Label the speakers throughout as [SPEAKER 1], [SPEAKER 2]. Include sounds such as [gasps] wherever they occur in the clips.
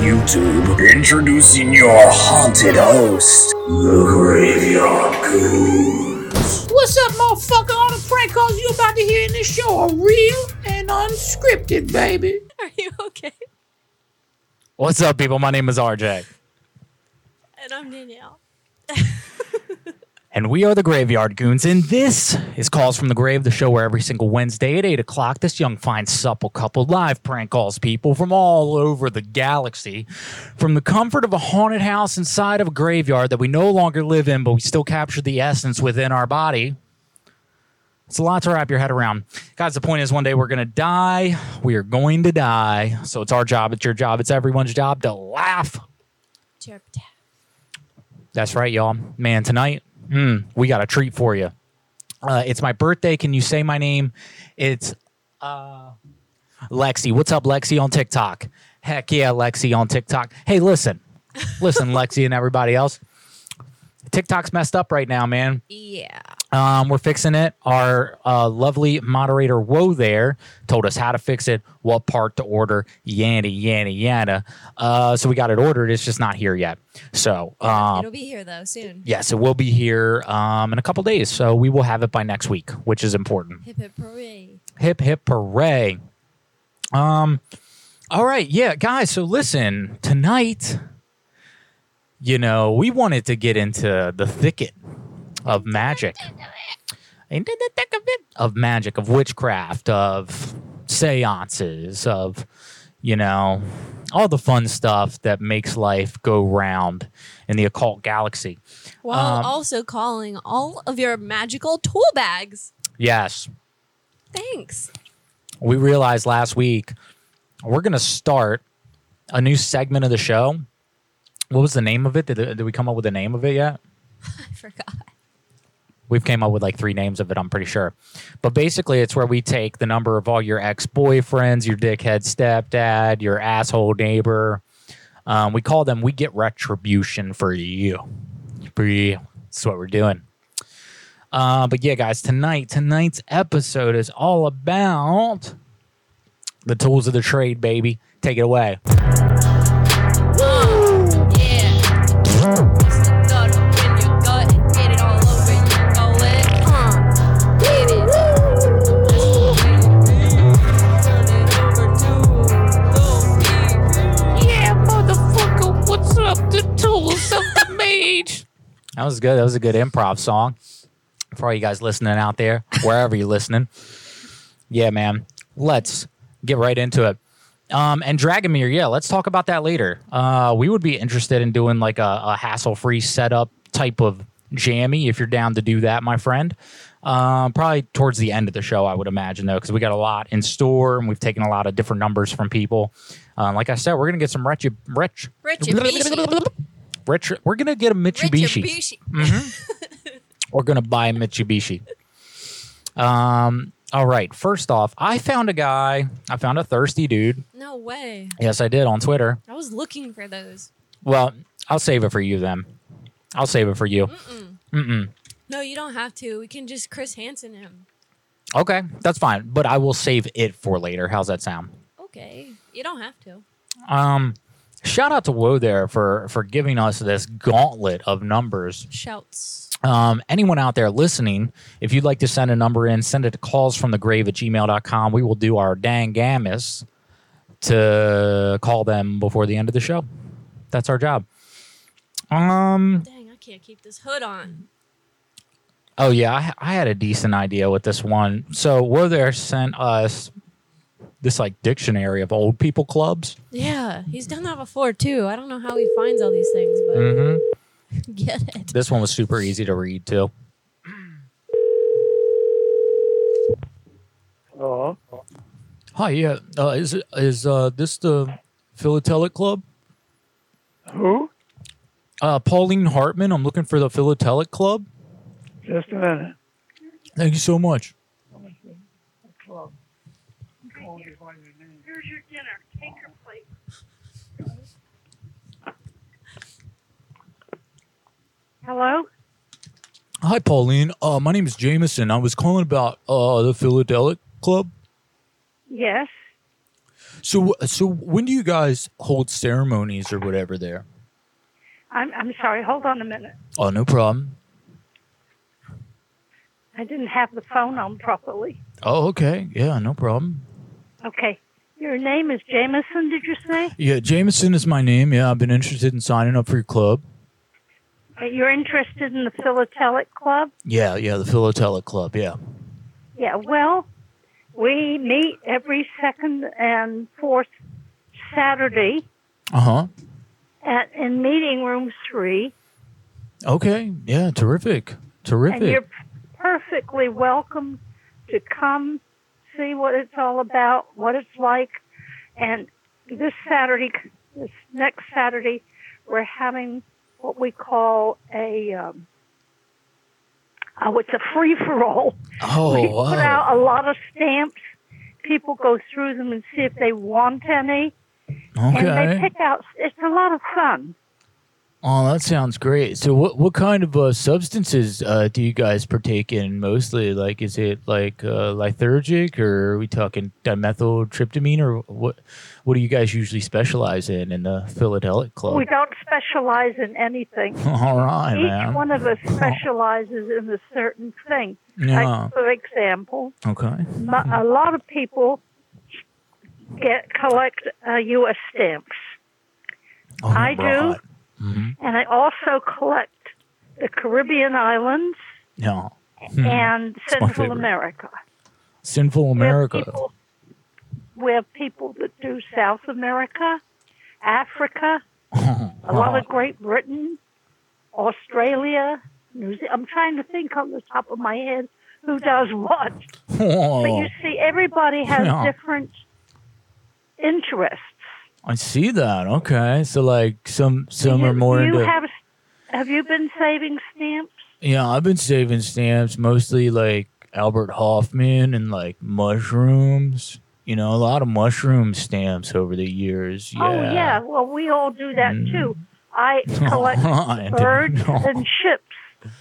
[SPEAKER 1] YouTube. Introducing your haunted host, the Graveyard Goons.
[SPEAKER 2] What's up, motherfucker? All the prank calls you about to hear in this show are real and unscripted, baby.
[SPEAKER 3] Are you okay?
[SPEAKER 4] What's up, people? My name is RJ,
[SPEAKER 3] And I'm Danielle.
[SPEAKER 4] and we are the Graveyard Goons. And this is Calls from the Grave, the show where every single Wednesday at 8 o'clock, this young, fine, supple couple live prank calls people from all over the galaxy from the comfort of a haunted house inside of a graveyard that we no longer live in, but we still capture the essence within our body. It's a lot to wrap your head around. Guys, the point is one day we're going to die. We are going to die. So it's our job, it's your job, it's everyone's job to laugh
[SPEAKER 3] Jerp tap.
[SPEAKER 4] That's right, y'all. Man, tonight, mm, we got a treat for you. Uh, it's my birthday. Can you say my name? It's uh, Lexi. What's up, Lexi on TikTok? Heck yeah, Lexi on TikTok. Hey, listen,
[SPEAKER 3] [laughs]
[SPEAKER 4] listen, Lexi and everybody else. TikTok's messed up right now, man.
[SPEAKER 3] Yeah.
[SPEAKER 4] Um, we're fixing it. Our uh, lovely moderator, Woe there, told us how to fix it, what part to order, yada yada yada. Uh, so we got it ordered. It's just not here yet. So um,
[SPEAKER 3] It'll be here though soon.
[SPEAKER 4] Yes, it will be here um, in a couple days. So we will have it by next week, which is important.
[SPEAKER 3] Hip hip hooray.
[SPEAKER 4] Hip, hip, hooray. Um, all right. Yeah, guys. So listen, tonight, you know, we wanted to get into the thicket of magic. Into the thick of it. Of magic, of witchcraft, of seances, of, you know, all the fun stuff that makes life go round in the occult galaxy.
[SPEAKER 3] While
[SPEAKER 4] Um,
[SPEAKER 3] also calling all of your magical tool bags.
[SPEAKER 4] Yes.
[SPEAKER 3] Thanks.
[SPEAKER 4] we realized last week we're going to start a new segment of the show. What was the name of it? Did, did we come up with a name of it yet?
[SPEAKER 3] [laughs] I forgot.
[SPEAKER 4] We've came up with like three names of it, I'm pretty sure. But basically, it's where we take the number of all your ex boyfriends, your dickhead stepdad, your asshole neighbor. Um, we call them, we get retribution for you. For you. That's what we're doing. Uh, but yeah, guys, tonight, tonight's episode is all about the tools of the trade, baby. Take it away.
[SPEAKER 3] Yeah. It's the thought of when you got it, get it all over you, go it, uh, get it. That's the way it be. Turn it over to the people.
[SPEAKER 2] Yeah, motherfucker, what's up? The tools of the [laughs] mage.
[SPEAKER 4] That was good. That was a good improv song for all you guys listening out there, wherever you're listening. Yeah, man. Let's get right into it. Um, and Dragomir, yeah, let's talk about that later. Uh, we would be interested in doing like a, a hassle-free setup type of jammy if you're down to do that, my friend. Um, probably towards the end of the show, I would imagine though, because we got a lot in store and we've taken a lot of different numbers from people. Uh, like I said, we're gonna get some retri- retri- [laughs]
[SPEAKER 3] Retribution.
[SPEAKER 4] retri- We're gonna get a Mitsubishi
[SPEAKER 3] Retribution.
[SPEAKER 4] we're gonna buy a Mitsubishi. Um, all right. First off, I found a guy. I found a thirsty dude.
[SPEAKER 3] No way.
[SPEAKER 4] Yes, I did on Twitter.
[SPEAKER 3] I was looking for those.
[SPEAKER 4] Well, I'll save it for you then. I'll save it for you.
[SPEAKER 3] No, you don't have to. We can just Chris Hansen him.
[SPEAKER 4] Okay, that's fine. But I will save it for later. How's that sound?
[SPEAKER 3] Okay. You don't have to.
[SPEAKER 4] Um, shout out to Woe there for for giving us this gauntlet of numbers.
[SPEAKER 3] Shouts.
[SPEAKER 4] Um, anyone out there listening, if you'd like to send a number in, send it to callsfromthegrave at gmail.com. We will do our dang gammas to call them before the end of the show. That's our job. Um.
[SPEAKER 3] Dang, I can't keep this hood on.
[SPEAKER 4] Oh yeah, I, I had a decent idea with this one. So were there sent us this like dictionary of old people clubs?
[SPEAKER 3] Yeah, he's done that before too. I don't know how he finds all these things, but
[SPEAKER 4] Mm-hmm.
[SPEAKER 3] [laughs] get it.
[SPEAKER 4] This one was super easy to read too.
[SPEAKER 5] Oh,
[SPEAKER 4] Hi, yeah. Uh, is is uh, this the philatelic club?
[SPEAKER 6] Who?
[SPEAKER 4] Uh, Pauline Hartman, I'm looking for the Philatelic Club.
[SPEAKER 6] Just a minute.
[SPEAKER 4] Thank you so much.
[SPEAKER 6] Club. Call you by your name.
[SPEAKER 7] Here's your dinner. Take your plate. Hello?
[SPEAKER 4] Hi, Pauline. Uh, my name is Jameson. I was calling about uh, the Philatelic Club.
[SPEAKER 7] Yes.
[SPEAKER 4] So, so when do you guys hold ceremonies or whatever there?
[SPEAKER 7] I'm, I'm sorry. Hold on a minute.
[SPEAKER 4] Oh, no problem.
[SPEAKER 7] I didn't have the phone on properly.
[SPEAKER 4] Oh, okay. Yeah, no problem.
[SPEAKER 7] Okay. Your name is Jameson, did you say?
[SPEAKER 4] Yeah, Jameson is my name. Yeah, I've been interested in signing up for your club.
[SPEAKER 7] Uh, You're interested in the Philatelic Club?
[SPEAKER 4] Yeah, yeah, the Philatelic Club. Yeah.
[SPEAKER 7] Yeah, well, we meet every second and fourth Saturday
[SPEAKER 4] Uh huh.
[SPEAKER 7] at, in meeting room three,
[SPEAKER 4] Okay. Yeah. Terrific.
[SPEAKER 7] and you're
[SPEAKER 4] Terrific.
[SPEAKER 7] perfectly welcome to come see what it's all about, what it's like. And this Saturday, this next Saturday, we're having what we call a um,
[SPEAKER 8] uh,
[SPEAKER 7] oh, it's a free for all.
[SPEAKER 4] Oh,
[SPEAKER 7] we put
[SPEAKER 4] wow.
[SPEAKER 7] out a lot of stamps. People go through them and see if they want any, and they
[SPEAKER 4] Okay.
[SPEAKER 7] pick out. It's a lot of fun.
[SPEAKER 4] Oh, that sounds great. So, what what kind of uh, substances uh, do you guys partake in mostly? Like, is it like uh, lithargic, or are we talking dimethyltryptamine, or what? What do you guys usually specialize in in the Philatelic
[SPEAKER 7] We
[SPEAKER 4] Club?
[SPEAKER 7] don't specialize in anything.
[SPEAKER 4] [laughs] All right,
[SPEAKER 7] Each
[SPEAKER 4] man.
[SPEAKER 7] one of us specializes in a certain thing.
[SPEAKER 4] yeah.
[SPEAKER 7] Like, for example,
[SPEAKER 4] Okay.
[SPEAKER 7] mu- a lot of people get collect uh, U.S. stamps,
[SPEAKER 4] All
[SPEAKER 7] I do.
[SPEAKER 4] Oh, right. Mhm.
[SPEAKER 7] and I also collect the Caribbean islands
[SPEAKER 4] No.
[SPEAKER 7] and
[SPEAKER 4] Hmm. my
[SPEAKER 7] Central
[SPEAKER 4] favorite.
[SPEAKER 7] America.
[SPEAKER 4] Sinful
[SPEAKER 7] We have
[SPEAKER 4] America.
[SPEAKER 7] people- We have people that do South America,
[SPEAKER 4] [laughs]
[SPEAKER 7] Africa, a lot of Great Britain, Australia, New Zealand. I'm trying to think on the top of my head who does what. But
[SPEAKER 4] Oh,
[SPEAKER 7] you see, everybody has
[SPEAKER 4] Yeah.
[SPEAKER 7] different interests.
[SPEAKER 4] I see that. Okay. So like some some
[SPEAKER 7] you,
[SPEAKER 4] are more
[SPEAKER 7] you
[SPEAKER 4] into
[SPEAKER 7] have, have you been saving stamps?
[SPEAKER 4] Yeah, I've been saving stamps mostly like Albert Hoffman and like mushrooms. You know, a lot of mushroom stamps over the years. Yeah.
[SPEAKER 7] Oh yeah, well we all do that
[SPEAKER 4] Mm. Oh,
[SPEAKER 7] too.
[SPEAKER 4] [laughs]
[SPEAKER 7] I collect
[SPEAKER 4] Alright,
[SPEAKER 7] birds
[SPEAKER 4] no.
[SPEAKER 7] and ships,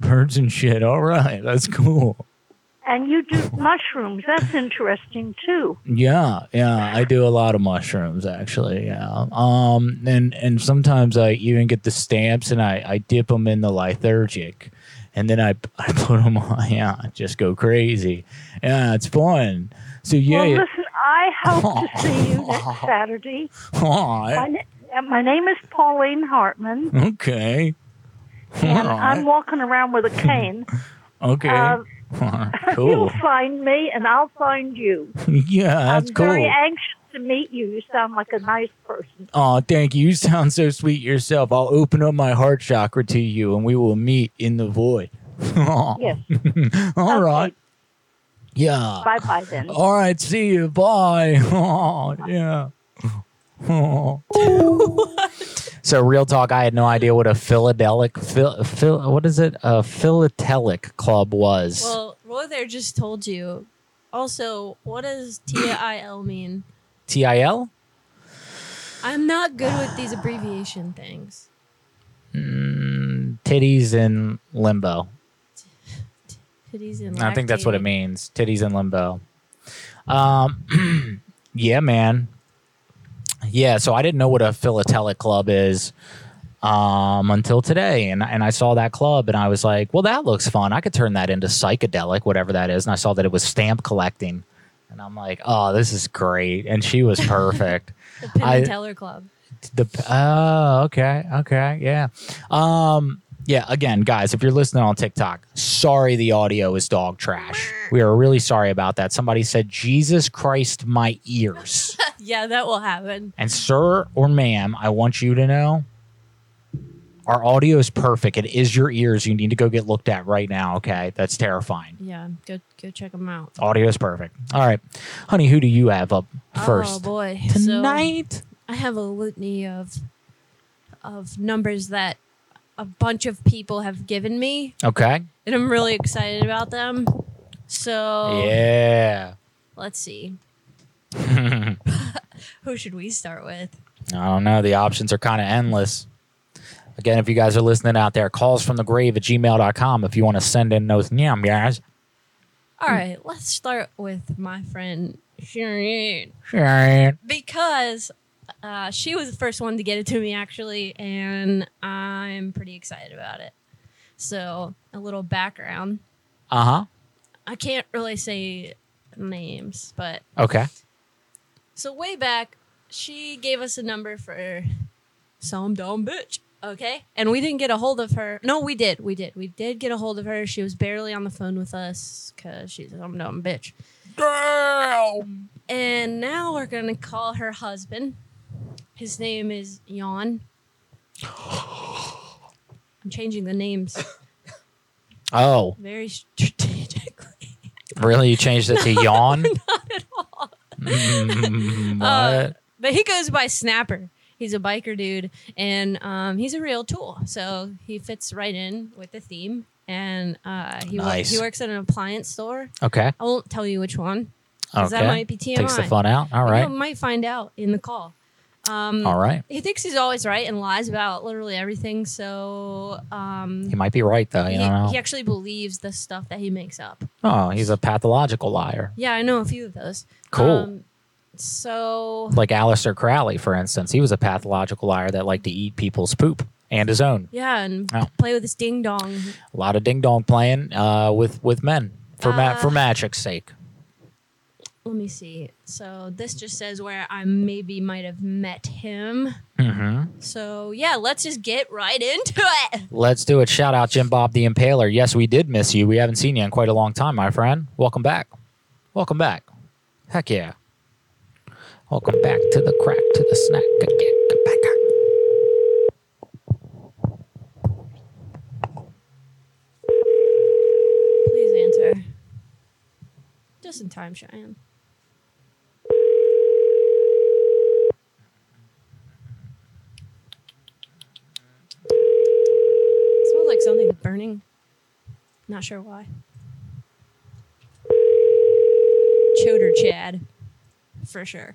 [SPEAKER 4] Birds and shit. All right. That's cool.
[SPEAKER 7] and you do mushrooms. That's interesting too.
[SPEAKER 4] Yeah, yeah, I do a lot of mushrooms actually. Yeah, um, and and sometimes I even get the stamps and I I dip them in the lithargic, and then I [laughs] I put them on. Yeah, I just go crazy. Yeah, it's fun. So yeah,
[SPEAKER 7] well,
[SPEAKER 4] yeah.
[SPEAKER 7] listen, I hope
[SPEAKER 4] [laughs]
[SPEAKER 7] to see you next Saturday. My,
[SPEAKER 4] Aw,
[SPEAKER 7] na- uh, my name is Pauline Hartman,
[SPEAKER 4] Mm-hmm. okay,
[SPEAKER 7] and
[SPEAKER 4] Alright.
[SPEAKER 7] I'm walking around with a cane.
[SPEAKER 4] [laughs] okay,
[SPEAKER 7] Uh, [laughs]
[SPEAKER 4] Alright,
[SPEAKER 7] You'll
[SPEAKER 4] cool.
[SPEAKER 7] find me, and I'll find you.
[SPEAKER 4] [laughs] yeah, that's
[SPEAKER 7] I'm very
[SPEAKER 4] cool.
[SPEAKER 7] anxious to meet you. You sound like a nice person.
[SPEAKER 4] Oh, thank you. You sound so sweet yourself. I'll open up my heart chakra to you, and we will meet in the void. [laughs] All right.
[SPEAKER 7] Yes. Okay,
[SPEAKER 4] Yeah.
[SPEAKER 7] Bye bye then.
[SPEAKER 4] All right, see you. Bye. [laughs] Oh, yeah. Oh. [laughs] so real talk, I had no idea what a philatelic phil, phil, what is it? A philatelic club was.
[SPEAKER 3] Well, Roy there just told you. Also, what does TIL mean?
[SPEAKER 4] TIL?
[SPEAKER 3] I'm not good with these abbreviation things.
[SPEAKER 4] Mm, titties in limbo.
[SPEAKER 3] Titties and
[SPEAKER 4] I think that's what it
[SPEAKER 3] lactating.
[SPEAKER 4] means. Titties in limbo. Um, [clears throat] yeah, man. Yeah, so I didn't know what a philatelic club is um, until today, and and I saw that club, and I was like, well, that looks fun. I could turn that into psychedelic, whatever that is. And I saw that it was stamp collecting, and I'm like, oh, this is great. And she was perfect.
[SPEAKER 3] The Penn
[SPEAKER 4] I-
[SPEAKER 3] and Teller Club.
[SPEAKER 4] the oh okay okay yeah um yeah again guys if you're listening on tiktok sorry the audio is dog trash we are really sorry about that somebody said jesus christ my ears
[SPEAKER 3] [laughs] yeah, that will happen.
[SPEAKER 4] and sir or ma'am i want you to know our audio is perfect it is your ears you need to go get looked at right now okay that's terrifying
[SPEAKER 3] Yeah, go go check them out.
[SPEAKER 4] audio is perfect all right honey who do you have up
[SPEAKER 3] Oh
[SPEAKER 4] first
[SPEAKER 3] boy, So
[SPEAKER 4] tonight
[SPEAKER 3] I have a litany of of numbers that a bunch of people have given me,
[SPEAKER 4] Okay. [laughs]
[SPEAKER 3] and I'm really excited about them. So
[SPEAKER 4] Yeah.
[SPEAKER 3] let's see.
[SPEAKER 4] I
[SPEAKER 3] Who should we start with?
[SPEAKER 4] don't know. The options are kind of endless. Again, if you guys are listening out there, calls from the grave at gmail.com if you want to send in those yum guys.
[SPEAKER 3] All right, let's start with my friend Shireen
[SPEAKER 4] Sure.
[SPEAKER 3] because uh, she was the first one to get it to me actually, and I'm pretty excited about it. So a little background. Uh-huh.
[SPEAKER 4] Uh
[SPEAKER 3] I can't really say names, but
[SPEAKER 4] huh. Okay.
[SPEAKER 3] so way back, she gave us a number for some dumb bitch. Okay. And we didn't get a hold of her. No, we did. We did. We did get a hold of her. She was barely on the phone with us because she's some dumb bitch.
[SPEAKER 4] Girl.
[SPEAKER 3] And now we're going to call her husband. His name is Jan. I'm changing the names
[SPEAKER 4] Oh,
[SPEAKER 3] very [laughs] strategically.
[SPEAKER 4] really? You changed
[SPEAKER 3] [laughs]
[SPEAKER 4] it to yawn?
[SPEAKER 3] Not at all.
[SPEAKER 4] Mm,
[SPEAKER 3] Uh,
[SPEAKER 4] what?
[SPEAKER 3] but he goes by Snapper. He's a biker dude, and um, he's a real tool. So he fits right in with the theme. And uh, he, wo-
[SPEAKER 4] Nice.
[SPEAKER 3] he works at an appliance store.
[SPEAKER 4] okay.
[SPEAKER 3] I won't tell you which one because
[SPEAKER 4] Okay.
[SPEAKER 3] that might be TMI.
[SPEAKER 4] Takes the fun out. All right.
[SPEAKER 3] You might find out in the call. Um,
[SPEAKER 4] All right.
[SPEAKER 3] He thinks he's always right and lies about literally everything. So um,
[SPEAKER 4] He might be right, though.
[SPEAKER 3] he,
[SPEAKER 4] You don't know.
[SPEAKER 3] he actually believes the stuff that he makes up.
[SPEAKER 4] Oh, he's a pathological liar.
[SPEAKER 3] Yeah, I know a few of those. Um,
[SPEAKER 4] Cool.
[SPEAKER 3] so
[SPEAKER 4] Like Aleister Crowley, for instance. He was a pathological liar that liked to eat people's poop and his own.
[SPEAKER 3] yeah, and
[SPEAKER 4] Oh.
[SPEAKER 3] play with this ding dong
[SPEAKER 4] A lot of ding dong playing uh, with, with men for, ma-
[SPEAKER 3] Uh,
[SPEAKER 4] for magic's sake.
[SPEAKER 3] let me see. So this just says where I maybe might have met him.
[SPEAKER 4] hmm
[SPEAKER 3] So yeah, let's just get right into it.
[SPEAKER 4] Let's do it. Shout out Jim Bob the Impaler. Yes, we did miss you. We haven't seen you in quite a long time, my friend. Welcome back. Welcome back. Heck yeah. Welcome back to the crack, to the snack. Get- get- get back up.
[SPEAKER 3] Please answer. Just in time, Cheyenne. Smells like something's burning. Not sure why. Choder Chad. For sure.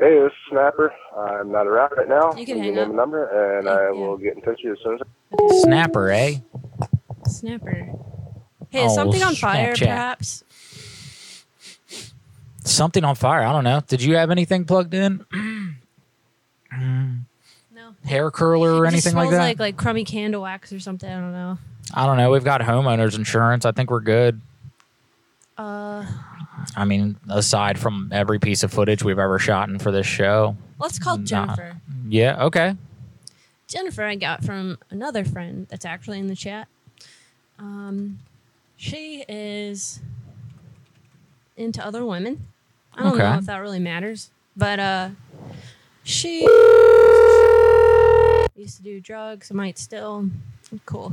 [SPEAKER 6] Hey, this is Snapper. I'm not around right now.
[SPEAKER 3] You can
[SPEAKER 6] Leave
[SPEAKER 3] hang
[SPEAKER 6] your
[SPEAKER 3] up.
[SPEAKER 6] name and number, and
[SPEAKER 3] Yeah,
[SPEAKER 6] I
[SPEAKER 3] yeah.
[SPEAKER 6] will get in touch with you as soon as I
[SPEAKER 4] Snapper, eh?
[SPEAKER 3] Snapper. Hey, is
[SPEAKER 4] Oh,
[SPEAKER 3] something on fire,
[SPEAKER 4] Snapchat.
[SPEAKER 3] perhaps?
[SPEAKER 4] Something on fire. I don't know. Did you have anything plugged in?
[SPEAKER 3] No.
[SPEAKER 4] Hair curler or
[SPEAKER 3] It just
[SPEAKER 4] anything like
[SPEAKER 3] smells
[SPEAKER 4] that?
[SPEAKER 3] Like like crummy candle wax or something. I don't know.
[SPEAKER 4] I don't know. We've got homeowners insurance. I think we're good.
[SPEAKER 3] Uh,
[SPEAKER 4] I mean, aside from every piece of footage we've ever shot in for this show.
[SPEAKER 3] let's call
[SPEAKER 4] Nah.
[SPEAKER 3] Jennifer.
[SPEAKER 4] Yeah, okay.
[SPEAKER 3] Jennifer, I got from another friend that's actually in the chat. Um, she is into other women. I don't
[SPEAKER 4] Okay.
[SPEAKER 3] know if that really matters, but uh, she used to do drugs. Might still. Cool.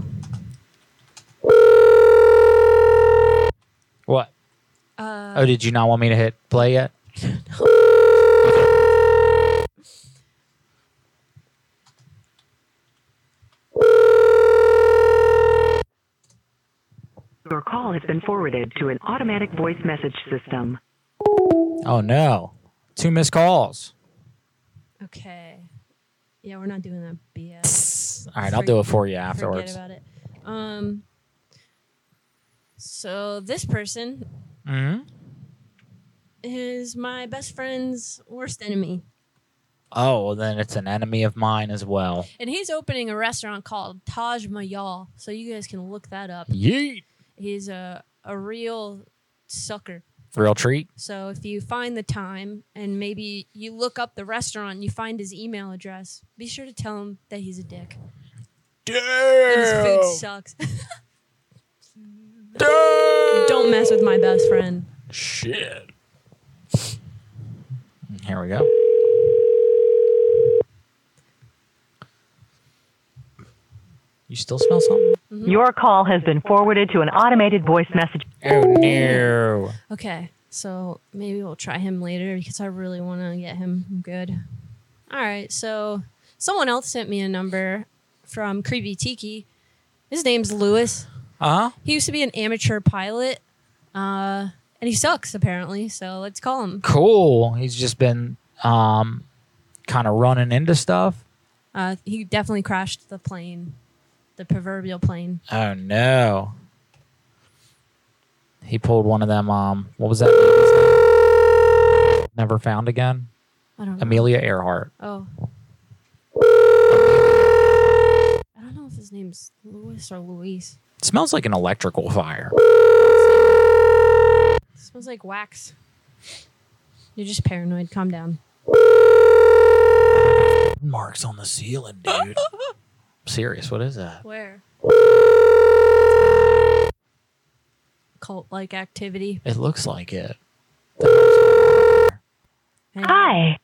[SPEAKER 4] What?
[SPEAKER 3] Uh,
[SPEAKER 4] Oh, did you not want me to hit
[SPEAKER 3] [laughs]
[SPEAKER 4] play yet?
[SPEAKER 8] Your call has been forwarded to an automatic voice message system.
[SPEAKER 4] Oh no. Two missed calls.
[SPEAKER 3] Okay. Yeah, we're not doing that BS.
[SPEAKER 4] All right, I'll do it for you afterwards.
[SPEAKER 3] Forget about it. Um. So this person
[SPEAKER 4] hmm
[SPEAKER 3] is my best friend's worst enemy,
[SPEAKER 4] Oh, well, then it's an enemy of mine as well.
[SPEAKER 3] and he's opening a restaurant called Taj Mahal. So you guys can look that up.
[SPEAKER 4] Yeet.
[SPEAKER 3] He's a a real sucker.
[SPEAKER 4] Real treat.
[SPEAKER 3] So if you find the time and maybe you look up the restaurant and you find his email address, be sure to tell him that he's a dick. And his food sucks. [laughs] Don't mess with my best friend.
[SPEAKER 9] Shit.
[SPEAKER 4] Here we go. You still smell something?
[SPEAKER 8] Mm-hmm. Your call has been forwarded to an automated voice message.
[SPEAKER 4] Oh no.
[SPEAKER 3] Okay, so maybe we'll try him later because I really want to get him good. All right, so Someone else sent me a number from Creepy Tiki. His name's Lewis.
[SPEAKER 4] Uh huh.
[SPEAKER 3] He used to be an amateur pilot, uh, and he sucks apparently. So let's call him.
[SPEAKER 4] Cool. He's just been um, kind of running into stuff.
[SPEAKER 3] Uh, he definitely crashed the plane, the proverbial plane.
[SPEAKER 4] Oh no. He pulled one of them. Um, what was that? lady's name? Never found again.
[SPEAKER 3] I don't know.
[SPEAKER 4] Amelia Earhart.
[SPEAKER 3] Oh. I don't know if his name's Louis or Luis.
[SPEAKER 4] smells like an electrical fire.
[SPEAKER 3] smells like wax. You're just paranoid. Calm down.
[SPEAKER 4] Marks on the ceiling, dude. I'm [laughs] serious. What is that?
[SPEAKER 3] Where? Cult like activity.
[SPEAKER 4] It looks like it.
[SPEAKER 10] Hi,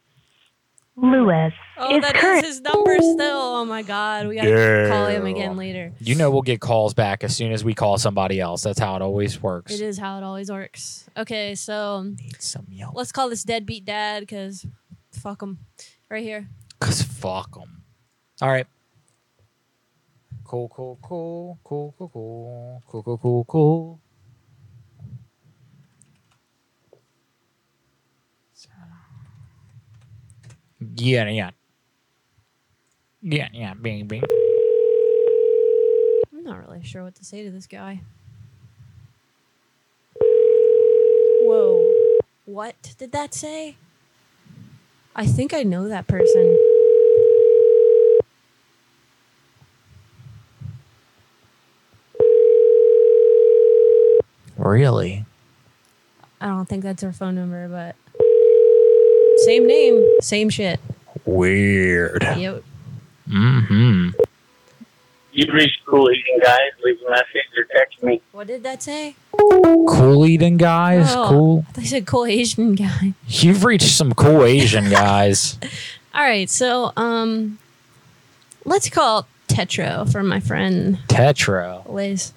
[SPEAKER 10] Lewis.
[SPEAKER 3] Oh, that is his number still. Oh my God. We got to call him again later.
[SPEAKER 4] You know, we'll get calls back as soon as we call somebody else. That's how it always works.
[SPEAKER 3] It is how it always works. Okay, so
[SPEAKER 4] Need some Yelp.
[SPEAKER 3] let's call this deadbeat dad because fuck him. Right here.
[SPEAKER 4] Cause fuck them. All right. Cool, cool, cool, cool, cool, cool, cool, cool, cool, cool. Yeah, yeah. Yeah, yeah, bing, bing.
[SPEAKER 3] I'm not really sure what to say to this guy. Whoa. Oh, What did that say? [laughs] I think I know that person.
[SPEAKER 4] Really?
[SPEAKER 3] I don't think that's her phone number, but same name, same shit.
[SPEAKER 4] Weird.
[SPEAKER 3] Yep.
[SPEAKER 4] Mm-hmm.
[SPEAKER 11] You've reached Cool Eating Guys. Leave a message or text me.
[SPEAKER 3] What did that say?
[SPEAKER 4] Cool eating guys.
[SPEAKER 3] Oh.
[SPEAKER 4] Cool.
[SPEAKER 3] I thought you said cool Asian guy. [laughs]
[SPEAKER 4] You've reached some cool Asian guys.
[SPEAKER 3] All right, so um, let's call Tetro for my friend
[SPEAKER 4] Tetro.
[SPEAKER 3] Liz.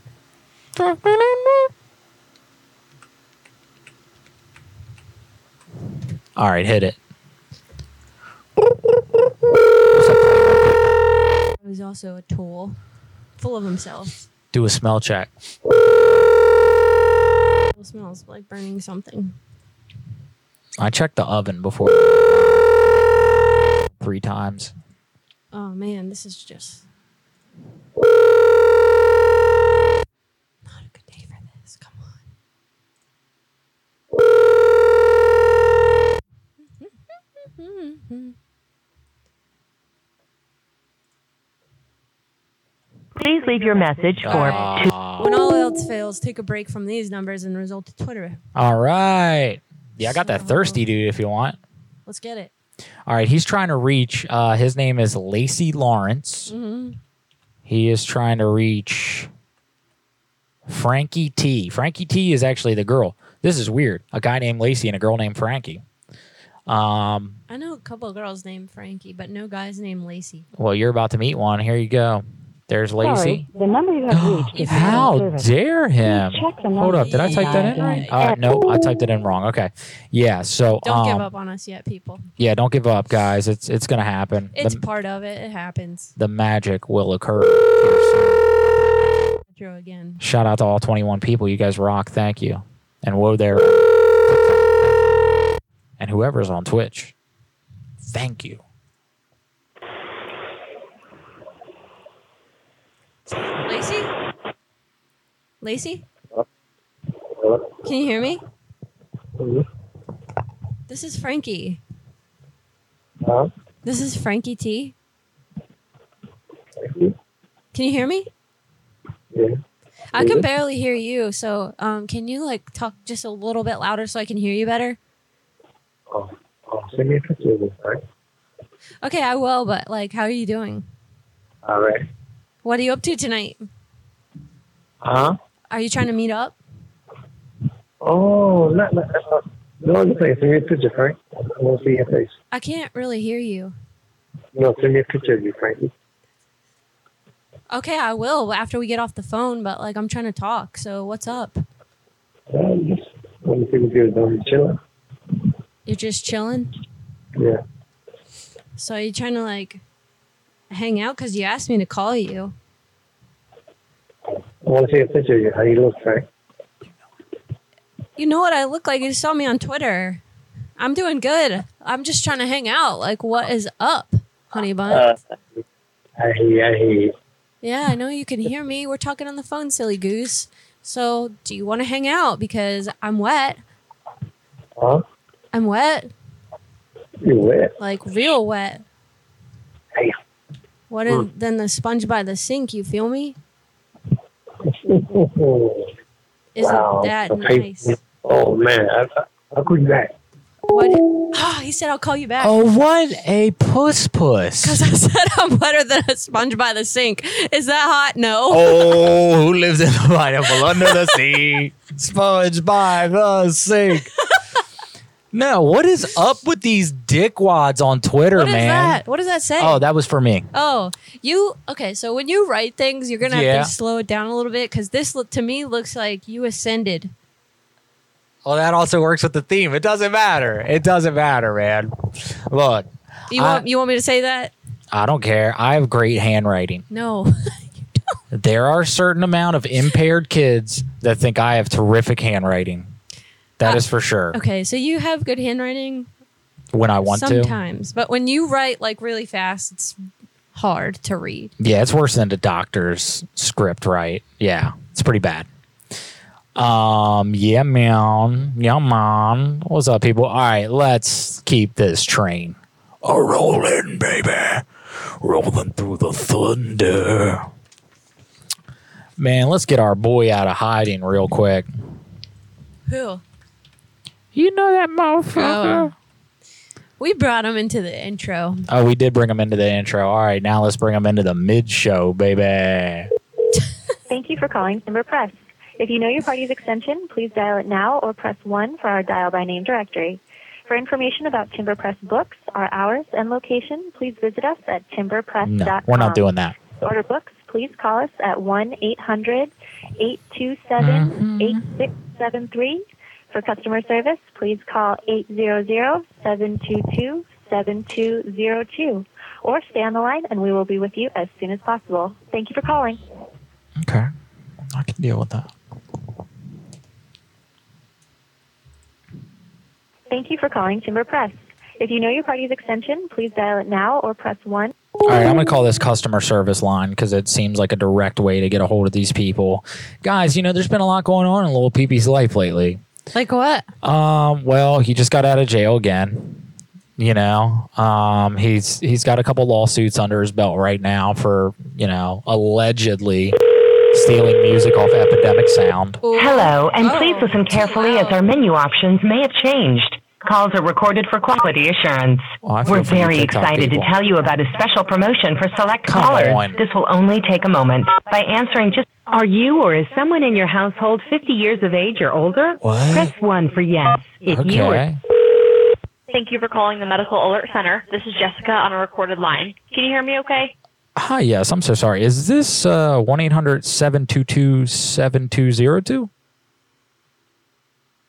[SPEAKER 4] All right, hit it.
[SPEAKER 3] Who's also a tool, full of himself.
[SPEAKER 4] Do a smell check.
[SPEAKER 3] It smells like burning something.
[SPEAKER 4] I checked the oven before three times.
[SPEAKER 3] Oh man, this is just not a good day for this. Come on.
[SPEAKER 8] Please leave your message for
[SPEAKER 4] Ah.
[SPEAKER 3] When all else fails, take a break from these numbers and result to Twitter.
[SPEAKER 4] all right. Yeah, I got that
[SPEAKER 3] So-
[SPEAKER 4] thirsty dude if you want.
[SPEAKER 3] Let's get it.
[SPEAKER 4] All right, he's trying to reach. Uh, his name is Lacey Lawrence.
[SPEAKER 3] Mhm.
[SPEAKER 4] He is trying to reach Frankie T. Frankie T is actually the girl. This is weird. A guy named Lacey and a girl named Frankie. Um,
[SPEAKER 3] I know a couple of girls named Frankie, but no guys named Lacey.
[SPEAKER 4] well, you're about to meet one. Here you go. There's Lacey.
[SPEAKER 12] The number you have reached
[SPEAKER 4] [gasps]
[SPEAKER 12] is
[SPEAKER 4] How
[SPEAKER 12] not in service.
[SPEAKER 4] dare him?
[SPEAKER 12] Please check the
[SPEAKER 4] Hold
[SPEAKER 12] number
[SPEAKER 4] up. Did I type that in
[SPEAKER 12] you
[SPEAKER 4] right?
[SPEAKER 12] dialed.
[SPEAKER 4] Uh, no, I typed it in wrong. Okay. Yeah. So,
[SPEAKER 3] Don't give
[SPEAKER 4] um,
[SPEAKER 3] up on us yet, people.
[SPEAKER 4] yeah, don't give up, guys. It's it's gonna happen.
[SPEAKER 3] It's
[SPEAKER 4] the,
[SPEAKER 3] part of it. It happens.
[SPEAKER 4] the magic will occur. here soon.
[SPEAKER 3] Drew again.
[SPEAKER 4] Shout out to all 21 people. You guys rock. Thank you. And whoa there. And whoever's on Twitch, thank you.
[SPEAKER 3] Lacey? Lacey?
[SPEAKER 6] Hello?
[SPEAKER 3] Can you hear me? This is Frankie.
[SPEAKER 6] Huh?
[SPEAKER 3] This is Frankie T.
[SPEAKER 6] you.
[SPEAKER 3] Can you hear me?
[SPEAKER 6] Yeah.
[SPEAKER 3] I can barely hear you. So, um, can you like talk just a little bit louder so I can hear you better?
[SPEAKER 6] Oh, oh, send me a picture of this, right?
[SPEAKER 3] Okay, I will. But like, how are you doing?
[SPEAKER 6] All right.
[SPEAKER 3] What are you up to tonight?
[SPEAKER 6] Huh?
[SPEAKER 3] Are you trying to meet up?
[SPEAKER 6] Oh, not, not, not. No, just like, send me a picture, Frank. I want to see your face.
[SPEAKER 3] I can't really hear you.
[SPEAKER 6] No, send me a picture of you, Frankie.
[SPEAKER 3] Okay, I will after we get off the phone. But like, I'm trying to talk. So, what's up?
[SPEAKER 6] Yeah, just want to see what you're doing. Chilling.
[SPEAKER 3] You're just chilling.
[SPEAKER 6] Yeah.
[SPEAKER 3] So, are you trying to like hang out because you asked me to call you.
[SPEAKER 6] I want to see a picture of you. How you look, Frank?
[SPEAKER 3] You know what I look like? You saw me on Twitter. I'm doing good. I'm just trying to hang out. Like, what is up, honey bun?
[SPEAKER 6] Uh, I hear you. I hear you.
[SPEAKER 3] yeah, I know you can hear me. We're talking on the phone, silly goose. So, do you want to hang out? Because I'm wet.
[SPEAKER 6] Huh?
[SPEAKER 3] I'm wet.
[SPEAKER 6] You wet?
[SPEAKER 3] Like, real wet.
[SPEAKER 6] Hey. Hmm.
[SPEAKER 3] What in, then the sponge by the sink? You feel me? Isn't
[SPEAKER 6] wow.
[SPEAKER 3] that
[SPEAKER 6] the paper-
[SPEAKER 3] nice?
[SPEAKER 6] Oh man, I, I, I'll call you back.
[SPEAKER 3] What? [gasps] Oh, he said I'll call you back.
[SPEAKER 4] Oh, what a puss puss.
[SPEAKER 3] Because [laughs] I said I'm wetter than a sponge by the sink. Is that hot? No.
[SPEAKER 4] Oh, who lives in the pineapple under the sea? Sponge by the sink. No, what is up with these dickwads on Twitter,
[SPEAKER 3] What is
[SPEAKER 4] man?
[SPEAKER 3] that? What does that say?
[SPEAKER 4] Oh, that was for me.
[SPEAKER 3] Oh, you okay? So when you write things, you're gonna
[SPEAKER 4] Yeah.
[SPEAKER 3] have to slow it down a little bit because this look to me looks like you ascended.
[SPEAKER 4] Well, that also works with the theme. It doesn't matter. It doesn't matter, man. Look,
[SPEAKER 3] You
[SPEAKER 4] I-
[SPEAKER 3] want you want me to say that?
[SPEAKER 4] I don't care. I have great handwriting.
[SPEAKER 3] No.
[SPEAKER 4] There are a certain amount of impaired kids that think I have terrific handwriting. That is for sure.
[SPEAKER 3] Uh, [laughs] okay, so you have good handwriting
[SPEAKER 4] When I want to.
[SPEAKER 3] sometimes, but when you write like really fast, it's hard to read.
[SPEAKER 4] Yeah, it's worse than the doctor's script, right? Yeah, it's pretty bad. Um, yeah, man. Yeah, man. What's up, people? All right, let's keep this train a rolling, baby. Rolling through the thunder. Man, let's get our boy out of hiding real quick.
[SPEAKER 3] Who?
[SPEAKER 4] You know that motherfucker.
[SPEAKER 3] Oh. We brought him into the intro.
[SPEAKER 4] Oh, we did bring him into the intro. All right, now let's bring him into the mid show, baby.
[SPEAKER 13] Thank you for calling Timber Press. If you know your party's extension, please dial it now or press 1 for our dial by name directory. For information about Timber Press books, our hours, and location, please visit us at timberpress.com.
[SPEAKER 4] No, we're not doing that.
[SPEAKER 13] To order books, please call us at 1 800 827 8673. For customer service, please call 800 722 7202 or stay on the line and we will be with you as soon as possible. Thank you for calling.
[SPEAKER 4] Okay. I can deal with that.
[SPEAKER 13] Thank you for calling Timber Press. If you know your party's extension, please dial it now or press 1.
[SPEAKER 4] All right, I'm going to call this customer service line because it seems like a direct way to get a hold of these people. Guys, you know, there's been a lot going on in Little Peepee's life lately.
[SPEAKER 3] Like what?
[SPEAKER 4] Um, well, he just got out of jail again. You know, um, he's he's got a couple lawsuits under his belt right now for you know allegedly stealing music off Epidemic Sound.
[SPEAKER 8] Hello, and
[SPEAKER 4] Oh,
[SPEAKER 8] please listen carefully as our menu options may have changed. Calls are recorded for quality assurance.
[SPEAKER 4] Oh, I feel
[SPEAKER 8] We're
[SPEAKER 4] for you
[SPEAKER 8] very
[SPEAKER 4] TikTok
[SPEAKER 8] excited
[SPEAKER 4] people.
[SPEAKER 8] to tell you about a special promotion for select callers.
[SPEAKER 4] on.
[SPEAKER 8] This will only take a moment. By answering just are you or is someone in your household 50 years of age or older?
[SPEAKER 4] What?
[SPEAKER 8] Press 1 for yes. If you are
[SPEAKER 14] Thank you for calling the Medical Alert Center. This is Jessica on a recorded line. Can you hear me okay?
[SPEAKER 4] Hi, yes, I'm so sorry. Is this uh, one 800 722 7202?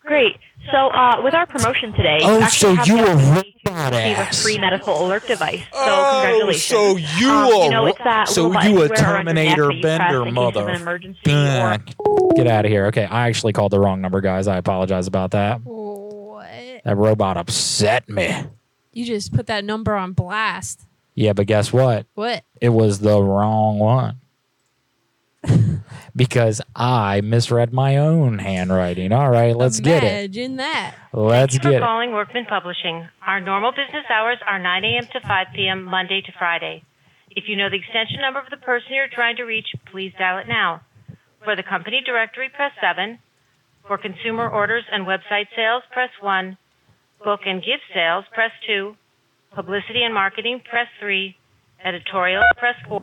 [SPEAKER 14] Great. So, uh, with our promotion today,
[SPEAKER 4] Oh,
[SPEAKER 14] you
[SPEAKER 4] so
[SPEAKER 14] actually have
[SPEAKER 4] you
[SPEAKER 14] the
[SPEAKER 4] were
[SPEAKER 14] opportunity to
[SPEAKER 4] robot
[SPEAKER 14] receive a
[SPEAKER 4] ass.
[SPEAKER 14] free medical alert device. So,
[SPEAKER 4] Oh,
[SPEAKER 14] congratulations.
[SPEAKER 4] so you
[SPEAKER 14] um,
[SPEAKER 4] are
[SPEAKER 14] you know,
[SPEAKER 4] ro-
[SPEAKER 14] it's that
[SPEAKER 4] so
[SPEAKER 14] little button you
[SPEAKER 4] you a
[SPEAKER 14] wear around your neck
[SPEAKER 4] Terminator
[SPEAKER 14] that you
[SPEAKER 4] Bender
[SPEAKER 14] press in case of
[SPEAKER 4] mother-
[SPEAKER 14] an emergency.
[SPEAKER 4] Ugh. Get out of here. Okay, I actually called the wrong number, guys. I apologize about that.
[SPEAKER 3] What?
[SPEAKER 4] That robot upset me.
[SPEAKER 3] You just put that number on blast.
[SPEAKER 4] Yeah, but guess what?
[SPEAKER 3] What?
[SPEAKER 4] It was the wrong one. because I misread my own handwriting. All right, let's get it.
[SPEAKER 3] Imagine that.
[SPEAKER 4] Let's
[SPEAKER 10] Thank you
[SPEAKER 4] get
[SPEAKER 10] for
[SPEAKER 4] it.
[SPEAKER 10] calling Workman Publishing. Our normal business hours are 9 a.m. to 5 p.m. Monday to Friday. If you know the extension number of the person you're trying to reach, please dial it now. For the company directory, press 7. For consumer orders and website sales, press 1. Book and gift sales, press 2. Publicity and marketing, press 3. Editorial, press 4.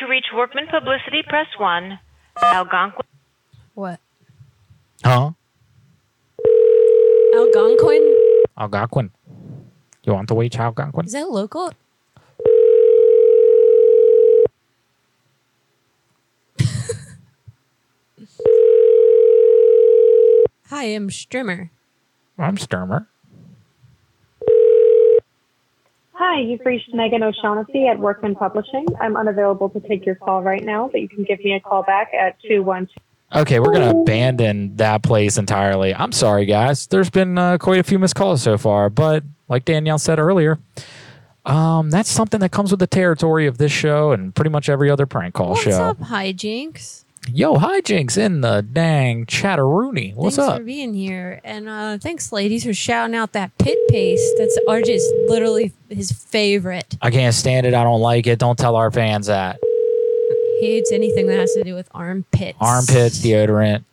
[SPEAKER 10] To reach Workman Publicity, press 1. Algonquin.
[SPEAKER 3] What?
[SPEAKER 4] Huh?
[SPEAKER 3] Algonquin?
[SPEAKER 4] Algonquin. You want to reach Algonquin?
[SPEAKER 3] Is that local? [laughs] Hi, I'm Strimmer.
[SPEAKER 4] I'm Sturmer.
[SPEAKER 13] Hi, Hi, you've reached Megan O'Shaughnessy at Workman Publishing. I'm unavailable to take your call right now, but you can give me a call back at 212.
[SPEAKER 4] Okay, we're gonna abandon that place entirely. I'm sorry, guys. There's been uh, quite a few missed calls so far, but like Danielle said earlier, um, that's something that comes with the territory of this show and pretty much every other prank call
[SPEAKER 3] What's
[SPEAKER 4] show.
[SPEAKER 3] up, hijinks?
[SPEAKER 4] Yo, hijinks in the dang chatteroony. What's
[SPEAKER 3] thanks
[SPEAKER 4] up?
[SPEAKER 3] for being here, and uh, thanks, ladies, for shouting out that pit paste. That's RJ's literally his favorite.
[SPEAKER 4] I can't stand it. I don't like it. Don't tell our fans that.
[SPEAKER 3] He hates anything that has to do with armpits.
[SPEAKER 4] Armpits, deodorant,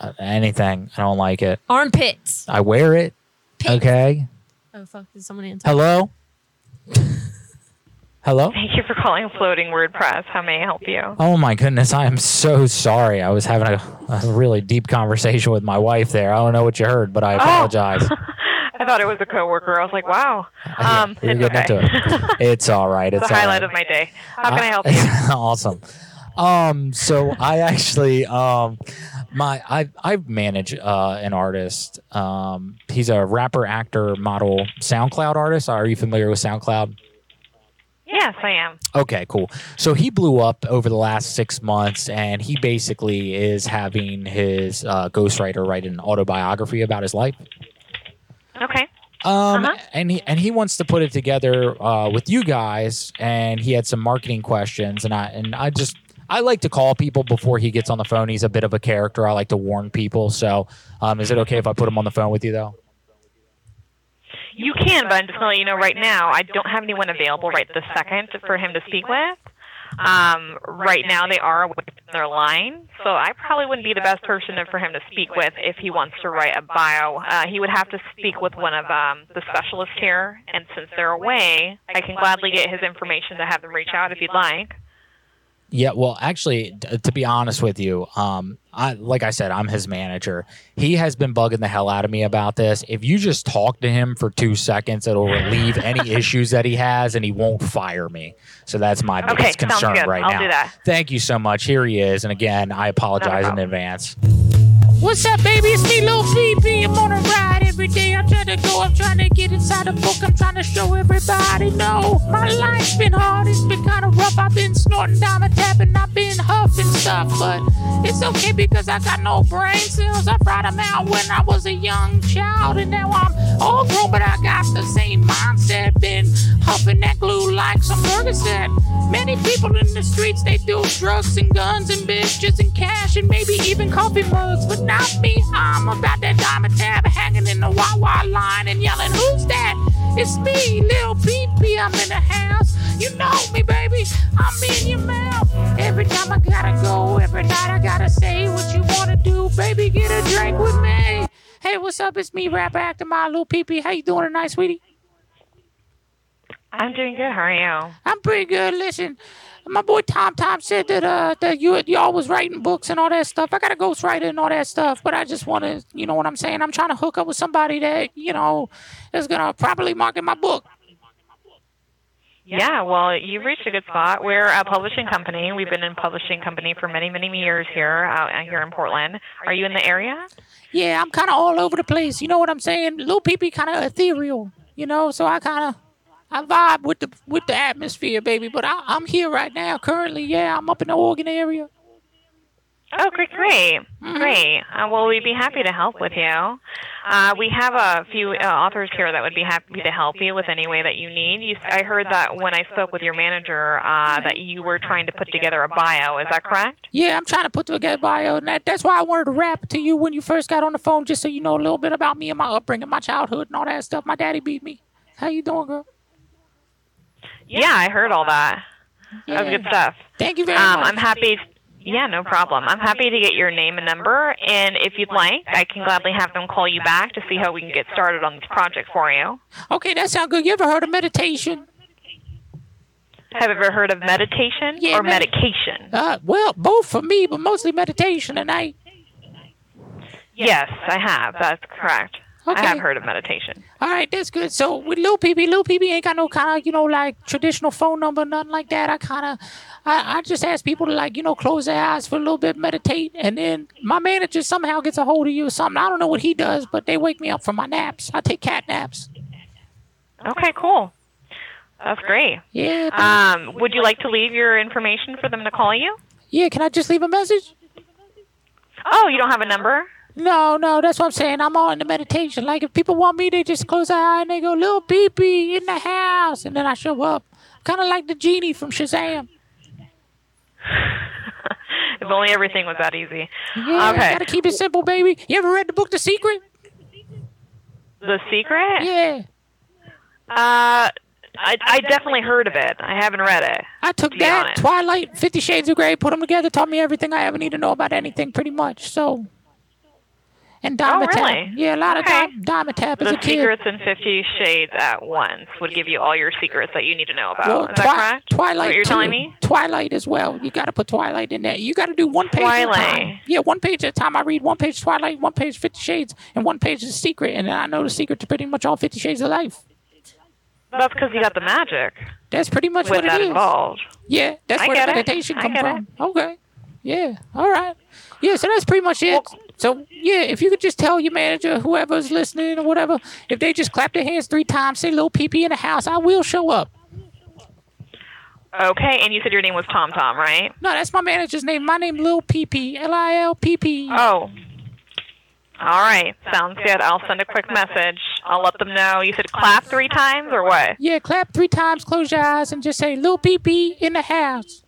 [SPEAKER 4] uh, anything. I don't like it.
[SPEAKER 3] Armpits.
[SPEAKER 4] I wear it. Okay.
[SPEAKER 3] Oh fuck! Did someone answer?
[SPEAKER 4] Hello? Hello?
[SPEAKER 14] Thank you for calling Floating Word Press. How may I help you?
[SPEAKER 4] Oh my goodness, I am so sorry. I was having a, a really deep conversation with my wife there. I don't know what you heard, but I
[SPEAKER 14] Oh.
[SPEAKER 4] apologize.
[SPEAKER 14] [laughs] I thought it was a coworker. I was like, wow. Um,
[SPEAKER 4] You're
[SPEAKER 14] it's
[SPEAKER 4] getting
[SPEAKER 14] okay.
[SPEAKER 4] into it. It's all
[SPEAKER 14] [laughs]
[SPEAKER 4] right.
[SPEAKER 14] It's
[SPEAKER 4] It's
[SPEAKER 14] the
[SPEAKER 4] all
[SPEAKER 14] highlight
[SPEAKER 4] right. Uh,
[SPEAKER 14] of my day. How can I help you?
[SPEAKER 4] [laughs] awesome. Um, so I actually, um, my I I manage uh, an artist. Um, he's a rapper, actor, model, SoundCloud artist. Are you familiar with SoundCloud?
[SPEAKER 14] Yes, I am.
[SPEAKER 4] Okay, cool. So he blew up over the last six months, and he basically is having his uh, ghostwriter write an autobiography about his life.
[SPEAKER 14] Okay.
[SPEAKER 4] Um, and he and he wants to put it together uh, with you guys, and he had some marketing questions, and I and I just I like to call people before he gets on the phone. He's a bit of a character. I like to warn people. So, um, is it okay if I put him on the phone with you though?
[SPEAKER 14] You can, but I'm just going to let you know right now, I don't have anyone available right this second for him to speak with. Um, right now, they are within their line, so I probably wouldn't be the best person for him to speak with if he wants to write a bio. Uh, he would have to speak with one of um, the specialists here, and since they're away, I can gladly get his information to have them reach out if you'd like.
[SPEAKER 4] Yeah, well, actually, t- to be honest with you, um, I like I said, I'm his manager. He has been bugging the hell out of me about this. If you just talk to him for two seconds, it'll
[SPEAKER 14] [laughs]
[SPEAKER 4] relieve any issues that he has, and he won't fire me. So that's my
[SPEAKER 14] Okay,
[SPEAKER 4] biggest
[SPEAKER 14] sounds
[SPEAKER 4] concern
[SPEAKER 14] good.
[SPEAKER 4] right
[SPEAKER 14] I'll
[SPEAKER 4] now.
[SPEAKER 14] do that.
[SPEAKER 4] Thank you so much. Here he is, and again, I apologize in advance.
[SPEAKER 2] What's up, baby? It's me, Lil Phoebe. I'm on a ride every day. I'm trying to go. I'm trying to get inside a book. I'm trying to show everybody. No, my life's been hard. It's been kind of rough. I've been snorting diamond tapping. I've been huffing stuff. But it's okay because I got no brain cells. I brought them out when I was a young child. And now I'm all grown, but I got the same mindset. Been huffing that glue like some Percocet. Many people in the streets, they do drugs and guns and bitches and cash and maybe even coffee mugs. But not me, I'm about that diamond tab hanging in the Wawa line and yelling, Who's that? It's me, Lil Peepee. I'm in the house. You know me, baby. I'm in your mouth. Every time I gotta go, every night I gotta say what you wanna do. Baby, get a drink with me. Hey, what's up? It's me, rapper actor, my Lil Peepee. How you doing tonight, sweetie?
[SPEAKER 14] I'm doing good. How are you?
[SPEAKER 2] I'm pretty good. Listen, my boy Tom Tom said that uh that you y'all was writing books and all that stuff. I got a ghostwriter and all that stuff, but I just want to, you know what I'm saying? I'm trying to hook up with somebody that you know is gonna properly market my book.
[SPEAKER 14] Yeah, well, you've reached a good spot. We're a publishing company. We've been in publishing company for many, many years here out out here in Portland. Are you in the area?
[SPEAKER 2] Yeah, I'm kind of all over the place. You know what I'm saying? Lil Peepee kind of ethereal, you know. So I kind of I vibe with the with the atmosphere, baby. But I, I'm here right now, currently. Yeah, I'm up in the Oregon area.
[SPEAKER 14] Oh, great, great, great. Uh, well, we'd be happy to help with you. Uh, we have a few uh, authors here that would be happy to help you with any way that you need. You, I heard that when I spoke with your manager uh, that you were trying to put together a bio. Is that correct?
[SPEAKER 2] Yeah, I'm trying to put together a bio, and that, that's why I wanted to rap to you when you first got on the phone, just so you know a little bit about me and my upbringing, my childhood, and all that stuff. My daddy beat me. How you doing, girl?
[SPEAKER 14] Yeah, I heard all that. That was
[SPEAKER 2] Yeah.
[SPEAKER 14] good stuff.
[SPEAKER 2] Thank you very
[SPEAKER 14] um,
[SPEAKER 2] much.
[SPEAKER 14] I'm happy. Yeah, no problem. I'm happy to get your name and number, and if you'd like, I can gladly have them call you back to see how we can get started on this project for you.
[SPEAKER 2] Okay, that sounds good. You ever heard of meditation?
[SPEAKER 14] Have you ever heard of meditation
[SPEAKER 2] Yeah,
[SPEAKER 14] or
[SPEAKER 2] medi-
[SPEAKER 14] medication?
[SPEAKER 2] Uh, well, both for me, but mostly meditation tonight.
[SPEAKER 14] Yes, I have. That's correct.
[SPEAKER 2] Okay.
[SPEAKER 14] I have heard of meditation.
[SPEAKER 2] All right, that's good. So with Lil Peepee, Lil Peepee ain't got no kind of you know like traditional phone number, nothing like that. I kind of, I, I just ask people to like you know close their eyes for a little bit, meditate, and then my manager somehow gets a hold of you or something. I don't know what he does, but they wake me up from my naps. I take cat naps.
[SPEAKER 14] Okay, cool.
[SPEAKER 15] That's great.
[SPEAKER 4] Yeah.
[SPEAKER 15] Um, would you like to leave your information for them to call you?
[SPEAKER 4] Yeah, can I just leave a message?
[SPEAKER 15] Oh, you don't have a number?
[SPEAKER 2] No, no, that's what I'm saying. I'm all in the meditation. Like if people want me, they just close their eye and they go, "Little peepee in the house," and then I show up, kind of like the genie from Shazam.
[SPEAKER 15] If only everything was that easy.
[SPEAKER 2] Yeah,
[SPEAKER 15] okay.
[SPEAKER 2] gotta keep it simple, baby. You ever read the book The Secret?
[SPEAKER 15] The Secret?
[SPEAKER 2] Yeah.
[SPEAKER 15] Uh, I, I definitely heard of it. I haven't read it.
[SPEAKER 2] I took
[SPEAKER 15] To be
[SPEAKER 2] that,
[SPEAKER 15] honest.
[SPEAKER 2] Twilight, Fifty Shades of Grey, put them together, taught me everything I ever need to know about anything, pretty much. So, and Diamond Tap.
[SPEAKER 15] Oh, really?
[SPEAKER 2] Yeah, a lot
[SPEAKER 15] Okay.
[SPEAKER 2] of Di- Diamond Tap as
[SPEAKER 15] The
[SPEAKER 2] a kid.
[SPEAKER 15] Secrets and Fifty Shades at Once would give you all your secrets that you need to know about.
[SPEAKER 2] Well,
[SPEAKER 15] Is that
[SPEAKER 2] Twi-
[SPEAKER 15] correct?
[SPEAKER 2] Twilight.
[SPEAKER 15] What you're
[SPEAKER 2] too.
[SPEAKER 15] telling me?
[SPEAKER 2] Twilight as well. You got to put Twilight in there. You got to do one page at a
[SPEAKER 15] Twilight.
[SPEAKER 2] time. Yeah, one page at a time. I read one page Twilight, one page Fifty Shades, and one page The Secret, and then I know the secret to pretty much all Fifty Shades of Life.
[SPEAKER 15] That's because you got the magic.
[SPEAKER 2] That's pretty much
[SPEAKER 15] with
[SPEAKER 2] what it
[SPEAKER 15] that
[SPEAKER 2] is.
[SPEAKER 15] involved.
[SPEAKER 2] Yeah, that's
[SPEAKER 15] I
[SPEAKER 2] where the
[SPEAKER 15] get it.
[SPEAKER 2] meditation
[SPEAKER 15] I
[SPEAKER 2] comes
[SPEAKER 15] get
[SPEAKER 2] from. Okay. Yeah. All right. Yeah, so that's pretty much it. So yeah, if you could just tell your manager, whoever's listening or whatever, if they just clap their hands three times, say little PP in the house, I will show up.
[SPEAKER 15] Okay, and you said your name was Tom Tom, right?
[SPEAKER 2] No, that's my manager's name. My name Lil PP. L I L P P.
[SPEAKER 15] Oh. All right, sounds good. I'll send a quick message. I'll let them know. You said clap three times or what?
[SPEAKER 2] Yeah, clap three times, close your eyes, and just say Lil PP in the house.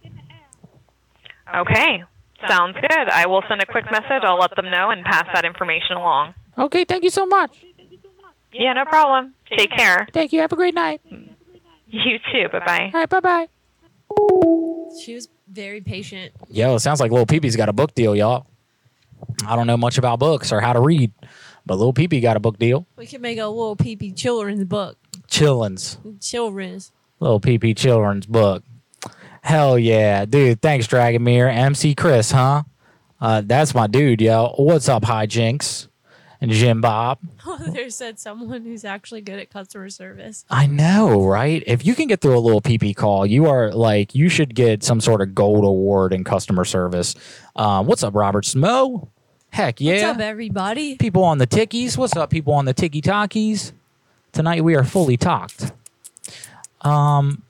[SPEAKER 15] Okay, sounds good. I will send a quick message. I'll let them know and pass that information along.
[SPEAKER 2] Okay, thank you so much.
[SPEAKER 15] Yeah, no problem. Take care.
[SPEAKER 2] Thank you. Have a great night.
[SPEAKER 15] You too. Bye bye.
[SPEAKER 2] All right, bye bye.
[SPEAKER 3] She was very patient.
[SPEAKER 4] Yo, it sounds like Lil Peepy's got a book deal, y'all. I don't know much about books or how to read, but Lil Peepy got a book deal.
[SPEAKER 3] We could make a little peepee children's book.
[SPEAKER 4] Chillins.
[SPEAKER 3] Children's. [laughs]
[SPEAKER 4] Little PP Children's book. Hell yeah, dude. Thanks, Dragomir. MC Chris, huh? Uh, that's my dude, yo. What's up, Hijinks? And Jim Bob.
[SPEAKER 3] Oh, there said someone who's actually good at customer service.
[SPEAKER 4] I know, right? If you can get through a little PP call, you are like, you should get some sort of gold award in customer service. Um, what's up, Robert Smo? Heck yeah.
[SPEAKER 3] What's up, everybody?
[SPEAKER 4] People on the tickies. What's up, people on the ticky talkies? Tonight we are fully talked. Um,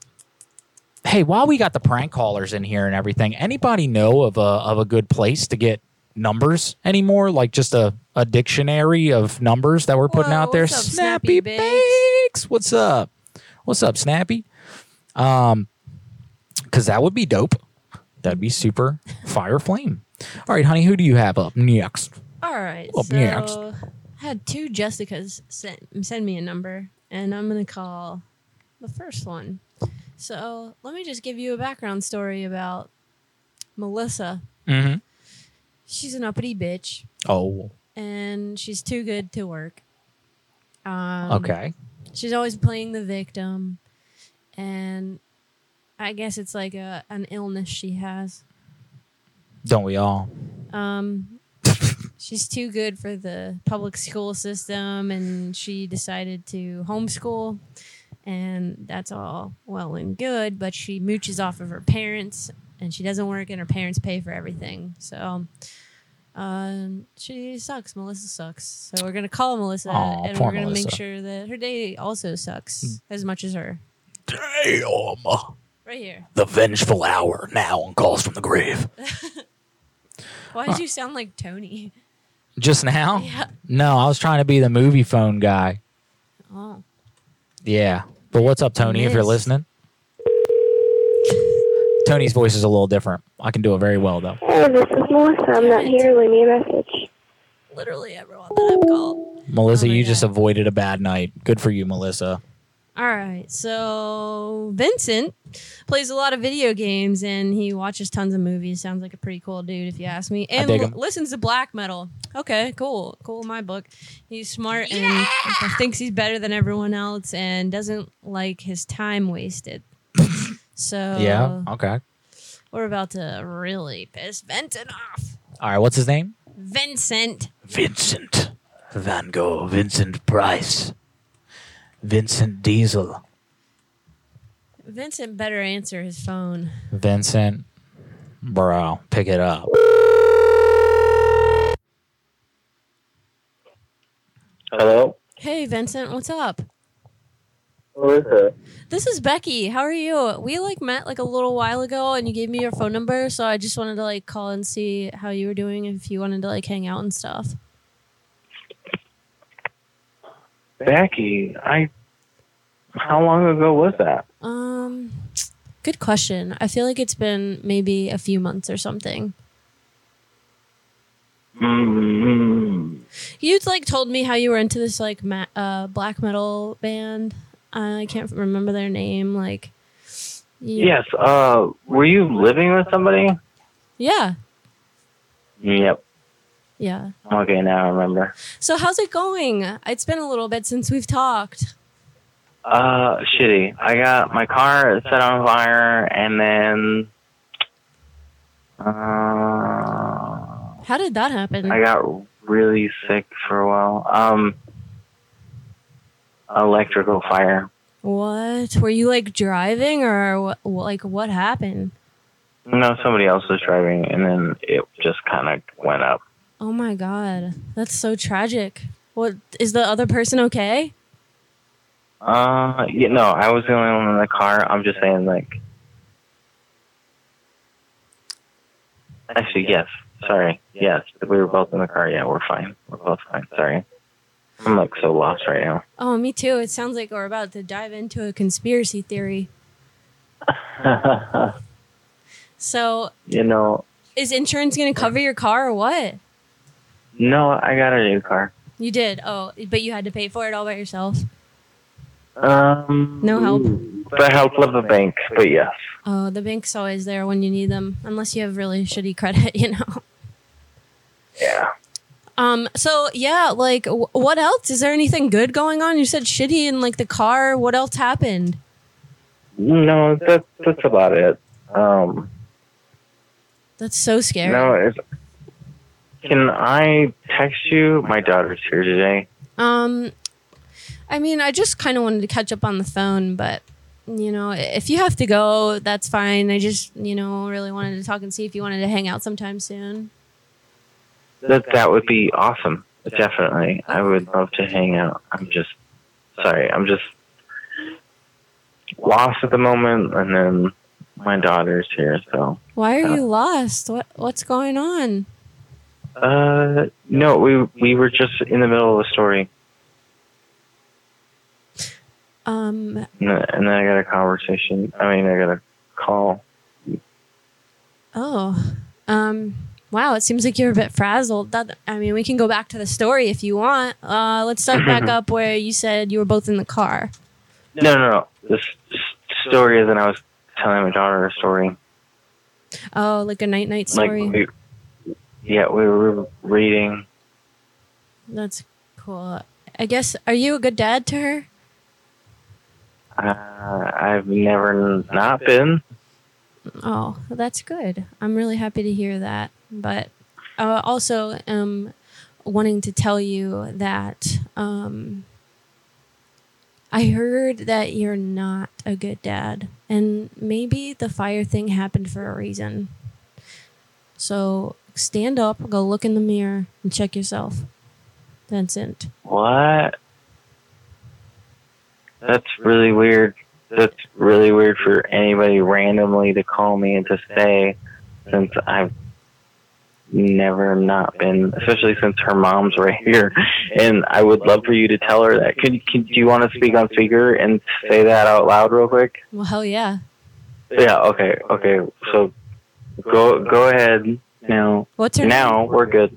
[SPEAKER 4] hey, while we got the prank callers in here and everything, anybody know of a of a good place to get numbers anymore? Like just a a dictionary of numbers that we're putting out there. Snappy, Bakes, what's up? What's up, Snappy? Um, because that would be dope. That'd be super fire flame. All right, honey, who do you have up next?
[SPEAKER 3] All right.
[SPEAKER 4] Up
[SPEAKER 3] so
[SPEAKER 4] next.
[SPEAKER 3] I had two Jessicas send, send me a number, and I'm going to call the first one. So let me just give you a background story about Melissa.
[SPEAKER 4] Mm-hmm.
[SPEAKER 3] She's an uppity bitch,
[SPEAKER 4] Oh,
[SPEAKER 3] and she's too good to work. Um,
[SPEAKER 4] okay.
[SPEAKER 3] She's always playing the victim, and I guess it's like a an illness she has.
[SPEAKER 4] Don't we all? [laughs]
[SPEAKER 3] Um, she's too good for the public school system, and she decided to homeschool, and that's all well and good. But she mooches off of her parents, and she doesn't work, and her parents pay for everything. So, um, she sucks. Melissa sucks. So we're gonna call Melissa,
[SPEAKER 4] Aw,
[SPEAKER 3] and
[SPEAKER 4] poor
[SPEAKER 3] we're gonna make
[SPEAKER 4] Melissa. Hmm.
[SPEAKER 3] sure that her day also sucks as much as her.
[SPEAKER 16] Damn.
[SPEAKER 3] Right here.
[SPEAKER 16] The vengeful hour now on calls from the grave.
[SPEAKER 4] Uh,
[SPEAKER 3] Why did you sound like Tony?
[SPEAKER 4] Just now?
[SPEAKER 3] Yeah.
[SPEAKER 4] No, I was trying to be the movie phone guy.
[SPEAKER 3] Oh,
[SPEAKER 4] Yeah. But what's up, Tony, if you're
[SPEAKER 3] Missed.
[SPEAKER 4] listening? Tony's voice is a little different. I can do it very well, though.
[SPEAKER 17] Hey, Oh, this is Melissa. I'm not here. Leave me a message.
[SPEAKER 3] literally everyone that I've called. Oh
[SPEAKER 4] Melissa, you just avoided a bad night. Good for you, Melissa.
[SPEAKER 3] All right. So Vincent plays a lot of video games and he watches tons of movies. Sounds like a pretty cool dude, if you ask me. And
[SPEAKER 4] dig
[SPEAKER 3] li-
[SPEAKER 4] him.
[SPEAKER 3] listens to black metal. Okay, cool. Cool. My book. He's smart and thinks he's better than everyone else and doesn't like his time wasted. so
[SPEAKER 4] yeah. Okay.
[SPEAKER 3] we're about to really piss Vincent off.
[SPEAKER 4] All right. What's his name?
[SPEAKER 3] Vincent.
[SPEAKER 16] Vincent Van Gogh, Vincent Price, Vincent Diesel.
[SPEAKER 3] Vincent better answer his phone.
[SPEAKER 4] Vincent. Bro, pick it up.
[SPEAKER 18] Hello?
[SPEAKER 3] Hey Vincent, what's up?
[SPEAKER 18] Who is it?
[SPEAKER 3] This is Becky. How are you? We like met like a little while ago and you gave me your phone number, so I just wanted to like call and see how you were doing if you wanted to like hang out and stuff.
[SPEAKER 19] Becky, I. How long ago was that?
[SPEAKER 3] Um good question. I feel like it's been maybe a few months or something.
[SPEAKER 18] mm
[SPEAKER 3] You'd like told me how you were into this like ma- uh, black metal band. I can't remember their name. Like, you-
[SPEAKER 18] Yes. Uh, were you living with somebody?
[SPEAKER 3] yeah,
[SPEAKER 18] Yep.
[SPEAKER 3] yeah.
[SPEAKER 18] Okay, now I remember.
[SPEAKER 3] So how's it going? It's been a little bit since we've talked.
[SPEAKER 18] Uh, shitty. I got my car set on fire, and then uh,
[SPEAKER 3] How did that happen?
[SPEAKER 18] I got really sick for a while. Um, electrical fire.
[SPEAKER 3] What were you like driving or wh- like what happened?
[SPEAKER 18] No, somebody else was driving, and then it just kind of went up.
[SPEAKER 3] Oh my god, that's so tragic. What is the other person okay?
[SPEAKER 18] Uh, yeah, no, I was the only one in the car. I'm just saying, like, actually, yes. Sorry, yes, we were both in the car. Yeah, we're fine. We're both fine. Sorry, I'm like so lost right now.
[SPEAKER 3] Oh, me too. It sounds like we're about to dive into a conspiracy theory. So,
[SPEAKER 18] you know,
[SPEAKER 3] is insurance going to cover your car or what?
[SPEAKER 18] no, I got a new car.
[SPEAKER 3] You did. Oh, but you had to pay for it all by yourself.
[SPEAKER 18] Um,
[SPEAKER 3] No help.
[SPEAKER 18] The help of the bank, but yes.
[SPEAKER 3] Oh, the bank's always there when you need them, unless you have really shitty credit, [laughs] you know.
[SPEAKER 18] Yeah.
[SPEAKER 3] Um. So yeah, like, w- what else? Is there anything good going on? You said shitty in like the car. What else happened?
[SPEAKER 18] No, that's that's about it. Um,
[SPEAKER 3] That's so scary.
[SPEAKER 18] no, it's, can I text you? My daughter's here today.
[SPEAKER 3] Um, I mean, I just kind of wanted to catch up on the phone, but you know, if you have to go, that's fine. I just, you know, really wanted to talk and see if you wanted to hang out sometime soon.
[SPEAKER 18] That that would be awesome. Definitely, I would love to hang out. I'm just sorry. I'm just lost at the moment, and then my daughter's here. So,
[SPEAKER 3] Why are you lost? What what's going on?
[SPEAKER 18] uh, no, we we were just in the middle of a story,
[SPEAKER 3] Um,
[SPEAKER 18] and then and then I got a conversation. I mean, I got a call.
[SPEAKER 3] oh, um, wow. It seems like you're a bit frazzled. That I mean, we can go back to the story if you want. Uh, let's start back up where you said you were both in the car.
[SPEAKER 18] No, no, no. This s- story is, and I was telling my daughter a story.
[SPEAKER 3] Oh, like a night night story.
[SPEAKER 18] Like, we, yeah, we were reading.
[SPEAKER 3] That's cool. I guess. Are you a good dad to her?
[SPEAKER 18] Uh, I've never not been.
[SPEAKER 3] Oh, well, that's good. I'm really happy to hear that. But uh, also, um, wanting to tell you that um, I heard that you're not a good dad, and maybe the fire thing happened for a reason. So stand up, go look in the mirror, and check yourself, Vincent.
[SPEAKER 18] What? That's really weird. That's really weird for anybody randomly to call me and to say, since I've never not been, especially since her mom's right here. And I would love for you to tell her that. Can, can do you want to speak on speaker and say that out loud real quick?
[SPEAKER 3] Well, hell yeah.
[SPEAKER 18] Yeah. Okay. Okay. So go go ahead now.
[SPEAKER 3] What's her
[SPEAKER 18] now? We're good.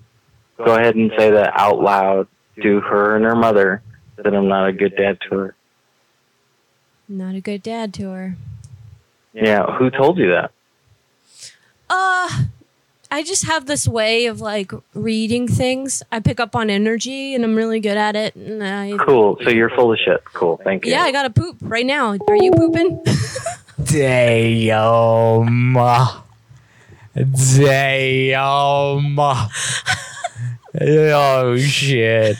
[SPEAKER 18] Go ahead and say that out loud to her and her mother that I'm not a good dad to her.
[SPEAKER 3] Not a good dad to her.
[SPEAKER 18] Yeah. Who told you that?
[SPEAKER 3] Uh I just have this way of like reading things. I pick up on energy and I'm really good at it and I
[SPEAKER 18] Cool. So you're full of shit. Cool. Thank you.
[SPEAKER 3] Yeah, I got to poop right now. Are you pooping?
[SPEAKER 4] Damn. Damn. oh, shit.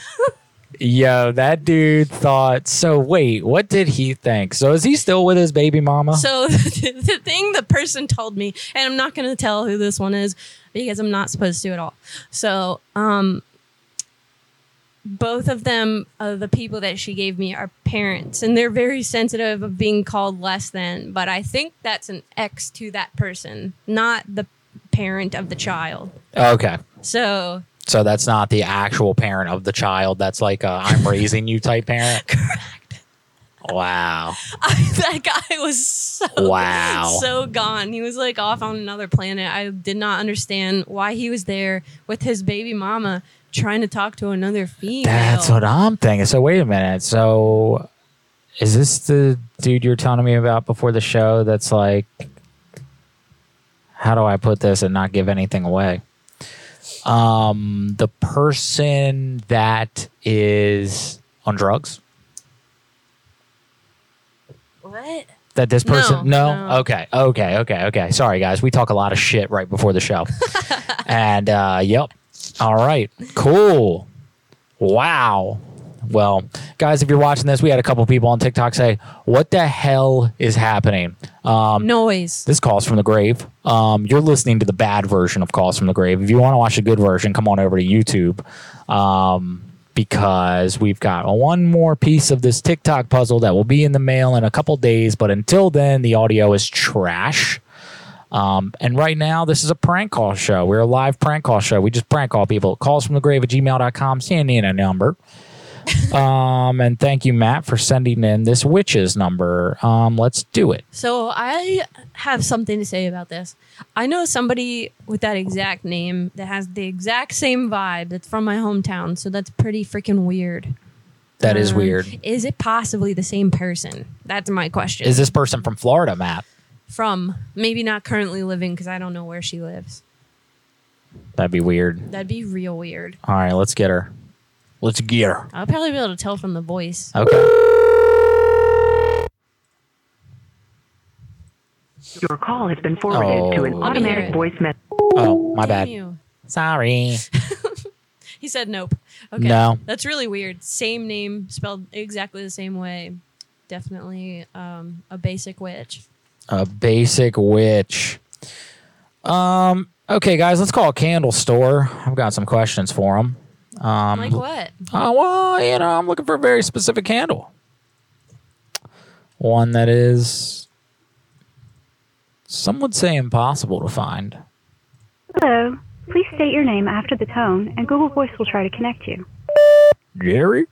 [SPEAKER 4] Yo, that dude thought. So, wait, what did he think? So, is he still with his baby mama?
[SPEAKER 3] So [laughs] the thing the person told me, and I'm not going to tell who this one is because I'm not supposed to at all. So, um, both of them, uh, the people that she gave me, are parents, and they're very sensitive of being called less than. But I think that's an X to that person, not the parent of the child.
[SPEAKER 4] Okay.
[SPEAKER 3] So
[SPEAKER 4] So that's not the actual parent of the child. That's like a I'm raising you type parent. Correct. Wow.
[SPEAKER 3] [laughs] that guy was so
[SPEAKER 4] Wow.
[SPEAKER 3] so gone. He was like off on another planet. I did not understand why he was there with his baby mama trying to talk to another female.
[SPEAKER 4] That's what I'm thinking. So wait a minute. So is this the dude you're telling me about before the show that's like how do I put this and not give anything away? Um the person that is on drugs?
[SPEAKER 3] What?
[SPEAKER 4] That this person
[SPEAKER 3] No,
[SPEAKER 4] no, Okay. Okay. Okay. Okay. Sorry guys. We talk a lot of shit right before the [laughs] show. and uh yep. All right. Cool. Wow. Well, guys, if you're watching this, we had a couple people on TikTok say, "What the hell is happening?" Um,
[SPEAKER 3] Noise.
[SPEAKER 4] This calls from the grave. Um, you're listening to the bad version of calls from the grave. If you want to watch the good version, come on over to YouTube um, because we've got one more piece of this TikTok puzzle that will be in the mail in a couple days. But until then, the audio is trash. Um, and right now, this is a prank call show. We're a live prank call show. We just prank call people. Calls from the grave at gmail.com. Send in
[SPEAKER 3] [laughs]
[SPEAKER 4] a number. um, and thank you, Matt, for sending in this witch's number. Um, let's do it.
[SPEAKER 3] So I have something to say about this. I know somebody with that exact name that has the exact same vibe that's from my hometown. So that's pretty freaking weird.
[SPEAKER 4] That is
[SPEAKER 3] Um,
[SPEAKER 4] weird.
[SPEAKER 3] Is it possibly the same person? That's my question.
[SPEAKER 4] Is this person from Florida, Matt?
[SPEAKER 3] from maybe not currently living because I don't know where she lives?
[SPEAKER 4] That'd be weird.
[SPEAKER 3] That'd be real weird.
[SPEAKER 4] All right, let's get her. Let's get her.
[SPEAKER 3] I'll probably be able to tell from the voice.
[SPEAKER 4] Okay.
[SPEAKER 8] Your call has been forwarded to an
[SPEAKER 4] Oh.
[SPEAKER 8] automatic voice message.
[SPEAKER 4] Oh, my bad.
[SPEAKER 3] you. [laughs]
[SPEAKER 4] Sorry.
[SPEAKER 3] He said nope. Okay.
[SPEAKER 4] No.
[SPEAKER 3] That's really weird. Same name, spelled exactly the same way. Definitely um, a basic witch.
[SPEAKER 4] A basic witch. Um. Okay, guys, let's call a candle store. I've got some questions for them. Um,
[SPEAKER 3] like what?
[SPEAKER 4] Oh well, you know, I'm looking for a very specific candle. One that is, some would say, impossible to find.
[SPEAKER 13] Hello. Please state your name after the tone, and Google Voice will try to connect you.
[SPEAKER 4] Jerry.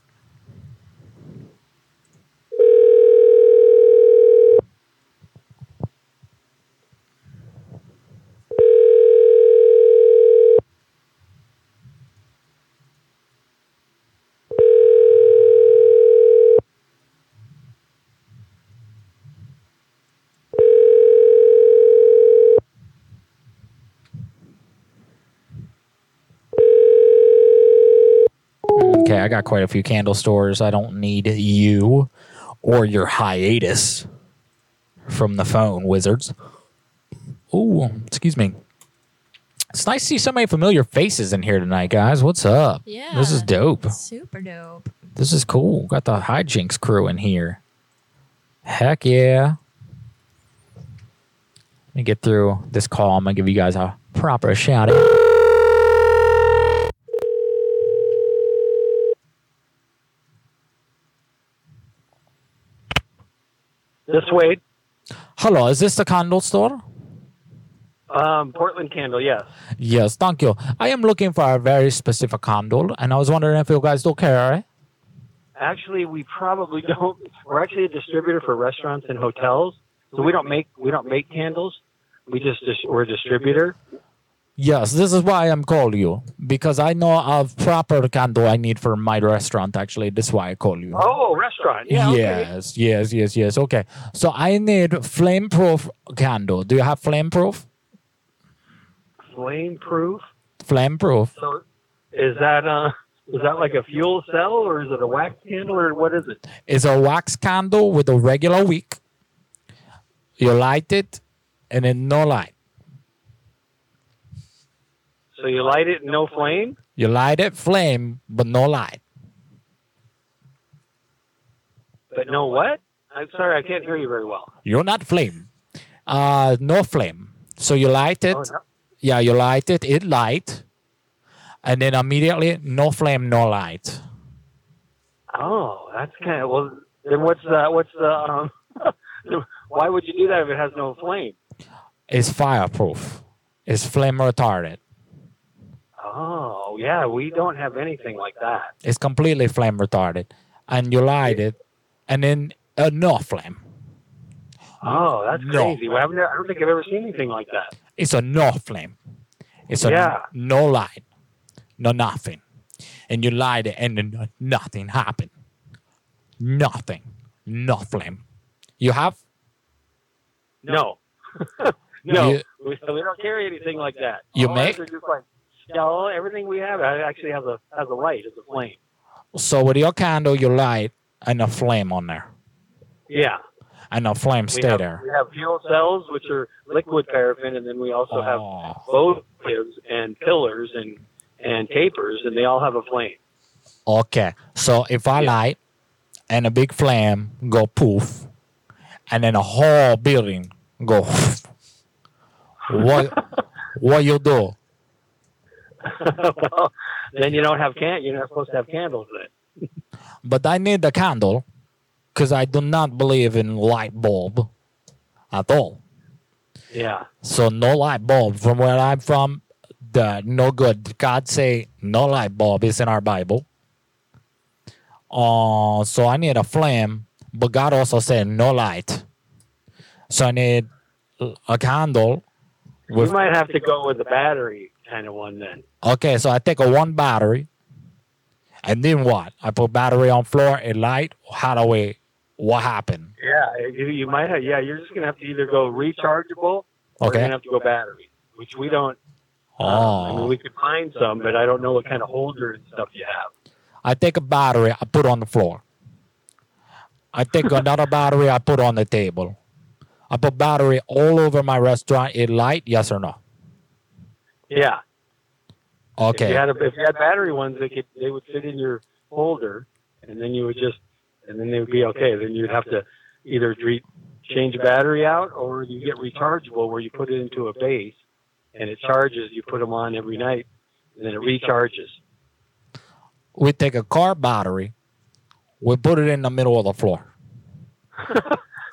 [SPEAKER 4] Okay, I got quite a few candle stores. I don't need you or your hiatus from the phone, wizards. Oh, excuse me. It's nice to see so many familiar faces in here tonight, guys. What's up?
[SPEAKER 3] Yeah.
[SPEAKER 4] This is dope.
[SPEAKER 3] Super dope.
[SPEAKER 4] This is cool. Got the hijinks crew in here. Heck yeah. Let me get through this call. I'm going to give you guys a proper shout out.
[SPEAKER 6] This Wade,
[SPEAKER 4] Hello, is this the candle store?
[SPEAKER 6] um, Portland Candle, yes.
[SPEAKER 4] Yes, thank you. I am looking for a very specific candle, and I was wondering if you guys do carry.
[SPEAKER 6] Actually, we probably [laughs] don't. We're actually a distributor for restaurants and hotels, so we don't make we don't make candles. We just dis- we're a distributor.
[SPEAKER 4] Yes, this is why I'm calling you because I know of proper candle I need for my restaurant. Actually, this is why I call you.
[SPEAKER 6] Oh, restaurant, yeah. okay.
[SPEAKER 4] yes, yes, yes, yes. Okay, so I need flame proof candle. Do you have flame proof?
[SPEAKER 6] Flame proof.
[SPEAKER 4] Flame proof.
[SPEAKER 6] So, is that uh, is that like a fuel cell or is it a wax candle or what is it?
[SPEAKER 4] It's a wax candle with a regular wick. You light it, and then no light.
[SPEAKER 6] So you light it, no flame.
[SPEAKER 4] You light it, flame, but no light.
[SPEAKER 6] But no what? I'm sorry, I can't hear you very well.
[SPEAKER 4] You're not flame. Uh, no flame. So you light it.
[SPEAKER 6] Oh, no.
[SPEAKER 4] Yeah, you light it. It light, and then immediately no flame, no light.
[SPEAKER 6] Oh, that's kind of well. Then what's the what's the um? [laughs] why would you do that if it has no flame?
[SPEAKER 4] It's fireproof. It's flame retardant.
[SPEAKER 6] Oh yeah, we don't have anything like that.
[SPEAKER 4] It's completely flame retarded, and you light it, and then uh, no flame.
[SPEAKER 6] Oh, that's
[SPEAKER 4] No.
[SPEAKER 6] crazy. Well, I've never, I don't think I've ever seen anything like that.
[SPEAKER 4] It's a no flame. It's a
[SPEAKER 6] Yeah.
[SPEAKER 4] no light, no nothing, and you light it, and then nothing happened. Nothing, no flame. You have
[SPEAKER 6] No, no, [laughs]
[SPEAKER 4] You-
[SPEAKER 6] we, we don't carry anything like that.
[SPEAKER 4] You
[SPEAKER 6] All
[SPEAKER 4] make-
[SPEAKER 6] ours are just like no. Everything we have actually has a has a light, has a flame.
[SPEAKER 4] so with your candle, you light and a flame on there,
[SPEAKER 6] Yeah,
[SPEAKER 4] and a flame
[SPEAKER 6] we
[SPEAKER 4] stay
[SPEAKER 6] have,
[SPEAKER 4] there.
[SPEAKER 6] We have fuel cells, which are liquid paraffin, and then we also have both tips and pillars and and tapers, and they all have a flame. [laughs]
[SPEAKER 4] Okay. So if I light and a big flame go poof, and then a whole building go,
[SPEAKER 6] [laughs]
[SPEAKER 4] what what you do?
[SPEAKER 6] well, then you don't have can. You're not supposed to have candles then.
[SPEAKER 4] But I need a candle because I do not believe in light bulb at all.
[SPEAKER 6] Yeah.
[SPEAKER 4] So no light bulb from where I'm from. The no good. God say no light bulb is in our Bible. Uh, so I need a flame, but God also said no light. So I need a candle.
[SPEAKER 6] We
[SPEAKER 4] With,
[SPEAKER 6] might have to go with the battery kind of one then.
[SPEAKER 4] okay, so I take a one battery, and then what? I put battery on floor, a light. How do we? What happened?
[SPEAKER 6] Yeah, you, you might have. Yeah, you're just gonna have to either go rechargeable or
[SPEAKER 4] Okay.
[SPEAKER 6] you're gonna have to go battery, which we don't. I mean,
[SPEAKER 4] Oh,
[SPEAKER 6] we could find some, but I don't know what kind of holder and stuff you have.
[SPEAKER 4] I take a battery, I put on the floor. I take another battery, I put on the table. I put battery all over my restaurant. It light, yes or no?
[SPEAKER 6] Yeah. If
[SPEAKER 4] Okay.
[SPEAKER 6] you had, a, if you had battery ones, they could they would fit in your holder, and then you would just and then they would be okay. Then you'd have to either re- change the battery out, or you get rechargeable where you put it into a base and it charges. You put them on every night, and then it recharges.
[SPEAKER 4] We take a car battery, we put it in the middle of the floor.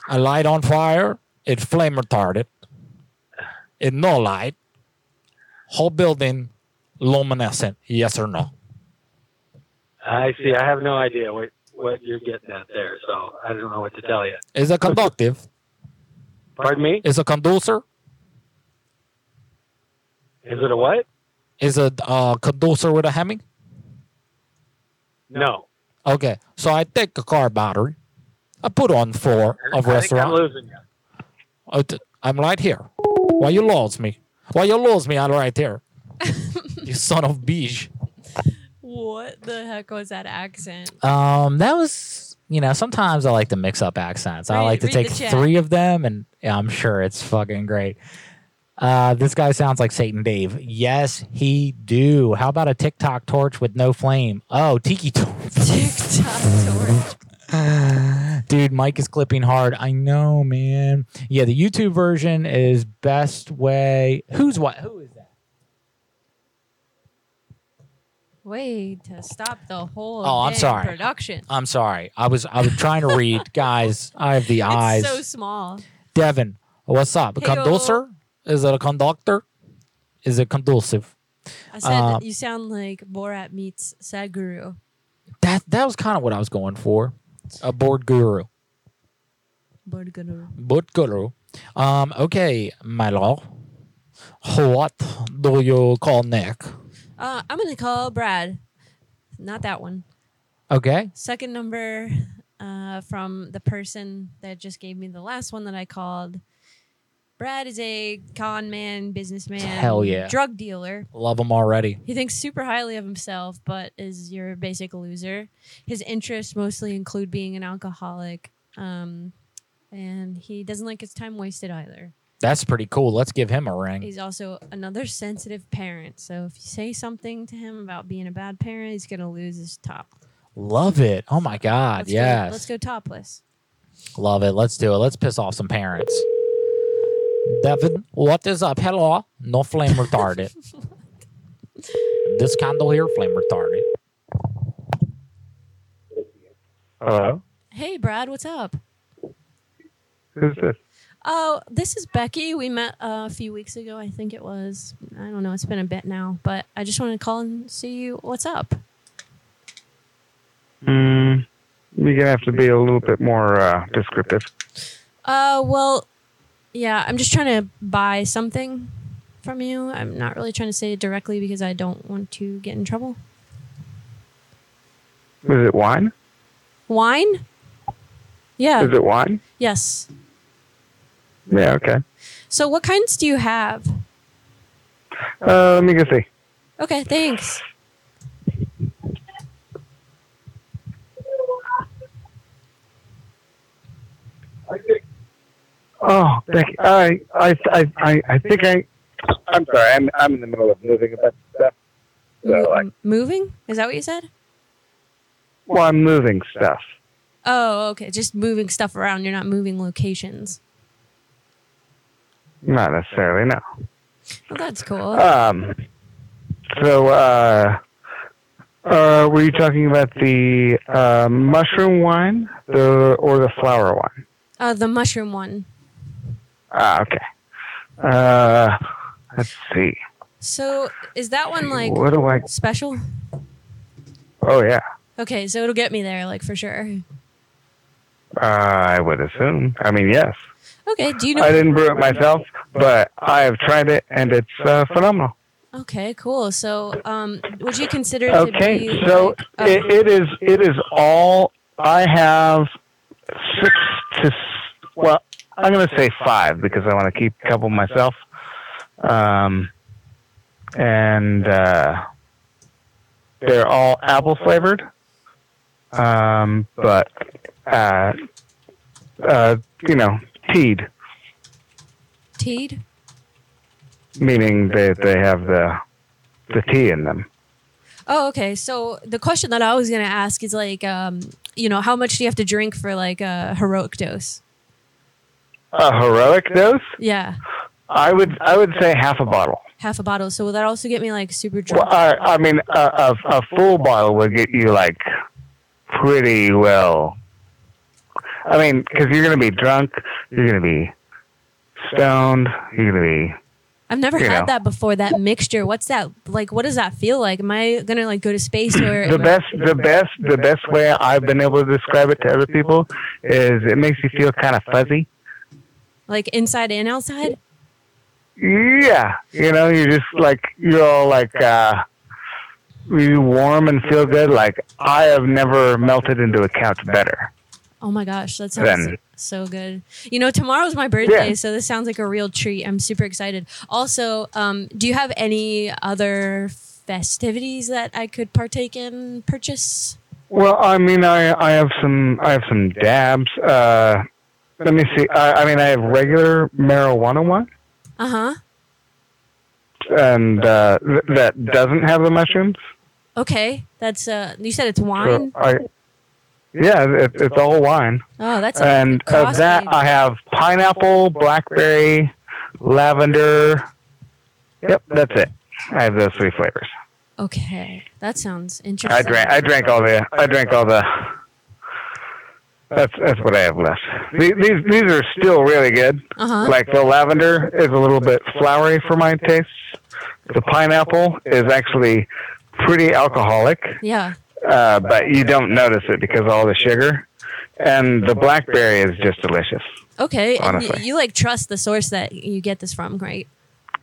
[SPEAKER 4] I light on fire, it flame retarded. It no light. Whole building luminescent, yes or no?
[SPEAKER 6] I see. I have no idea what what you're getting at there, so I don't know what to tell you.
[SPEAKER 4] Is a conductive.
[SPEAKER 6] [laughs] Pardon me?
[SPEAKER 4] Is a conducer?
[SPEAKER 6] Is it a what?
[SPEAKER 4] Is a uh, conducer with a Hemming?
[SPEAKER 6] No.
[SPEAKER 4] Okay, so I take a car battery, I put on floor of
[SPEAKER 6] I think I'm
[SPEAKER 4] restaurant.
[SPEAKER 6] losing you.
[SPEAKER 4] I am right here. Why you lose me? Why you lose me? I'm
[SPEAKER 6] [laughs]
[SPEAKER 4] right here. you son of beach.
[SPEAKER 3] What the heck was that accent?
[SPEAKER 4] Um, that was you know sometimes I like to mix up accents. I
[SPEAKER 3] Read-
[SPEAKER 4] like to
[SPEAKER 3] read the
[SPEAKER 4] take
[SPEAKER 3] chat.
[SPEAKER 4] three of them, and yeah, I'm sure it's fucking great. Uh, this guy sounds like Satan Dave. Yes, he do. How about a TikTok torch with no flame? Oh, tiki [laughs] torch.
[SPEAKER 3] TikTok
[SPEAKER 4] torch. [laughs] Dude, Mike is clipping hard. I know, man. Yeah, the YouTube version is best way. Who's what? Who is that?
[SPEAKER 3] Way to stop the whole
[SPEAKER 4] Oh, I'm
[SPEAKER 3] dang
[SPEAKER 4] sorry.
[SPEAKER 3] production.
[SPEAKER 4] I'm sorry. I was I was trying to [laughs] read, guys. I have the eyes.
[SPEAKER 3] It's so small.
[SPEAKER 4] Devin, what's up? A
[SPEAKER 3] Hey,
[SPEAKER 4] conducer? Is it a conductor? Is it conducive?
[SPEAKER 3] I said
[SPEAKER 4] Uh,
[SPEAKER 3] you sound like Borat meets Sadhguru.
[SPEAKER 4] That that was kind of what I was going for. A board guru.
[SPEAKER 3] Burguru.
[SPEAKER 4] Board guru. Um, okay, my law. What do you call Nick?
[SPEAKER 3] Uh, I'm gonna call Brad. Not that one.
[SPEAKER 4] Okay.
[SPEAKER 3] Second number uh, from the person that just gave me the last one that I called. Brad is a con man, businessman,
[SPEAKER 4] Hell yeah.
[SPEAKER 3] drug dealer.
[SPEAKER 4] Love him already.
[SPEAKER 3] He thinks super highly of himself, but is your basic loser. His interests mostly include being an alcoholic, um, and he doesn't like his time wasted either.
[SPEAKER 4] That's pretty cool. Let's give him a ring.
[SPEAKER 3] He's also another sensitive parent, so if you say something to him about being a bad parent, he's gonna lose his top.
[SPEAKER 4] Love it. Oh my God.
[SPEAKER 3] Let's
[SPEAKER 4] yes.
[SPEAKER 3] go, let's go topless.
[SPEAKER 4] Love it. Let's do it. Let's piss off some parents. Devin, what is up? Hello. No flame
[SPEAKER 3] [laughs]
[SPEAKER 4] retarded. this candle here, flame retarded.
[SPEAKER 20] Hello?
[SPEAKER 3] Hey, Brad, what's up?
[SPEAKER 20] Who's this?
[SPEAKER 3] Oh, this is Becky. We met uh, a few weeks ago, I think it was. I don't know. It's been a bit now, but I just wanted to call and see you. What's up?
[SPEAKER 20] Mm, you're gonna have to be a little bit more uh, descriptive.
[SPEAKER 3] Uh, well, yeah, I'm just trying to buy something from you. I'm not really trying to say it directly because I don't want to get in trouble.
[SPEAKER 20] Is it wine?
[SPEAKER 3] Wine? Yeah.
[SPEAKER 20] Is it wine?
[SPEAKER 3] Yes.
[SPEAKER 20] Yeah. Okay.
[SPEAKER 3] So, what kinds do you have?
[SPEAKER 20] Uh, let me go see.
[SPEAKER 3] Okay, thanks.
[SPEAKER 20] Oh, Becky, I, I, I, I, I think I. I'm sorry. I'm, I'm in the middle of moving a bunch of stuff. So I,
[SPEAKER 3] Moving? Is that what you said?
[SPEAKER 20] well, I'm moving stuff.
[SPEAKER 3] Oh, okay. Just moving stuff around. You're not moving locations.
[SPEAKER 20] Not necessarily. No.
[SPEAKER 3] Well, that's cool.
[SPEAKER 20] Um, so, uh, uh, were you talking about the uh, mushroom wine the, or the flower wine?
[SPEAKER 3] uh, the mushroom one.
[SPEAKER 20] Ah, okay. Uh, let's see.
[SPEAKER 3] So, is that one like
[SPEAKER 20] What do I-
[SPEAKER 3] special?
[SPEAKER 20] Oh, yeah.
[SPEAKER 3] Okay, so it'll get me there, like for sure.
[SPEAKER 20] Uh, I would assume. I mean, yes.
[SPEAKER 3] Okay, do you know?
[SPEAKER 20] I didn't brew it myself, but I have tried it and it's uh, phenomenal.
[SPEAKER 3] Okay, cool. So, um, would you consider it to
[SPEAKER 20] Okay,
[SPEAKER 3] be
[SPEAKER 20] so
[SPEAKER 3] like, a-
[SPEAKER 20] it, it is it is all I have six to s- well, I'm going to say five because I want to keep a couple myself. Um, and uh, they're all apple flavored, um, but uh, uh, you know, teed,
[SPEAKER 3] teed?
[SPEAKER 20] meaning that they have the the tea in them.
[SPEAKER 3] Oh, okay. So the question that I was gonna ask is like, um, you know, how much do you have to drink for like a heroic dose?
[SPEAKER 20] A heroic dose?
[SPEAKER 3] Yeah,
[SPEAKER 20] I would I would say half a bottle.
[SPEAKER 3] half a bottle. So will that also get me like super drunk?
[SPEAKER 20] Well, uh, I, I mean, a, a, a full bottle would get you like pretty well. I mean, because you're going to be drunk, you're going to be stoned, you're going to be.
[SPEAKER 3] I've never
[SPEAKER 20] you
[SPEAKER 3] had
[SPEAKER 20] know.
[SPEAKER 3] that before. That mixture. What's that like? What does that feel like? Am I gonna like go to space or
[SPEAKER 20] The best, the best, the best way I've been able to describe it to other people is it makes you feel kind of fuzzy.
[SPEAKER 3] like inside and outside?
[SPEAKER 20] Yeah, you know, you're just like you're all like uh, you warm and feel good. Like I have never melted into a couch better.
[SPEAKER 3] Oh my gosh, that sounds
[SPEAKER 20] Then-
[SPEAKER 3] so good. You know, tomorrow's my birthday,
[SPEAKER 20] Yeah.
[SPEAKER 3] so this sounds like a real treat. I'm super excited. Also, um, do you have any other festivities that I could partake in, purchase?
[SPEAKER 20] Well, I mean, I I have some I have some dabs. Uh, let me see. I, I mean, I have regular marijuana one,
[SPEAKER 3] Uh huh.
[SPEAKER 20] and uh, th- that doesn't have the mushrooms.
[SPEAKER 3] Okay, that's uh. You said it's
[SPEAKER 20] So
[SPEAKER 3] wine.
[SPEAKER 20] I, yeah, it, it's all wine.
[SPEAKER 3] Oh, that's a
[SPEAKER 20] and of
[SPEAKER 3] costly-
[SPEAKER 20] that I have pineapple, blackberry, lavender. Yep, that's it. I have those three flavors.
[SPEAKER 3] Okay, that sounds interesting.
[SPEAKER 20] I drank. I drank all the. I drank all the. That's that's what I have left. The- These these are still really good.
[SPEAKER 3] Uh-huh.
[SPEAKER 20] Like the lavender is a little bit flowery for my taste. The pineapple is actually pretty alcoholic,
[SPEAKER 3] Yeah.
[SPEAKER 20] uh, but you don't notice it because of all the sugar. And the blackberry is just delicious.
[SPEAKER 3] Okay, and you,
[SPEAKER 20] Honestly.
[SPEAKER 3] you like trust the source that you get this from, right?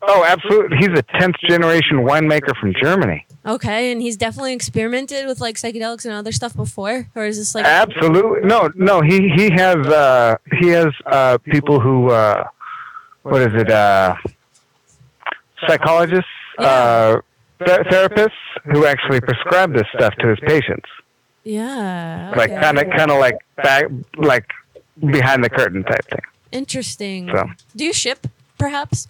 [SPEAKER 20] Oh, absolutely! He's a tenth generation winemaker from Germany.
[SPEAKER 3] Okay, and he's definitely experimented with like psychedelics and other stuff before, or is this like
[SPEAKER 20] Absolutely. No, no. He he has uh he has uh people who uh what is it uh psychologists uh th- therapists who actually prescribe this stuff to his patients.
[SPEAKER 3] Yeah.
[SPEAKER 20] Like
[SPEAKER 3] okay.
[SPEAKER 20] kind of kind of like back like behind the curtain type thing.
[SPEAKER 3] Interesting.
[SPEAKER 20] So.
[SPEAKER 3] Do you ship, perhaps?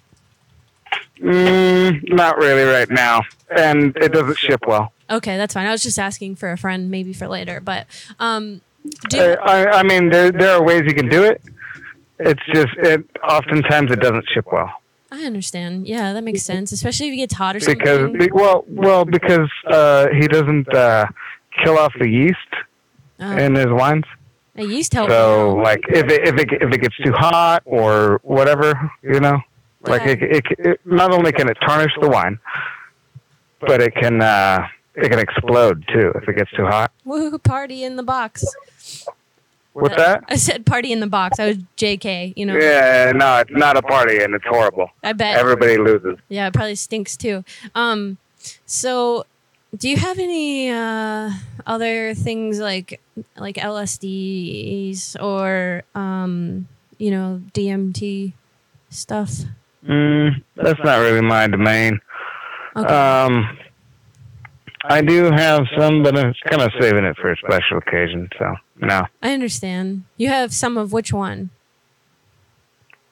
[SPEAKER 20] Mm, not really right now, and it doesn't ship well.
[SPEAKER 3] Okay, that's fine. I was just asking for a friend, maybe for later. But um, do
[SPEAKER 20] Uh, I, I mean, there there are ways you can do it. It's just it oftentimes it doesn't ship well.
[SPEAKER 3] I understand? Yeah, that makes sense, especially if you gets hot or something.
[SPEAKER 20] because be, well well because uh, he doesn't uh, kill off the yeast
[SPEAKER 3] Um,
[SPEAKER 20] in his wines.
[SPEAKER 3] I used to help.
[SPEAKER 20] So like if it, if it if it gets too hot or whatever, you know, like it, it, it not only can it tarnish the wine, but it can uh, it can explode too if it gets too hot.
[SPEAKER 3] Woo, party in the box.
[SPEAKER 20] What's that?
[SPEAKER 3] I said party in the box. I was JK, you know.
[SPEAKER 20] Yeah, no, it's not a party and it's horrible.
[SPEAKER 3] I bet.
[SPEAKER 20] everybody loses.
[SPEAKER 3] Yeah, it probably stinks too. Um, so do you have any uh, other things like like LSDs or um, you know DMT stuff?
[SPEAKER 20] Mm, that's not really my domain. Um, I do have some, but I'm kind of saving it for a special occasion. So no,
[SPEAKER 3] I understand. You have some of which one?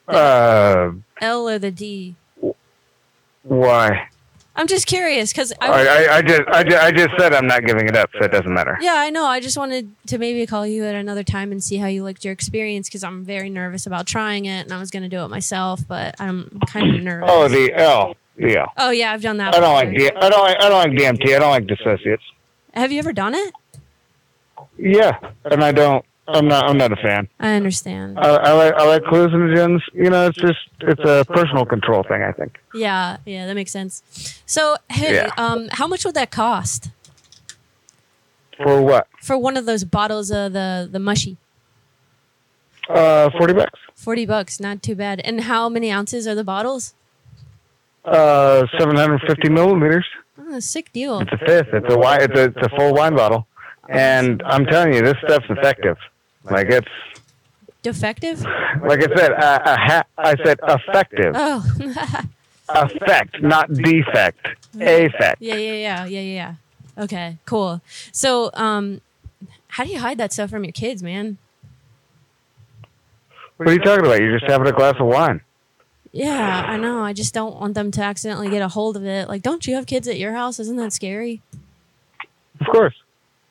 [SPEAKER 20] uh,
[SPEAKER 3] L or the D?
[SPEAKER 20] why?
[SPEAKER 3] I'm just curious because I,
[SPEAKER 20] I, I, I just I just, I just said I'm not giving it up, so it doesn't matter.
[SPEAKER 3] Yeah, I know. I just wanted to maybe call you at another time and see how you liked your experience because I'm very nervous about trying it and I was going to do it myself, but I'm kind of nervous.
[SPEAKER 20] Oh, the L, the L.
[SPEAKER 3] Oh, yeah, I've done that.
[SPEAKER 20] I don't like
[SPEAKER 3] before.
[SPEAKER 20] D- I don't like, I don't like DMT. I don't like dissociates.
[SPEAKER 3] Have you ever done it?
[SPEAKER 20] Yeah, and I don't. I'm not. I'm not a fan.
[SPEAKER 3] I understand.
[SPEAKER 20] I, I like I like hallucinogens. You know, it's just it's a personal control thing. I think.
[SPEAKER 3] Yeah, yeah, that makes sense. So, hey,
[SPEAKER 20] Yeah.
[SPEAKER 3] um, how much would that cost
[SPEAKER 20] For what?
[SPEAKER 3] for one of those bottles of the the mushy?
[SPEAKER 20] Uh, forty bucks.
[SPEAKER 3] Forty bucks, not too bad. And how many ounces are the bottles?
[SPEAKER 20] Uh, seven hundred fifty milliliters.
[SPEAKER 3] Oh, sick deal.
[SPEAKER 20] It's a fifth. It's a wine. It's a, it's a full wine bottle. And I'm telling you, this stuff's effective. Like it's
[SPEAKER 3] Defective?
[SPEAKER 20] like I said. Uh, a ha- I said effective.
[SPEAKER 3] Oh,
[SPEAKER 20] [laughs] Effect, not defect. Affect.
[SPEAKER 3] Yeah, yeah, yeah, yeah, yeah. yeah. Okay, cool. So, um, how do you hide that stuff from your kids, man?
[SPEAKER 20] What are you talking about? You're just having a glass of wine.
[SPEAKER 3] Yeah, I know. I just don't want them to accidentally get a hold of it. Like, don't you have kids at your house? Isn't that scary?
[SPEAKER 20] Of course.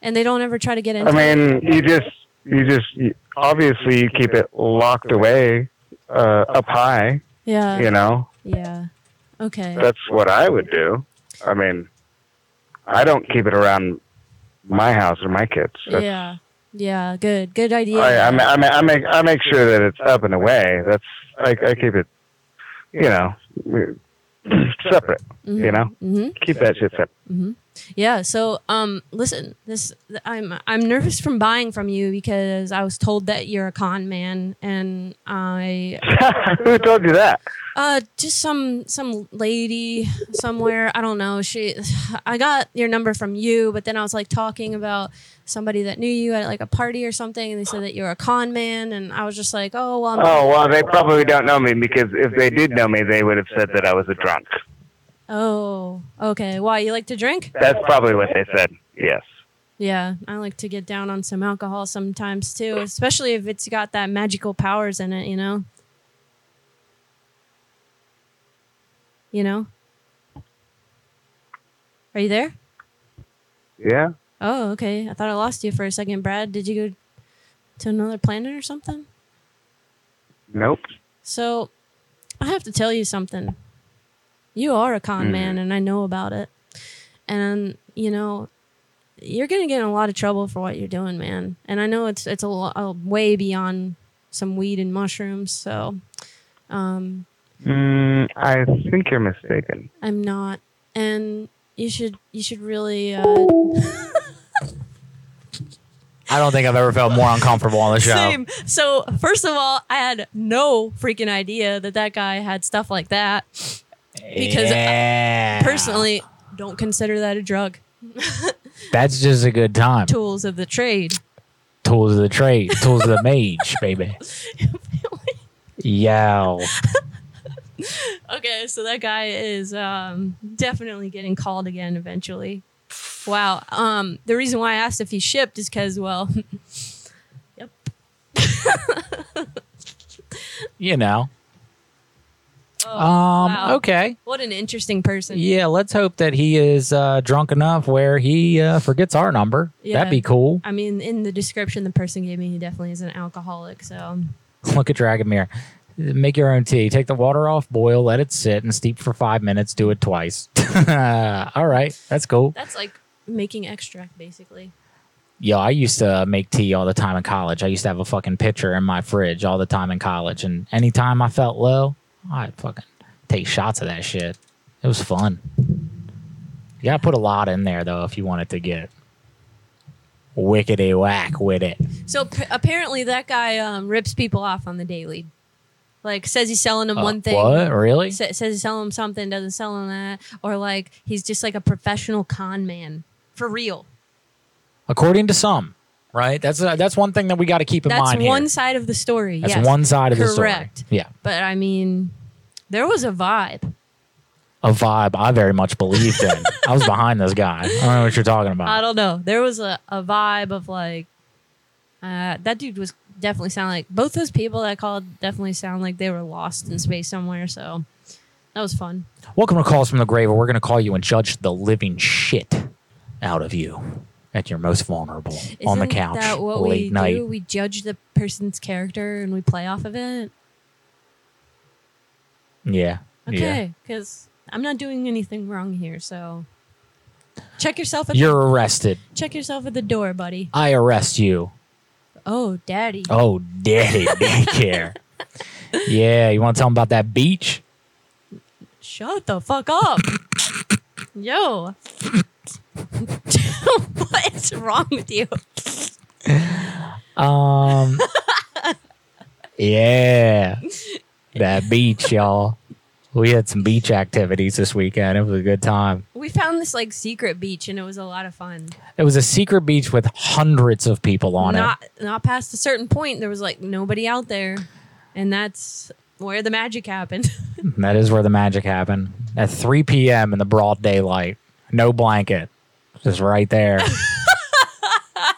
[SPEAKER 3] And they don't ever try to get into.
[SPEAKER 20] I mean,
[SPEAKER 3] it.
[SPEAKER 20] you just, you just, you, obviously you keep it locked away, uh, up high.
[SPEAKER 3] Yeah.
[SPEAKER 20] You know,
[SPEAKER 3] Yeah. Okay.
[SPEAKER 20] that's what I would do. I mean, I don't keep it around my house or my kids. That's-
[SPEAKER 3] yeah. Yeah. Good. Good idea.
[SPEAKER 20] I, I, ma- I, ma- I make, I make sure that it's up and away. That's, I, I keep it, you know, [clears throat] separate. You know,
[SPEAKER 3] Mhm.
[SPEAKER 20] keep that shit separate.
[SPEAKER 3] Yeah. So, um, listen, this I'm I'm nervous from buying from you because I was told that you're a con man, and I
[SPEAKER 20] [laughs] [laughs] Who told you that?
[SPEAKER 3] uh just some some lady somewhere. I don't know. She, I got your number from you, but then I was like talking about somebody that knew you at like a party or something, and they said that you're a con man, and I was just like, oh well. I'm
[SPEAKER 20] Oh well, they probably don't know me because if they did know me, they would have said that I was a drunk.
[SPEAKER 3] Oh, okay. Why you like to drink?
[SPEAKER 20] That's probably what they said. Yes.
[SPEAKER 3] Yeah, I like to get down on some alcohol sometimes too, especially if it's got that magical powers in it, you know. You know? Are you there?
[SPEAKER 4] [laughs]
[SPEAKER 20] Yeah.
[SPEAKER 3] Oh, okay. I thought I lost you for a second, Brad. Did you go to another planet or something?
[SPEAKER 20] Nope.
[SPEAKER 3] So, I have to tell you something. You are a con
[SPEAKER 20] Mhm.
[SPEAKER 3] man, and I know about it. And you know, you're gonna get in a lot of trouble for what you're doing, man. And I know it's it's a, lo- a way beyond some weed and mushrooms. So, um,
[SPEAKER 20] Mm, I think you're mistaken.
[SPEAKER 3] I'm not. And you should you should really. Uh,
[SPEAKER 4] I don't think I've ever felt more uncomfortable on the
[SPEAKER 3] [laughs]
[SPEAKER 4] show.
[SPEAKER 3] Same. So first of all, I had no freaking idea that that guy had stuff like that. Because
[SPEAKER 4] yeah.
[SPEAKER 3] I personally don't consider that a drug.
[SPEAKER 4] that's just a good time.
[SPEAKER 3] Tools of the trade.
[SPEAKER 4] Tools of the trade, tools of the mage,
[SPEAKER 3] [laughs]
[SPEAKER 4] baby. Yow.
[SPEAKER 3] Okay, so that guy is um, definitely getting called again eventually. Wow. Um, the reason why I asked if he shipped is because, well, [laughs] yep.
[SPEAKER 4] You know.
[SPEAKER 3] Oh,
[SPEAKER 4] Um,
[SPEAKER 3] wow.
[SPEAKER 4] okay.
[SPEAKER 3] What an interesting person.
[SPEAKER 4] Yeah, let's hope that he is uh, drunk enough where he uh, forgets our number. That'd be cool. [laughs]
[SPEAKER 3] I mean, in the description the person gave me, he definitely is an alcoholic. So,
[SPEAKER 4] Look at Dragomir. Make your own tea. Take the water off, boil, let it sit, and steep for five minutes. Do it twice. [laughs] All right, that's cool.
[SPEAKER 3] That's like making extract, basically.
[SPEAKER 4] Yo, I used to make tea all the time in college. I used to have a fucking pitcher in my fridge all the time in college. And anytime I felt low, I'd fucking take shots of that shit. It was fun. You gotta put a lot in there though if you want it to get wickety whack with it.
[SPEAKER 3] So p- apparently that guy um, rips people off on the daily. Like says he's selling them
[SPEAKER 4] Uh,
[SPEAKER 3] one thing.
[SPEAKER 4] what? Really?
[SPEAKER 3] Sa- says he's selling them something, doesn't sell them that, or like he's just like a professional con man for real.
[SPEAKER 4] According to some, right? That's uh, that's one thing that we got to keep in
[SPEAKER 3] That's
[SPEAKER 4] mind here.
[SPEAKER 3] one side of the story.
[SPEAKER 4] That's
[SPEAKER 3] yes.
[SPEAKER 4] one side of the story.
[SPEAKER 3] Correct.
[SPEAKER 4] Yeah.
[SPEAKER 3] But I mean, there was a vibe.
[SPEAKER 4] a vibe I very much believed
[SPEAKER 3] [laughs]
[SPEAKER 4] in. I was behind this guy. I don't know what you're talking about.
[SPEAKER 3] I don't know. There was a, a vibe of like uh, that dude was definitely sound like both those people that I called definitely sound like they were lost in space somewhere. So that was fun.
[SPEAKER 4] Welcome to Calls from the Grave, where we're going to call you and judge the living shit out of you at your most vulnerable on the
[SPEAKER 3] Isn't
[SPEAKER 4] couch
[SPEAKER 3] That what
[SPEAKER 4] late
[SPEAKER 3] we
[SPEAKER 4] night.
[SPEAKER 3] do? We judge the person's character and we play off of it.
[SPEAKER 4] Yeah. Yeah.
[SPEAKER 3] Okay, because I'm not doing anything wrong here. So check yourself at
[SPEAKER 4] You're arrested.
[SPEAKER 3] check yourself at the door, buddy.
[SPEAKER 4] I arrest you.
[SPEAKER 3] Oh, daddy.
[SPEAKER 4] Oh,
[SPEAKER 3] [laughs]
[SPEAKER 4] daddy daycare. yeah. You want to tell them about that beach?
[SPEAKER 3] Shut the fuck up. Yo. [laughs] What's wrong with you?
[SPEAKER 4] Um. yeah, that beach, y'all. We had some beach activities this weekend. It was a good time.
[SPEAKER 3] We found this like secret beach and it was a lot of fun.
[SPEAKER 4] It was a secret beach with hundreds of people on
[SPEAKER 3] not not past a certain point there was like nobody out there. And that's where the magic happened. [laughs]
[SPEAKER 4] it. That is where the magic happened at 3 p.m. in the broad daylight. No blanket, just
[SPEAKER 3] [laughs]
[SPEAKER 4] right there.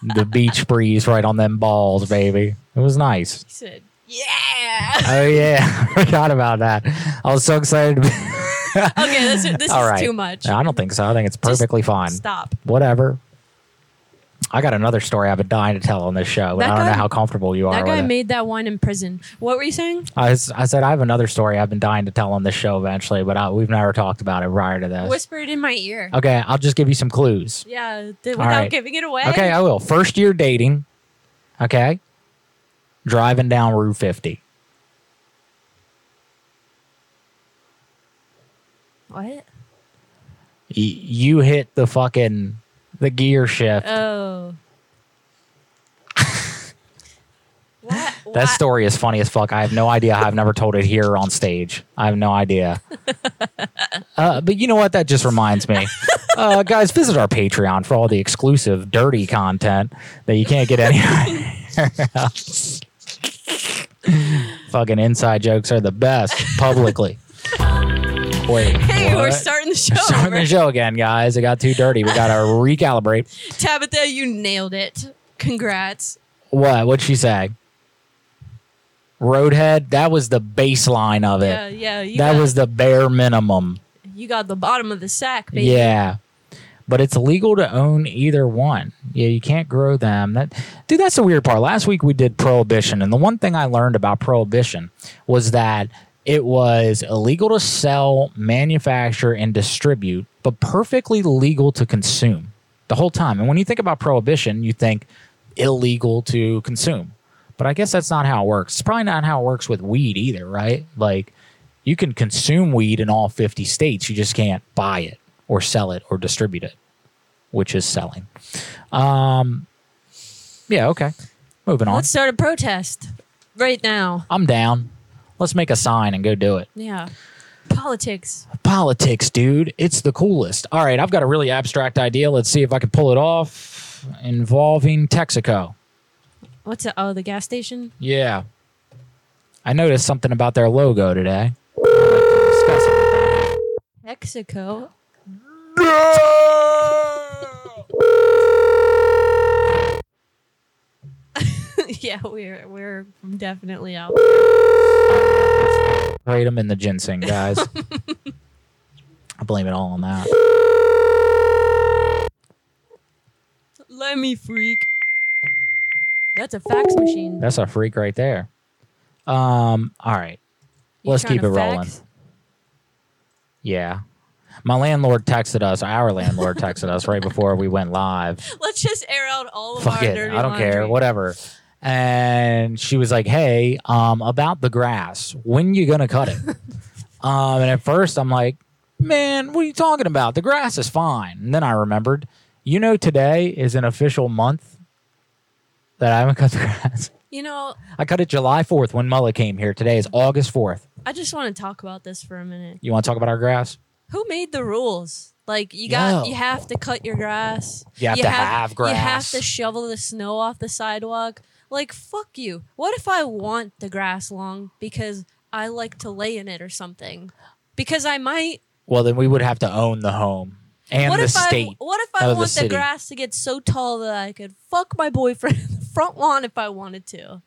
[SPEAKER 4] the beach breeze right on them balls, baby. It was nice.
[SPEAKER 3] He said,
[SPEAKER 4] Oh yeah, [laughs] I forgot about that. I was so
[SPEAKER 3] [laughs]
[SPEAKER 4] excited. okay,
[SPEAKER 3] this- this is too much.
[SPEAKER 4] I don't think so. I think it's perfectly fine.
[SPEAKER 3] stop.
[SPEAKER 4] Whatever. I got another story I've been dying to tell on this show, but
[SPEAKER 3] That
[SPEAKER 4] I don't
[SPEAKER 3] guy-
[SPEAKER 4] know how comfortable you are
[SPEAKER 3] That guy
[SPEAKER 4] with it.
[SPEAKER 3] made that one in prison. What were you saying?
[SPEAKER 4] I, s- I said I have another story I've been dying to tell on this show eventually, but I, we've never talked about it prior to this.
[SPEAKER 3] Whisper it in my ear.
[SPEAKER 4] Okay, I'll just give you some clues.
[SPEAKER 3] Yeah, th-
[SPEAKER 4] All
[SPEAKER 3] without
[SPEAKER 4] right.
[SPEAKER 3] giving it away.
[SPEAKER 4] Okay, I will. First year dating. Okay. Driving down Route 50.
[SPEAKER 3] What?
[SPEAKER 4] Y- you hit the fucking the gear shift.
[SPEAKER 3] Oh.
[SPEAKER 4] That story is funny as fuck. I have no idea. how I've never told it here on stage. I have no
[SPEAKER 3] [laughs]
[SPEAKER 4] idea. uh, but you know what? That just
[SPEAKER 3] [laughs]
[SPEAKER 4] reminds me. Uh, guys, visit our Patreon for all the exclusive dirty content that you can't get anywhere else. Fucking inside jokes are the best
[SPEAKER 3] [laughs]
[SPEAKER 4] publicly. Wait.
[SPEAKER 3] Hey, [laughs] we're
[SPEAKER 4] what?
[SPEAKER 3] starting the show.
[SPEAKER 4] Starting
[SPEAKER 3] [laughs]
[SPEAKER 4] the
[SPEAKER 3] over.
[SPEAKER 4] show again, guys. It got too dirty. We got to recalibrate.
[SPEAKER 3] Tabitha, you nailed it. Congrats.
[SPEAKER 4] What? What'd she say? Roadhead. That was the baseline of it.
[SPEAKER 3] Yeah, yeah. You
[SPEAKER 4] that
[SPEAKER 3] got,
[SPEAKER 4] was the bare minimum.
[SPEAKER 3] you got the bottom of the sack, baby.
[SPEAKER 4] Yeah. But it's illegal to own either one. Yeah, you can't grow them. That dude, that's the weird part. Last week we did prohibition, and the one thing I learned about prohibition was that it was illegal to sell, manufacture, and distribute, but perfectly legal to consume the whole time. And when you think about prohibition, you think illegal to consume. But I guess that's not how it works. It's probably not how it works with weed either, right? Like you can consume weed in all 50 states. You just can't buy it or sell it or distribute it, which is selling. Um, yeah, okay. Moving on.
[SPEAKER 3] Let's start a protest right now.
[SPEAKER 4] I'm down. Let's make a sign and go do it.
[SPEAKER 3] Yeah. Politics.
[SPEAKER 4] Politics, dude. It's the coolest. All right, I've got a really abstract idea. Let's see if I can pull it off involving Texaco.
[SPEAKER 3] What's it? Oh, the gas station?
[SPEAKER 4] Yeah. I noticed something about their logo today.
[SPEAKER 3] Mexico. [laughs] yeah, we're we're definitely out.
[SPEAKER 4] Rate them in the ginseng,
[SPEAKER 3] [laughs]
[SPEAKER 4] guys. I blame it all on that.
[SPEAKER 3] Let me freak. That's a fax machine.
[SPEAKER 4] That's a freak right there. Um, all right.
[SPEAKER 3] You
[SPEAKER 4] Let's
[SPEAKER 3] trying
[SPEAKER 4] keep it
[SPEAKER 3] to
[SPEAKER 4] rolling.
[SPEAKER 3] fax?
[SPEAKER 4] Yeah. My landlord texted us. Our landlord texted us right before we went
[SPEAKER 3] [laughs]
[SPEAKER 4] live.
[SPEAKER 3] Let's just air out all of
[SPEAKER 4] Fuck
[SPEAKER 3] our
[SPEAKER 4] it.
[SPEAKER 3] dirty
[SPEAKER 4] I don't
[SPEAKER 3] laundry.
[SPEAKER 4] care. Whatever. And she was like, "Hey, um, about the grass. When you gonna cut
[SPEAKER 3] [laughs]
[SPEAKER 4] it?" um, and at first, I'm like, "Man, what are you talking about? The grass is fine." And then I remembered, you know, today is an official month that I haven't cut the grass. [laughs]
[SPEAKER 3] You know,
[SPEAKER 4] I cut it July 4th when Mullet came here. Today is August 4th.
[SPEAKER 3] I just want to talk about this for a minute.
[SPEAKER 4] You want to talk about our grass?
[SPEAKER 3] Who made the rules? Like you got,
[SPEAKER 4] Yo.
[SPEAKER 3] you have to cut your grass.
[SPEAKER 4] You have to have
[SPEAKER 3] You have
[SPEAKER 4] grass.
[SPEAKER 3] to shovel the snow off the sidewalk. Like fuck you. What if I want the grass long because I like to lay in it or something? Because I might.
[SPEAKER 4] Well, then we would have to own the home and
[SPEAKER 3] what
[SPEAKER 4] the
[SPEAKER 3] if
[SPEAKER 4] state.
[SPEAKER 3] I? What if I
[SPEAKER 4] of the
[SPEAKER 3] want the,
[SPEAKER 4] city.
[SPEAKER 3] grass to get so tall that I could fuck my boyfriend [laughs] in the front lawn if I wanted to?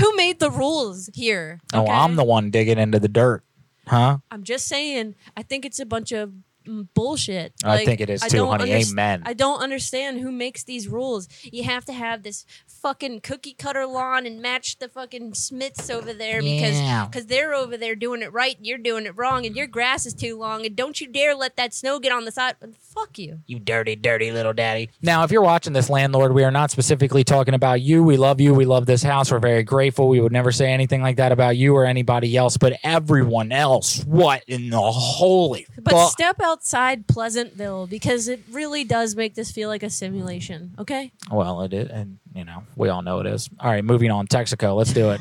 [SPEAKER 3] Who made the rules here?
[SPEAKER 4] Oh, I'm the one digging into the dirt, huh?
[SPEAKER 3] I'm just saying. I think it's a bunch of mm, bullshit.
[SPEAKER 4] I think it is too, honey. Amen.
[SPEAKER 3] I don't understand who makes these rules. You have to have this fucking cookie cutter lawn and match the fucking Smiths over there
[SPEAKER 4] Yeah.
[SPEAKER 3] because because they're over there doing it right, and you're doing it wrong, and your grass is too long, and don't you dare let that snow get on the side. Fuck you.
[SPEAKER 4] You dirty, dirty little daddy. Now, if you're watching this, landlord, we are not specifically talking about you. We love you. We love this house. We're very grateful. We would never say anything like that about you or anybody else, but everyone else. What in the holy
[SPEAKER 3] But
[SPEAKER 4] fuck?
[SPEAKER 3] step outside Pleasantville because it really does make this feel like a simulation. Okay.
[SPEAKER 4] Well, it is, and you know, we all know it is. All right, moving on. Texaco, let's
[SPEAKER 3] [laughs]
[SPEAKER 4] do it.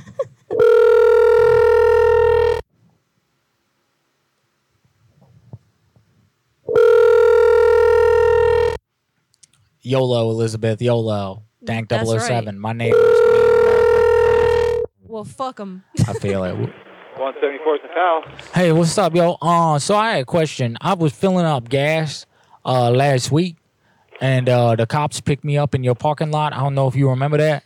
[SPEAKER 4] YOLO, Elizabeth, YOLO. Dank
[SPEAKER 3] That's
[SPEAKER 4] 007.
[SPEAKER 3] right.
[SPEAKER 4] My neighbors.
[SPEAKER 3] Well, fuck them.
[SPEAKER 4] I feel it.
[SPEAKER 21] 174th and Powell.
[SPEAKER 4] Hey, what's up, yo? Uh, so I had a question. I was filling up gas uh last week, and uh the cops picked me up in your parking lot. I don't know if you remember that.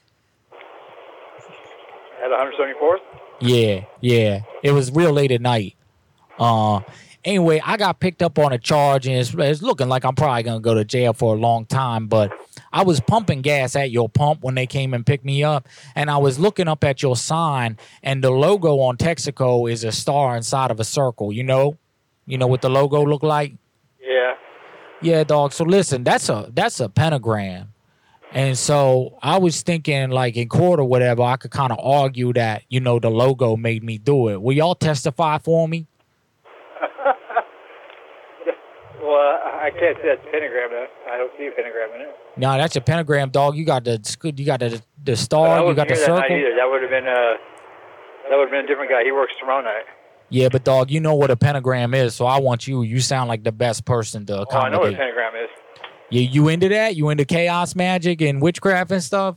[SPEAKER 21] At 174th?
[SPEAKER 4] Yeah, yeah. It was real late at night. Uh anyway, I got picked up on a charge and it's, it's looking like I'm probably going to go to jail for a long time, but I was pumping gas at your pump when they came and picked me up and I was looking up at your sign and the logo on Texaco is a star inside of a circle, you know? You know what the logo look like?
[SPEAKER 21] Yeah.
[SPEAKER 4] Yeah, dog. So listen, that's a that's a pentagram. And so I was thinking like in court or whatever, I could kind of argue that, you know, the logo made me do it. Will y'all testify for me?
[SPEAKER 21] Well, I I can't see that pentagram. though. I don't see a pentagram in it.
[SPEAKER 4] No, that's a pentagram, dog. You got the sc- you got the
[SPEAKER 21] But
[SPEAKER 4] the
[SPEAKER 21] I
[SPEAKER 4] star, Oh, you
[SPEAKER 21] wasn't
[SPEAKER 4] got the
[SPEAKER 21] here that night
[SPEAKER 4] circle.
[SPEAKER 21] either. That would have been uh, that would have been a different guy. He works tomorrow night.
[SPEAKER 4] Yeah, but dog, you know what a pentagram is, so I want you. You sound like the best person to
[SPEAKER 21] Oh, I know what a
[SPEAKER 4] accommodate.
[SPEAKER 21] pentagram is.
[SPEAKER 4] you you into that? You into chaos magic and witchcraft and stuff?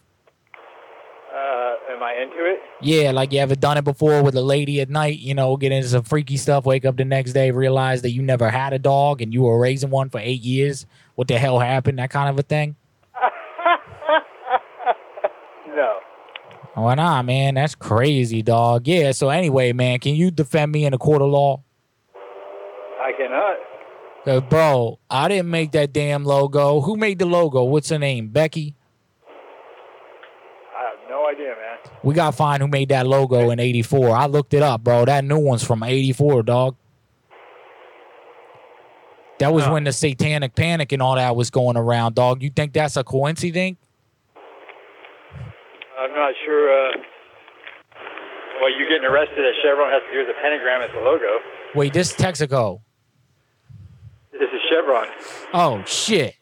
[SPEAKER 21] Uh, am I into it?
[SPEAKER 4] Yeah, like you ever done it before with a lady at night, you know, get into some freaky stuff, wake up the next day, realize that you never had a dog and you were raising one for eight years. What the hell happened? That kind of a thing.
[SPEAKER 21] No.
[SPEAKER 4] Why not, Oh, man? That's crazy, dog. Yeah, so anyway, man, can you defend me in a court of law?
[SPEAKER 21] I cannot.
[SPEAKER 4] 'Cause, bro, I didn't make that damn logo. Who made the logo? What's her name? Becky?
[SPEAKER 21] I have no idea, man.
[SPEAKER 4] We got to find who made that logo in 84. I looked it up, bro. That new one's from 84, dog. That was when the satanic panic and all that was going around, dog. You think that's a coincidence?
[SPEAKER 21] I'm not sure. Uh, well, you getting arrested at Chevron has to do with the pentagram as the logo.
[SPEAKER 4] Wait, this is Texaco.
[SPEAKER 21] This is Chevron.
[SPEAKER 4] Oh, shit.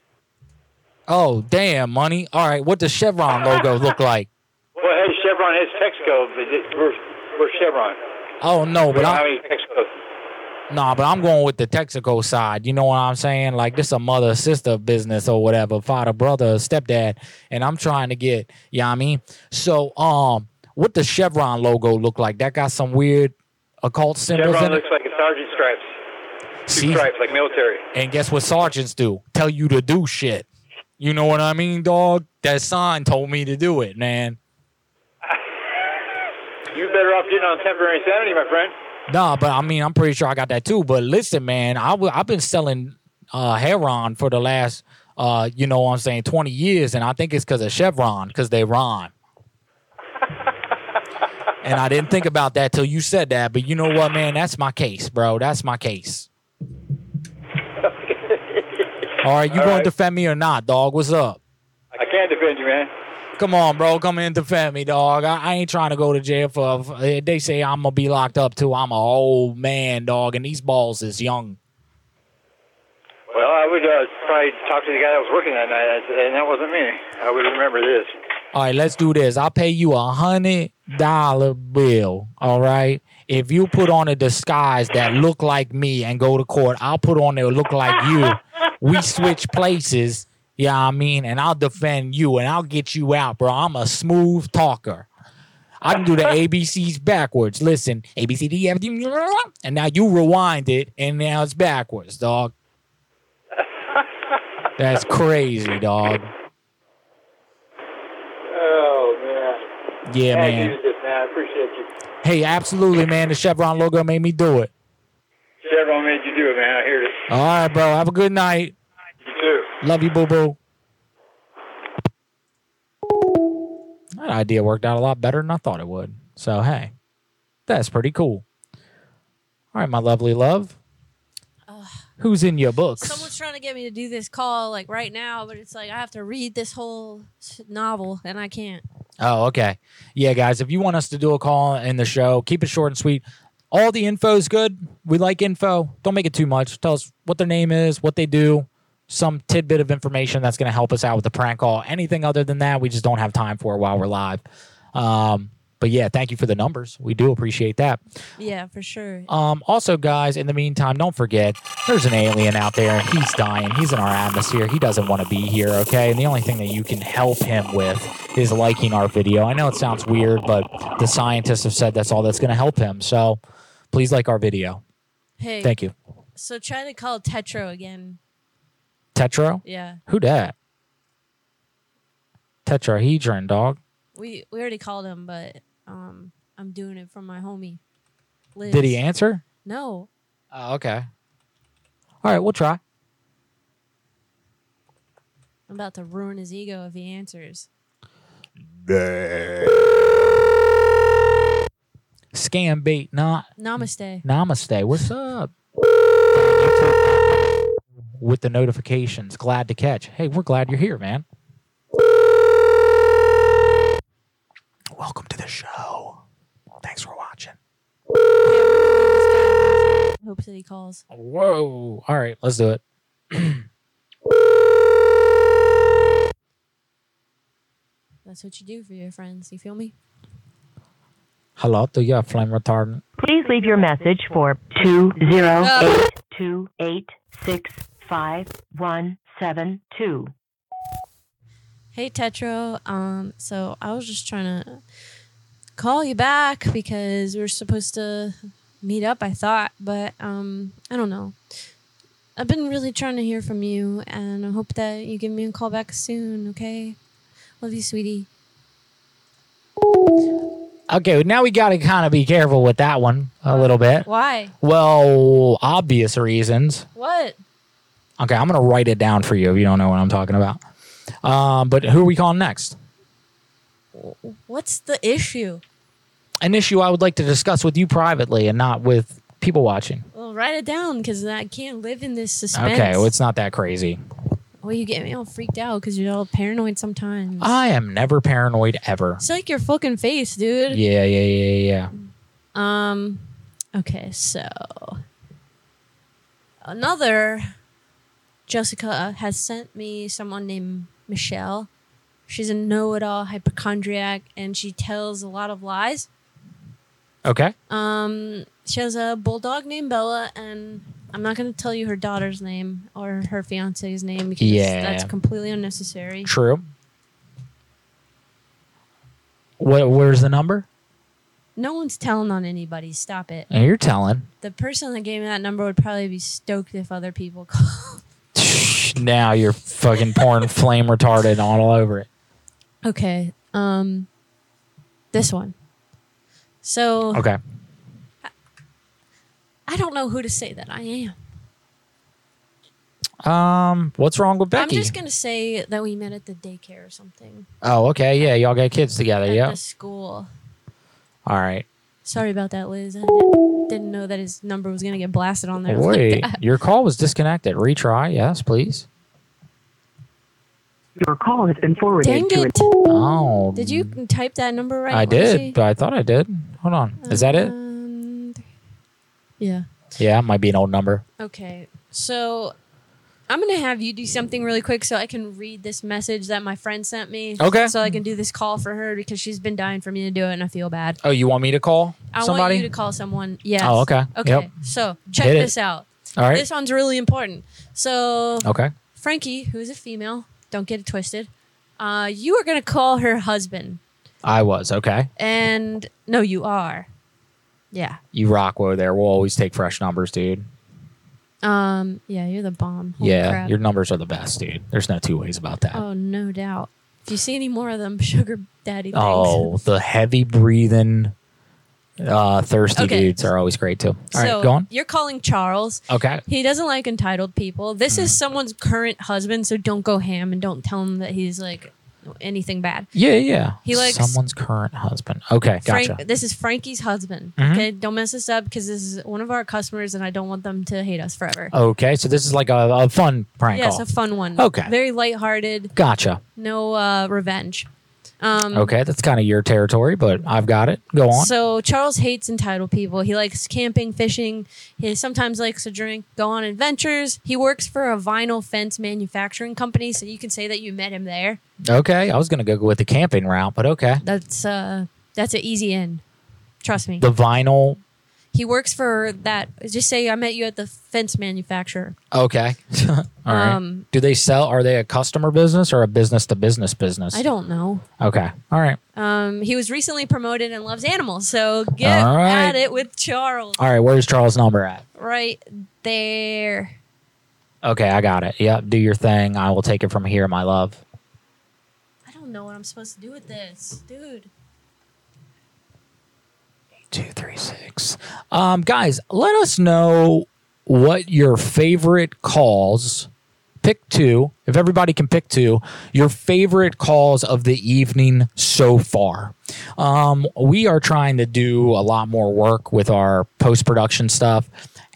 [SPEAKER 4] Oh, damn, money. All right, what does Chevron logo look like?
[SPEAKER 21] Well, hey, Chevron is Texaco. But it, we're, we're Chevron.
[SPEAKER 4] Oh, no,
[SPEAKER 21] we
[SPEAKER 4] but
[SPEAKER 21] don't
[SPEAKER 4] I'm.
[SPEAKER 21] have any Texacos.
[SPEAKER 4] Nah, but I'm going with the Texaco side. You know what I'm saying? Like this a mother sister business or whatever, father, brother, stepdad, and I'm trying to get, you know what I mean? So um what the Chevron logo look like? That got some weird occult symbols
[SPEAKER 21] Chevron
[SPEAKER 4] in it.
[SPEAKER 21] looks like a sergeant stripes. Two
[SPEAKER 4] See?
[SPEAKER 21] stripes, like military.
[SPEAKER 4] And guess what sergeants do? Tell you to do shit. You know what I mean, dog? That sign told me to do it, man.
[SPEAKER 21] You better off getting on temporary sanity, my friend.
[SPEAKER 4] Nah, but I mean, I'm pretty sure I got that too. But listen, man, i w- I've been selling uh, Heron for the last, uh, you know what I'm saying, 20 years. And I think it's because of Chevron, because
[SPEAKER 21] [laughs]
[SPEAKER 4] they rhyme. and I didn't think about that till you said that. But you know what, man? That's my case, bro. That's my case. All right, you
[SPEAKER 21] All
[SPEAKER 4] going
[SPEAKER 21] right.
[SPEAKER 4] to defend me or not, dog? What's up?
[SPEAKER 21] I can't defend you, man.
[SPEAKER 4] Come on, bro. Come in and defend me, dog. I, I ain't trying to go to jail for. for- eh, They say I'm gonna be locked up too. I'm a old man, dog, and these balls is young.
[SPEAKER 21] Well, I would uh, probably talk to the guy that was working that night, and that wasn't me. I would remember this.
[SPEAKER 4] All right, let's do this. I'll pay you a hundred dollar bill. All right, if you put on a disguise that look like me and go to court, I'll put on there look like you. We switch places. Yeah, I mean, and I'll defend you and I'll get you out, bro. I'm a smooth talker. I can do the ABCs backwards. Listen, A B C D E F G, and now you rewind it, and now it's backwards, dog. That's crazy, dog.
[SPEAKER 21] Oh, man.
[SPEAKER 4] Yeah,
[SPEAKER 21] Thank
[SPEAKER 4] man.
[SPEAKER 21] you, just, man. I appreciate you.
[SPEAKER 4] Hey, absolutely, man. The Chevron logo made me do it.
[SPEAKER 21] Chevron made you do it, man. I heard it.
[SPEAKER 4] All right, bro. Have a good night.
[SPEAKER 21] You too.
[SPEAKER 4] Love you, boo boo. That idea worked out a lot better than I thought it would. So, hey, that's pretty cool. All right, my lovely love. Who's in your books?
[SPEAKER 3] Someone's trying to get me to do this call like right now, but it's like I have to read this whole s- novel and I can't.
[SPEAKER 4] Oh, okay. Yeah, guys, if you want us to do a call in the show, keep it short and sweet. All the info is good. We like info. Don't make it too much. Tell us what their name is, what they do, some tidbit of information that's going to help us out with the prank call. Anything other than that, we just don't have time for while we're live. Um, but yeah, thank you for the numbers. We do appreciate that.
[SPEAKER 3] Yeah, for sure.
[SPEAKER 4] Um, also, guys, in the meantime, don't forget there's an alien out there. He's dying. He's in our atmosphere. He doesn't want to be here, okay? And the only thing that you can help him with is liking our video. I know it sounds weird, but the scientists have said that's all that's going to help him. So please like our video.
[SPEAKER 3] Hey.
[SPEAKER 4] Thank you.
[SPEAKER 3] So try to call Tetro again.
[SPEAKER 4] Tetro?
[SPEAKER 3] Yeah.
[SPEAKER 4] Who dat? Tetrahedron, dog.
[SPEAKER 3] We we already called him, but um I'm doing it from my homie. Liz.
[SPEAKER 4] Did he answer?
[SPEAKER 3] No.
[SPEAKER 4] Oh, okay. All right, we'll try.
[SPEAKER 3] I'm about to ruin his ego if he answers.
[SPEAKER 4] Scam bait, not
[SPEAKER 3] Namaste.
[SPEAKER 4] Namaste. What's up? With the notifications. Glad to catch. Hey, we're glad you're here, man. Welcome to the show. Thanks for watching.
[SPEAKER 3] Hope that he calls.
[SPEAKER 4] Whoa. Oh, All right, let's do it. [clears throat]
[SPEAKER 3] That's what you do for your friends. You feel me?
[SPEAKER 4] Hello, do you have flame retardant?
[SPEAKER 8] Please leave your message for
[SPEAKER 4] Oh.
[SPEAKER 8] 20828651172.
[SPEAKER 3] Hey Tetro, um, so I was just trying to call you back because we were supposed to meet up, I thought, but um, I don't know. I've been really trying to hear from you, and I hope that you give me a call back soon. Okay, love you, sweetie.
[SPEAKER 4] Okay, now we got to kind of be careful with that one a little bit.
[SPEAKER 3] Why?
[SPEAKER 4] Well, obvious reasons.
[SPEAKER 3] What?
[SPEAKER 4] Okay, I'm going to write it down for you if you don't know what I'm talking about. Um, but who are we calling next?
[SPEAKER 3] What's the issue?
[SPEAKER 4] An issue I would like to discuss with you privately and not with people watching.
[SPEAKER 3] Well, write it down because I can't live in this suspense.
[SPEAKER 4] Okay, well, it's not that crazy.
[SPEAKER 3] Well, you get me all freaked out because you're all paranoid sometimes.
[SPEAKER 4] I am never paranoid ever.
[SPEAKER 3] It's like your fucking face, dude.
[SPEAKER 4] Yeah, yeah, yeah, yeah.
[SPEAKER 3] Um, okay, so another Jessica has sent me someone named Michelle. She's a know-it-all hypochondriac, and she tells a lot of lies.
[SPEAKER 4] Okay.
[SPEAKER 3] Um, she has a bulldog named Bella, and I'm not going to tell you her daughter's name or her fiance's name because
[SPEAKER 4] Yeah.
[SPEAKER 3] that's completely unnecessary.
[SPEAKER 4] True. What? Where's the number?
[SPEAKER 3] No one's telling on anybody. Stop it.
[SPEAKER 4] And you're telling.
[SPEAKER 3] The person that gave me that number would probably be stoked if other people [laughs] called.
[SPEAKER 4] Now you're fucking
[SPEAKER 3] [laughs]
[SPEAKER 4] pouring flame retardant all over it.
[SPEAKER 3] Okay. Um this one. So
[SPEAKER 4] Okay.
[SPEAKER 3] I don't know who to say that I am.
[SPEAKER 4] Um, what's wrong with
[SPEAKER 3] I'm
[SPEAKER 4] Becky?
[SPEAKER 3] just gonna say that we met at the daycare or something.
[SPEAKER 4] oh, okay. Yeah, y'all got kids together.
[SPEAKER 3] At
[SPEAKER 4] Yeah.
[SPEAKER 3] the school.
[SPEAKER 4] All right.
[SPEAKER 3] Sorry about that, Liz. I didn't- didn't know that his number was gonna get blasted on there. [laughs] like
[SPEAKER 4] Wait,
[SPEAKER 3] that.
[SPEAKER 4] your call was disconnected. Retry. Yes, please.
[SPEAKER 8] Your call has been forwarded
[SPEAKER 3] Dang
[SPEAKER 8] to
[SPEAKER 3] it.
[SPEAKER 4] Oh.
[SPEAKER 3] Did you type that number right?
[SPEAKER 4] I
[SPEAKER 3] Marcy?
[SPEAKER 4] did. I thought I did. Hold on. Is that it?
[SPEAKER 3] Uh, Yeah.
[SPEAKER 4] Yeah, it might be an old number.
[SPEAKER 3] Okay. So I'm going to have you do something really quick so I can read this message that my friend sent me.
[SPEAKER 4] Okay.
[SPEAKER 3] So I can do this call for her because she's been dying for me to do it and I feel bad.
[SPEAKER 4] Oh, you want me to call
[SPEAKER 3] I
[SPEAKER 4] somebody?
[SPEAKER 3] want you to call someone. Yeah.
[SPEAKER 4] Oh, okay.
[SPEAKER 3] Okay.
[SPEAKER 4] Yep.
[SPEAKER 3] So check
[SPEAKER 4] Hit it.
[SPEAKER 3] this out.
[SPEAKER 4] All right.
[SPEAKER 3] This one's really important. So
[SPEAKER 4] Okay.
[SPEAKER 3] Frankie, who is a female, don't get it twisted. Uh, you are going to call her husband.
[SPEAKER 4] I was. Okay.
[SPEAKER 3] And no, you are. Yeah.
[SPEAKER 4] You rock over there. We'll always take fresh numbers, dude.
[SPEAKER 3] Um. Yeah, you're the bomb. Holy
[SPEAKER 4] yeah.
[SPEAKER 3] crap.
[SPEAKER 4] Your numbers are the best, dude. There's no two ways about that.
[SPEAKER 3] Oh, no doubt. If you see any more of them [laughs] sugar daddy things,
[SPEAKER 4] Oh, the heavy breathing, uh, thirsty
[SPEAKER 3] Okay.
[SPEAKER 4] dudes are always great too. All right,
[SPEAKER 3] so
[SPEAKER 4] go on.
[SPEAKER 3] you're calling Charles.
[SPEAKER 4] Okay. Mm.
[SPEAKER 3] He doesn't like entitled people. This is someone's current husband, so don't go ham and don't tell him that he's like anything bad.
[SPEAKER 4] Yeah, yeah.
[SPEAKER 3] He likes
[SPEAKER 4] someone's current husband. Okay,
[SPEAKER 3] Frank.
[SPEAKER 4] gotcha.
[SPEAKER 3] This is Frankie's husband.
[SPEAKER 4] Mhm.
[SPEAKER 3] Okay, don't mess this up because this is one of our customers, and I don't want them to hate us forever.
[SPEAKER 4] Okay, so this is like a, a fun prank
[SPEAKER 3] yeah,
[SPEAKER 4] call.
[SPEAKER 3] it's a fun one.
[SPEAKER 4] Oh, Okay.
[SPEAKER 3] very lighthearted.
[SPEAKER 4] Gotcha.
[SPEAKER 3] No uh, revenge. Um,
[SPEAKER 4] okay, that's kind of your territory, but I've got it. Go on.
[SPEAKER 3] So Charles hates entitled people. He likes camping, fishing. He sometimes likes to drink, go on adventures. He works for a vinyl fence manufacturing company, so you can say that you met him there.
[SPEAKER 4] okay, I was gonna go with the camping route, but okay.
[SPEAKER 3] That's uh, that's an easy in. Trust me.
[SPEAKER 4] The vinyl.
[SPEAKER 3] he works for that. Just say I met you at the fence manufacturer.
[SPEAKER 4] Okay. [laughs] All right.
[SPEAKER 3] Um,
[SPEAKER 4] Do they sell? Are they a customer business or a business to business business?
[SPEAKER 3] I don't know.
[SPEAKER 4] Okay. All right.
[SPEAKER 3] Um, he was recently promoted and loves animals, so get
[SPEAKER 4] All right.
[SPEAKER 3] at it with Charles
[SPEAKER 4] All right. Where's Charles' number at?
[SPEAKER 3] right there.
[SPEAKER 4] Okay, I got it. Yep. Do your thing. I will take it from here, my love.
[SPEAKER 3] I don't know what I'm supposed to do with this, dude.
[SPEAKER 4] Two, three, six. Um, guys, let us know what your favorite calls. Pick two. If everybody can pick two, your favorite calls of the evening so far. Um, we are trying to do a lot more work with our post production stuff,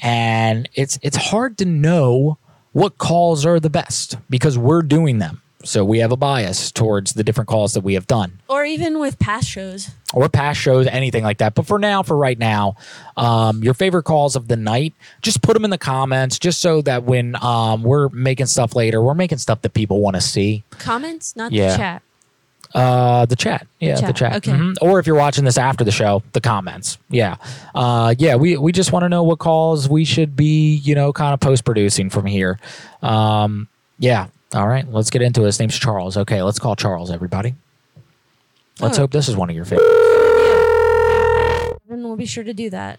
[SPEAKER 4] and it's it's hard to know what calls are the best because we're doing them. So we have a bias towards the different calls that we have done
[SPEAKER 3] Or even with past shows.
[SPEAKER 4] or past shows, anything like that. But for now, for right now, um, your favorite calls of the night, just put them in the comments, just so that when um, we're making stuff later, we're making stuff that people want to see.
[SPEAKER 3] Comments, not
[SPEAKER 4] Yeah.
[SPEAKER 3] the chat.
[SPEAKER 4] Uh, the chat, yeah, the
[SPEAKER 3] Chat,
[SPEAKER 4] chat.
[SPEAKER 3] okay.
[SPEAKER 4] Mhm. Or if you're watching this after the show, the comments, yeah, uh, yeah. We we just want to know what calls we should be, you know, kind of post producing from here. Um, yeah. All right, let's get into it. His name's Charles. Okay, let's call Charles, everybody. Let's
[SPEAKER 3] Oh.
[SPEAKER 4] hope this is one of your favorites.
[SPEAKER 3] Then we'll be sure to do that.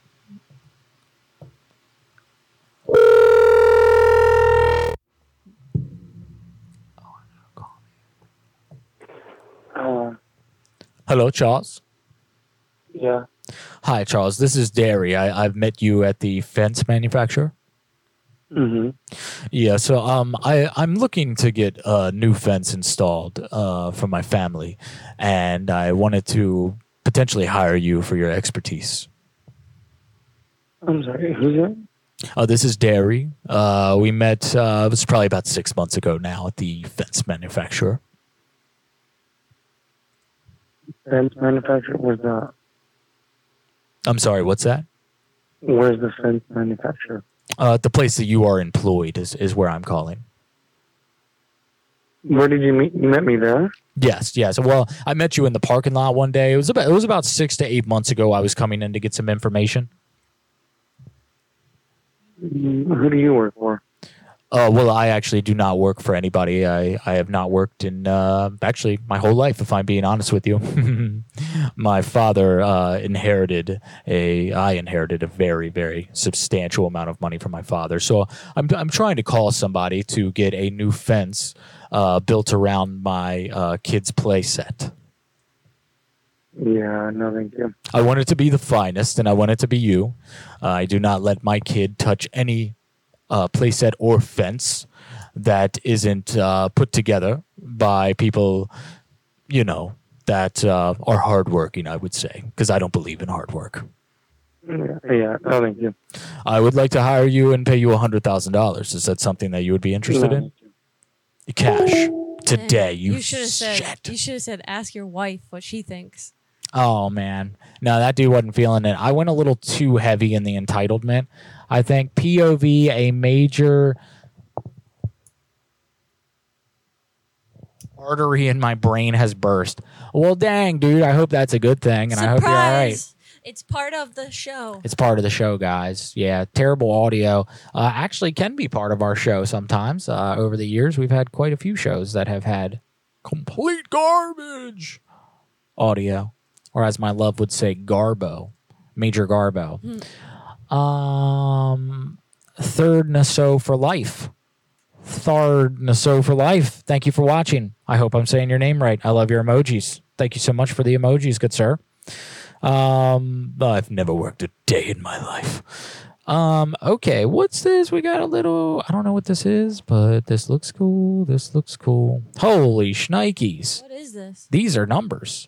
[SPEAKER 19] Um,
[SPEAKER 4] Hello, Charles.
[SPEAKER 19] yeah.
[SPEAKER 4] Hi, Charles. This is Derry. I, I've met you at the fence manufacturer.
[SPEAKER 19] Mm-hmm.
[SPEAKER 4] Yeah, so um, I, I'm looking to get a new fence installed uh, for my family, and I wanted to potentially hire you for your expertise.
[SPEAKER 19] I'm sorry. Who's that?
[SPEAKER 4] Uh, this is Derry. Uh, we met, uh, it was probably about six months ago now at the fence manufacturer.
[SPEAKER 19] Fence manufacturer. Where's that?
[SPEAKER 4] I'm sorry, what's that?
[SPEAKER 19] Where's the fence manufacturer?
[SPEAKER 4] Uh, the place that you are employed is, is where I'm calling.
[SPEAKER 19] Where did you meet? You met me there.
[SPEAKER 4] Yes, yes. Well, I met you in the parking lot one day. It was about it was about six to eight months ago. I was coming in to get some information.
[SPEAKER 19] Mm, Who do you work for?
[SPEAKER 22] Oh.
[SPEAKER 4] Uh, well, I actually do not work for anybody. I, I have not worked in uh, actually my whole life, if I'm being honest with you. [laughs] my father uh, inherited a I inherited a very very substantial amount of money from my father. So I'm I'm trying to call somebody to get a new fence uh, built around my uh, kid's play set.
[SPEAKER 19] Yeah. No, thank you.
[SPEAKER 4] I want it to be the finest, and I want it to be you. Uh, I do not let my kid touch any uh, playset or fence that isn't uh, put together by people, you know, that uh, are hardworking. I would say because I don't believe in hard work.
[SPEAKER 19] Yeah. Yeah. Oh, No, thank you.
[SPEAKER 4] I would like to hire you and pay you hundred thousand dollars. Is that something that you would be interested
[SPEAKER 19] No.
[SPEAKER 4] in? Cash,
[SPEAKER 16] today. You,
[SPEAKER 3] should have said. You should have said. Ask your wife what she thinks.
[SPEAKER 4] Oh man, no, that dude wasn't feeling it. I went a little too heavy in the entitlement. I think POV a major artery in my brain has burst. Well, dang, dude. I hope that's a good thing, and I hope you're all right.
[SPEAKER 3] Surprise! It's part of the show.
[SPEAKER 4] It's part of the show, guys. Yeah, terrible audio uh, actually can be part of our show sometimes. Uh, over the years, we've had quite a few shows that have had complete garbage audio, or as my love would say, garbo, major garbo.
[SPEAKER 3] Hmm.
[SPEAKER 4] Um, third Naso for life. Third Naso for life. Thank you for watching. I hope I'm saying your name right. I love your emojis. Thank you so much for the emojis, good sir. Um, I've never worked a day in my life. Um, okay, what's this? We got a little, I don't know what this is, but this looks cool. This looks cool. Holy shnikes.
[SPEAKER 3] What is this?
[SPEAKER 4] These are numbers.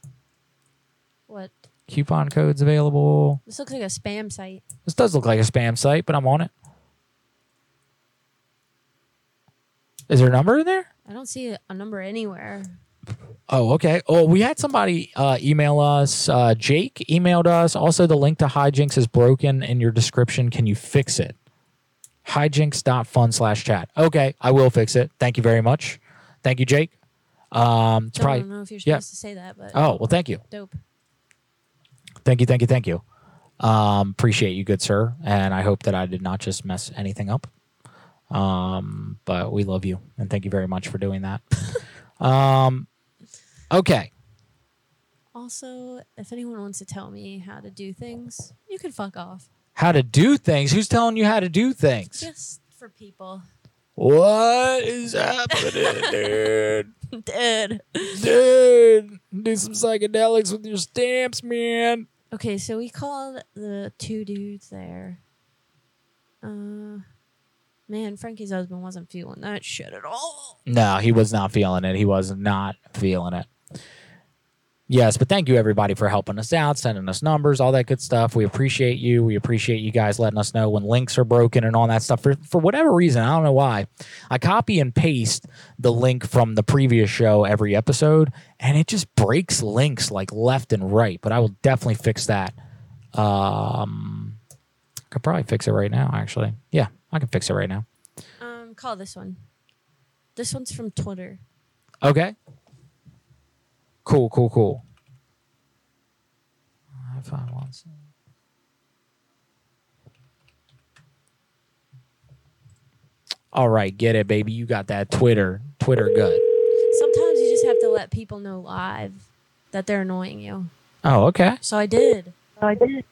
[SPEAKER 3] What?
[SPEAKER 4] Coupon codes available.
[SPEAKER 3] This looks like a spam site.
[SPEAKER 4] This does look like a spam site, but I'm on it. Is there a number in there?
[SPEAKER 3] I don't see a, a number anywhere.
[SPEAKER 4] Oh, okay. Oh, we had somebody uh, email us. Uh, Jake emailed us. Also, the link to hijinks is broken in your description. Can you fix it? Hijinks.fun slash chat. Okay, I will fix it. Thank you very much. Thank you, Jake. Um, it's
[SPEAKER 3] Don't
[SPEAKER 4] probably,
[SPEAKER 3] know if you're supposed
[SPEAKER 4] yeah.
[SPEAKER 3] to say that, but
[SPEAKER 4] Oh, well, thank you.
[SPEAKER 3] Dope.
[SPEAKER 4] Thank you, thank you, thank you. Um, appreciate you, good sir. And I hope that I did not just mess anything up. Um, but we love you and thank you very much for doing that. [laughs] um, okay.
[SPEAKER 3] Also, if anyone wants to tell me how to do things, you can fuck off.
[SPEAKER 4] How to do things. Who's telling you how to do things?
[SPEAKER 3] Just for people.
[SPEAKER 4] What is
[SPEAKER 3] [laughs]
[SPEAKER 4] happening, dude?
[SPEAKER 3] Dead.
[SPEAKER 4] Dude, do some psychedelics with your stamps, man.
[SPEAKER 3] Okay, so we called the two dudes there. Uh, man, Frankie's husband wasn't feeling that shit at all.
[SPEAKER 4] No, he was not feeling it. He was not feeling it. Yes, but thank you everybody for helping us out, sending us numbers, all that good stuff. We appreciate you. We appreciate you guys letting us know when links are broken and all that stuff. For for whatever reason, I don't know why, I copy and paste the link from the previous show every episode, and it just breaks links like left and right. But I will definitely fix that. Um, could probably fix it right now, actually. Yeah, I can fix it right now.
[SPEAKER 3] Um, call this one. This one's from Twitter.
[SPEAKER 4] Okay. Cool, cool, cool. High five once. All right, get it, baby. You got that Twitter, Twitter gut.
[SPEAKER 3] Sometimes you just have to let people know live that they're annoying you.
[SPEAKER 4] Oh, okay.
[SPEAKER 3] So I did. So I did.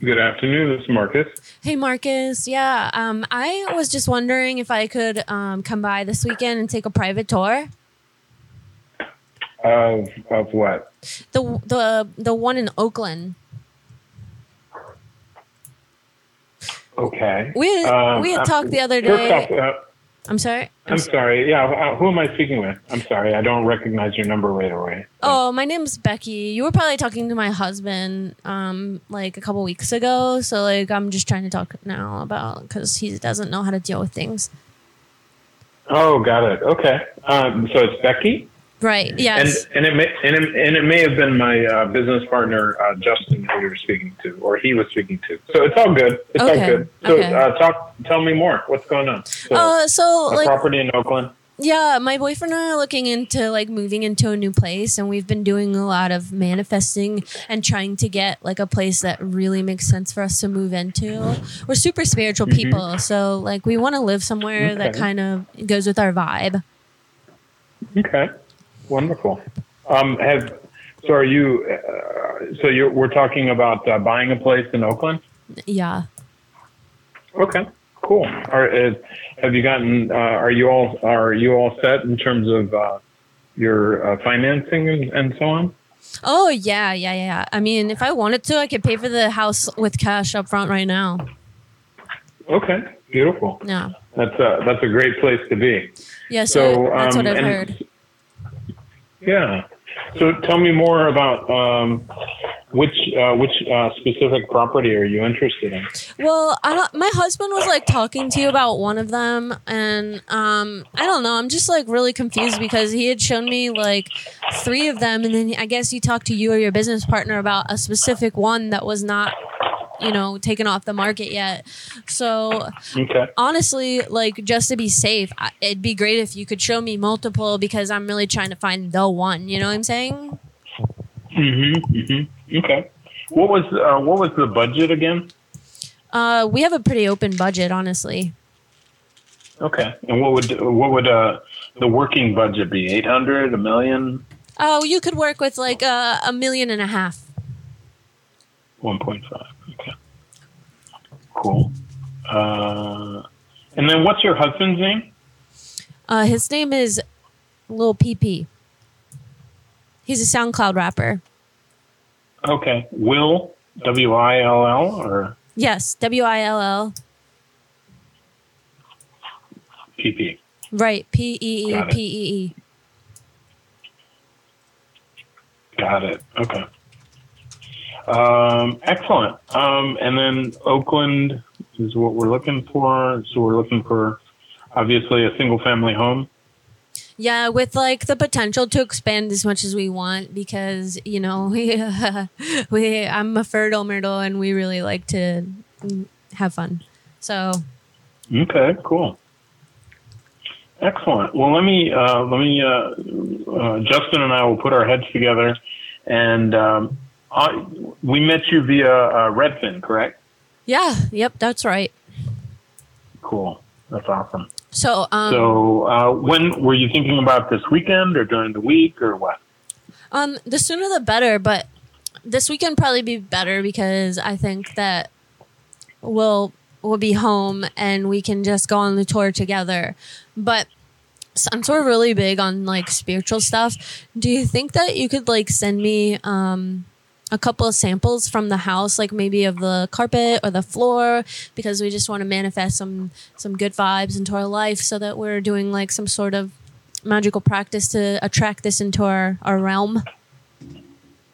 [SPEAKER 23] Good afternoon, this is Marcus.
[SPEAKER 3] Hey Marcus, yeah, um, I was just wondering if I could um, come by this weekend and take a private tour.
[SPEAKER 23] Of of what?
[SPEAKER 3] The the the one in Oakland.
[SPEAKER 23] Okay.
[SPEAKER 3] We had-
[SPEAKER 23] Um,
[SPEAKER 3] we had talked the other
[SPEAKER 23] First
[SPEAKER 3] day-
[SPEAKER 23] off, uh,
[SPEAKER 3] I'm sorry.
[SPEAKER 23] I'm sorry. Yeah, uh, who am I speaking with? I'm sorry, I don't recognize your number right away.
[SPEAKER 3] Oh, my name's Becky. You were probably talking to my husband um like a couple weeks ago, so like I'm just trying to talk now about cuz he doesn't know how to deal with things.
[SPEAKER 23] Oh, got it. Okay. Um, so it's Becky,
[SPEAKER 3] Right. Yes.
[SPEAKER 23] and and it may and it, and it may have been my uh, business partner uh, Justin who you were speaking to, or he was speaking to. So it's all good. It's
[SPEAKER 3] Okay,
[SPEAKER 23] all good. So
[SPEAKER 3] okay.
[SPEAKER 23] uh, talk. Tell me more. What's going on? So,
[SPEAKER 3] uh so
[SPEAKER 23] a
[SPEAKER 3] like
[SPEAKER 23] property in Oakland.
[SPEAKER 3] Yeah, my boyfriend and I are looking into like moving into a new place, and we've been doing a lot of manifesting and trying to get like a place that really makes sense for us to move into. We're super spiritual
[SPEAKER 24] Mhm.
[SPEAKER 3] people, so like we want to live somewhere that
[SPEAKER 23] Mm-hmm. Okay.
[SPEAKER 3] kind of goes with our vibe.
[SPEAKER 23] Okay, wonderful. Um, have so are you? Uh, so you we're talking about uh, buying a place in Oakland.
[SPEAKER 3] Yeah.
[SPEAKER 23] Okay, cool. Are, is, have you gotten? Uh, are you all are you all set in terms of uh, your uh, financing and, and so on?
[SPEAKER 3] Oh yeah, yeah, yeah, yeah. I mean, if I wanted to, I could pay for the house with cash up front right now.
[SPEAKER 23] Okay, beautiful.
[SPEAKER 3] Yeah.
[SPEAKER 23] That's a that's a great place to be.
[SPEAKER 3] Yeah. So, that's
[SPEAKER 23] um,
[SPEAKER 3] what I've
[SPEAKER 23] and-
[SPEAKER 3] heard.
[SPEAKER 23] Yeah. So tell me more about um, which uh, which uh, specific property are you interested in?
[SPEAKER 3] Well, I don't, my husband was like talking to you about one of them, and um, I don't know. I'm just like really confused because he had shown me like three of them, and then I guess he talked to you or your business partner about a specific one that was not, you know, taken off the market yet. So
[SPEAKER 23] Okay.
[SPEAKER 3] honestly, like just to be safe, I, it'd be great if you could show me multiple because I'm really trying to find the one. You know what I'm saying?
[SPEAKER 23] Mm-hmm. Mm-hmm. Okay. What was uh, what was the budget again?
[SPEAKER 3] Uh, we have a pretty open budget, honestly.
[SPEAKER 23] Okay. And what would what would uh, the working budget be? Eight hundred, a million,
[SPEAKER 3] Oh, you could work with like a, a million and a half.
[SPEAKER 23] one point five. Okay. Cool. Uh, and then what's your husband's name?
[SPEAKER 3] Uh, his name is Lil PP. He's a SoundCloud rapper.
[SPEAKER 23] Okay. Will W I L L or
[SPEAKER 3] Yes, W I L L.
[SPEAKER 23] P P.
[SPEAKER 3] Right, P E E
[SPEAKER 23] Got it.
[SPEAKER 3] P E E.
[SPEAKER 23] Got it. Okay. Um, excellent. Um, and then Oakland is what we're looking for. So we're looking for obviously a single family home.
[SPEAKER 3] Yeah, with like the potential to expand as much as we want because you know [laughs] we we I'm a fertile myrtle and we really like to mm, have fun. So
[SPEAKER 23] Okay, cool. Excellent. Well, let me uh, let me uh, uh, Justin and I will put our heads together, and um, I, we met you via uh, Redfin, correct?
[SPEAKER 3] yeah, yep, that's right.
[SPEAKER 23] Cool. That's awesome.
[SPEAKER 3] So um,
[SPEAKER 23] so uh, when were you thinking about this weekend or during the week or what?
[SPEAKER 3] Um, the sooner the better, but this weekend probably be better because I think that we'll we'll be home and we can just go on the tour together. But s- I'm sort of really big on like spiritual stuff. Do you think that you could like send me um a couple of samples from the house, like maybe of the carpet or the floor, because we just want to manifest some some good vibes into our life, so that we're doing like some sort of magical practice to attract this into our, our realm.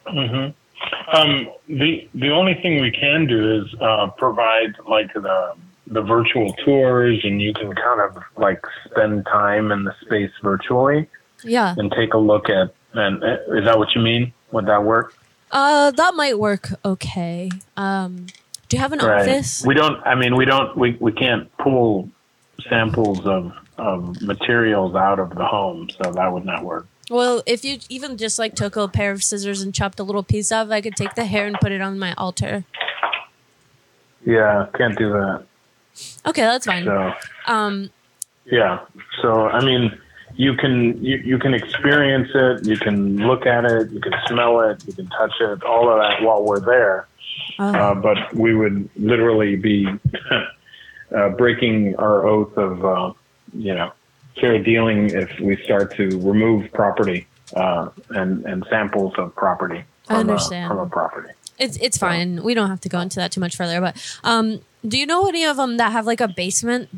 [SPEAKER 23] hmm Um, the the only thing we can do is uh, provide like the the virtual tours, and you can kind of like spend time in the space virtually
[SPEAKER 3] Yeah.
[SPEAKER 23] and take a look at. And uh, is that what you mean? Would that work?
[SPEAKER 3] Uh, that might work. Okay. Um, do you have an office?
[SPEAKER 23] We don't. I mean, we don't. We we can't pull samples of of materials out of the home, so that would not work.
[SPEAKER 3] Well, if you even just like took a pair of scissors and chopped a little piece off, I could take the hair and put it on my altar.
[SPEAKER 23] Yeah, can't do that.
[SPEAKER 3] Okay, that's fine.
[SPEAKER 23] So.
[SPEAKER 3] Um,
[SPEAKER 23] Yeah. So I mean, you can you, you can experience it, you can look at it, you can smell it, you can touch it, all of that while we're there.
[SPEAKER 3] Uh-huh.
[SPEAKER 23] Uh, but we would literally be [laughs] uh, breaking our oath of uh, you know fair dealing if we start to remove property uh, and and samples of property
[SPEAKER 3] I
[SPEAKER 23] from a-
[SPEAKER 3] understand.
[SPEAKER 23] from a property.
[SPEAKER 3] it's it's fine. We don't have to go into that too much further. But um, do you know any of them that have like a basement?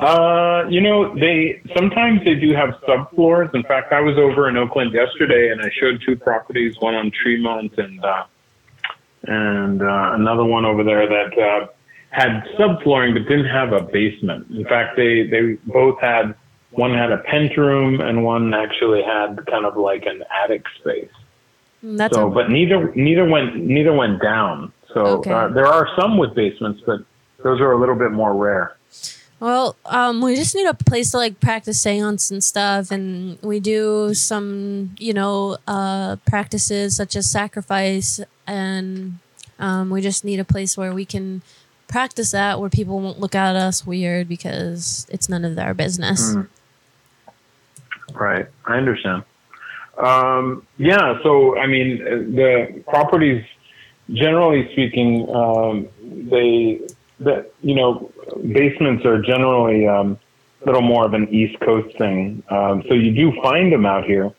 [SPEAKER 23] Uh, you know, they sometimes they do have subfloors. In fact, I was over in Oakland yesterday, and I showed two properties, one on Tremont and uh, and uh, another one over there that uh, had subflooring but didn't have a basement. In fact, they they both had one had a pentroom and one actually had kind of like an attic space.
[SPEAKER 3] Mm, That's
[SPEAKER 23] so,
[SPEAKER 3] a-
[SPEAKER 23] but neither neither went neither went down. So
[SPEAKER 3] Okay.
[SPEAKER 23] uh, there are some with basements, but those are a little bit more rare.
[SPEAKER 3] Well, um, we just need a place to like practice seance and stuff, and we do some, you know, uh, practices such as sacrifice, and um, we just need a place where we can practice that, where people won't look at us weird because it's none of their business.
[SPEAKER 23] Mm. Right. I understand. Um, yeah. So, I mean, uh, the properties, generally speaking, um, they, that, you know, basements are generally, um, a little more of an East Coast thing. Um, so you do find them out here,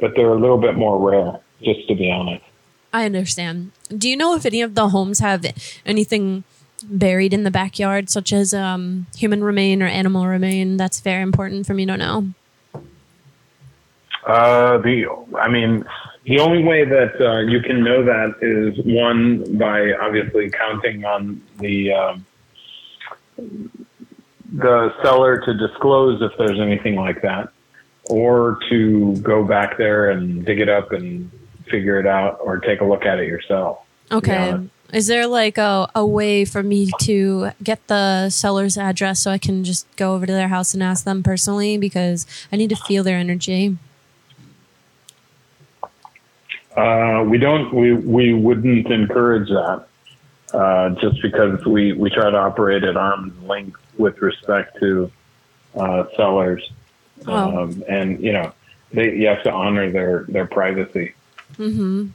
[SPEAKER 23] but they're a little bit more rare, just to be honest.
[SPEAKER 3] I understand. Do you know if any of the homes have anything buried in the backyard, such as um, human remain or animal remain? That's very important for me to know.
[SPEAKER 23] Uh, the I mean, the only way that uh, you can know that is one by obviously counting on the um, the seller to disclose if there's anything like that, or to go back there and dig it up and figure it out, or take a look at it yourself.
[SPEAKER 3] Okay. Is there like a, a way for me to get the seller's address so I can just go over to their house and ask them personally because I need to feel their energy?
[SPEAKER 23] Uh, we don't. We we wouldn't encourage that, uh, just because we we try to operate at arm's length with respect to uh, sellers,
[SPEAKER 3] Oh.
[SPEAKER 23] um, and you know, they you have to honor their their privacy.
[SPEAKER 3] Mm-hmm.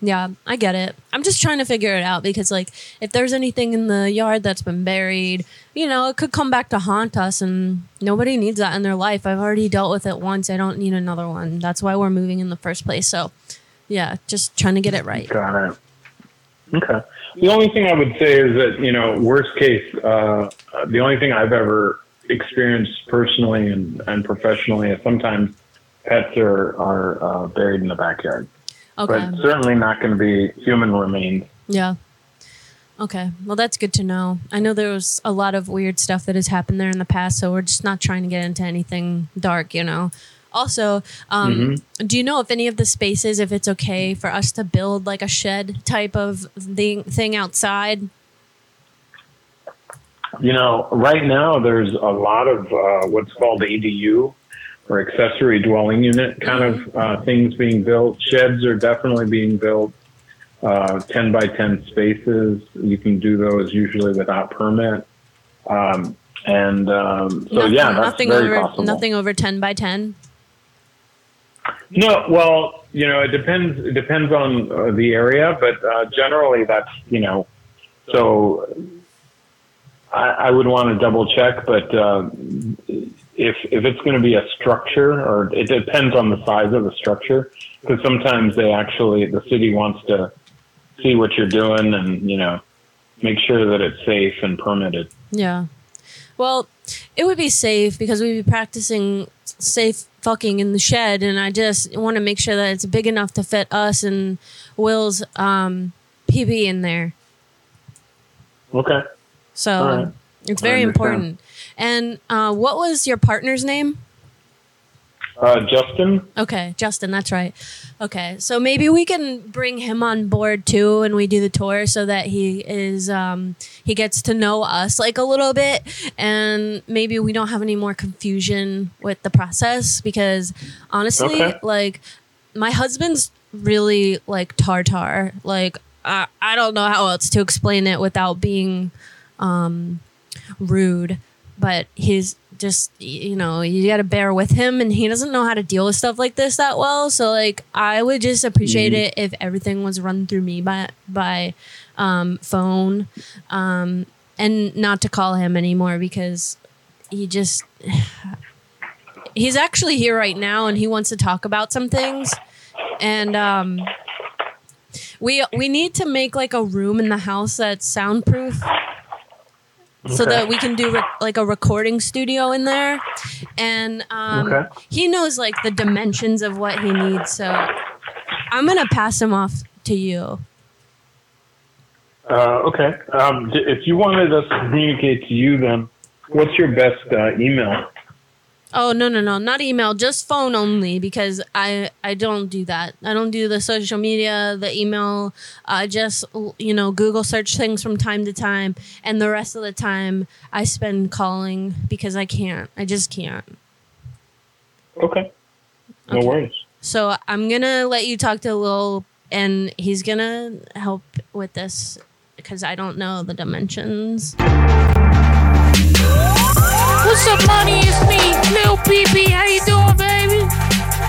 [SPEAKER 3] Yeah, I get it. I'm just trying to figure it out because, like, if there's anything in the yard that's been buried, you know, it could come back to haunt us, and nobody needs that in their life. I've already dealt with it once. I don't need another one. That's why we're moving in the first place. So, yeah, just trying to get it right.
[SPEAKER 23] Got it. Okay. The only thing I would say is that you know, worst case, uh, the only thing I've ever experienced personally and, and professionally is sometimes pets are are uh, buried in the backyard,
[SPEAKER 3] Okay.
[SPEAKER 23] but certainly not going to be human remains.
[SPEAKER 3] Yeah. Okay. Well, that's good to know. I know there was a lot of weird stuff that has happened there in the past, so we're just not trying to get into anything dark, you know. Also, um,
[SPEAKER 23] Mm-hmm.
[SPEAKER 3] do you know if any of the spaces, if it's okay for us to build like a shed type of thing, thing outside?
[SPEAKER 23] You know, right now there's a lot of uh, what's called ADU or accessory dwelling unit kind of uh, things being built. Sheds are definitely being built. Uh, 10 by 10 spaces. You can do those usually without permit. Um, and um, so,
[SPEAKER 3] nothing,
[SPEAKER 23] yeah, that's
[SPEAKER 3] nothing
[SPEAKER 23] very
[SPEAKER 3] over
[SPEAKER 23] possible.
[SPEAKER 3] nothing over ten by ten.
[SPEAKER 23] No, well, you know, it depends. It depends on uh, the area, but uh, generally, that's you know. So, I, I would want to double check, but uh, if if it's going to be a structure, or it depends on the size of the structure, because sometimes they actually the city wants to see what you're doing and you know make sure that it's safe and permitted.
[SPEAKER 3] Yeah. Well, it would be safe because we'd be practicing safe fucking in the shed, and I just want to make sure that it's big enough to fit us and Will's um, PB in there.
[SPEAKER 23] Okay.
[SPEAKER 3] So
[SPEAKER 23] All right.
[SPEAKER 3] it's
[SPEAKER 23] I
[SPEAKER 3] very
[SPEAKER 23] understand.
[SPEAKER 3] important. And uh, what was your partner's name?
[SPEAKER 23] Uh, Justin,
[SPEAKER 3] Okay, Justin, that's right. Okay, so maybe we can bring him on board too, and we do the tour so that he is um, he gets to know us like a little bit, and maybe we don't have any more confusion with the process because honestly,
[SPEAKER 7] Okay.
[SPEAKER 3] like my husband's really like tartar. Like I, I don't know how else to explain it without being um, rude, but he's just y- you know you got to bear with him, and he doesn't know how to deal with stuff like this that well. So like I would just appreciate
[SPEAKER 7] Mhm.
[SPEAKER 3] it if everything was run through me by by um, phone, um, and not to call him anymore because he just he's actually here right now and he wants to talk about some things and um we we need to make like a room in the house that's soundproof so
[SPEAKER 7] Okay.
[SPEAKER 3] that we can do re- like a recording studio in there and um
[SPEAKER 7] Okay.
[SPEAKER 3] he knows like the dimensions of what he needs so i'm gonna pass him off to you
[SPEAKER 23] Uh, okay. Um, d- if you wanted us to communicate to you, then what's your best uh, email?
[SPEAKER 3] Oh no no no! Not email, just phone only because I I don't do that. I don't do the social media, the email. I just you know Google search things from time to time, and the rest of the time I spend calling because I can't. I just can't.
[SPEAKER 23] Okay. No worries.
[SPEAKER 3] So I'm gonna let you talk to Lil, and he's gonna help with this because I don't know the dimensions.
[SPEAKER 2] What's up, money? It's me, Lil BB. How you doing, baby?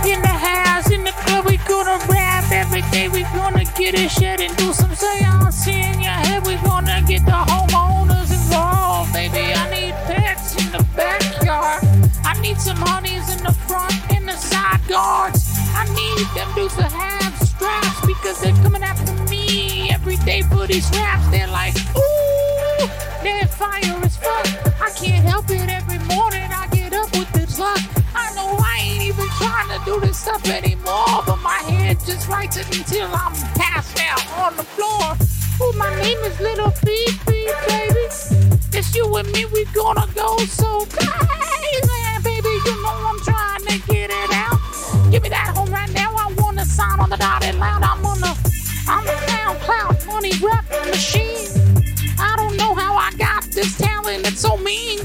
[SPEAKER 2] In the house, in the club, we gonna rap every day. We gonna get a shit and do some seance in your head. We gonna get the homeowners involved, baby. I need pets in the backyard. I need some honeys in the front and the side yards. I need them dudes to have straps because they're coming after me every day for these raps. They're like, ooh, they're fire as fuck. I can't help it every morning. I get up with this luck. I know I ain't even trying to do this stuff anymore, but my head just writes it until I'm passed out on the floor. Oh, my name is Little Fifi, baby. It's you and me, we gonna go so crazy, baby. You know I'm trying to get it out. Give me that home right now. I wanna sign on the dotted line. I'm on the, I'm the SoundCloud money rap machine. I don't know how I got this talent, it's so mean.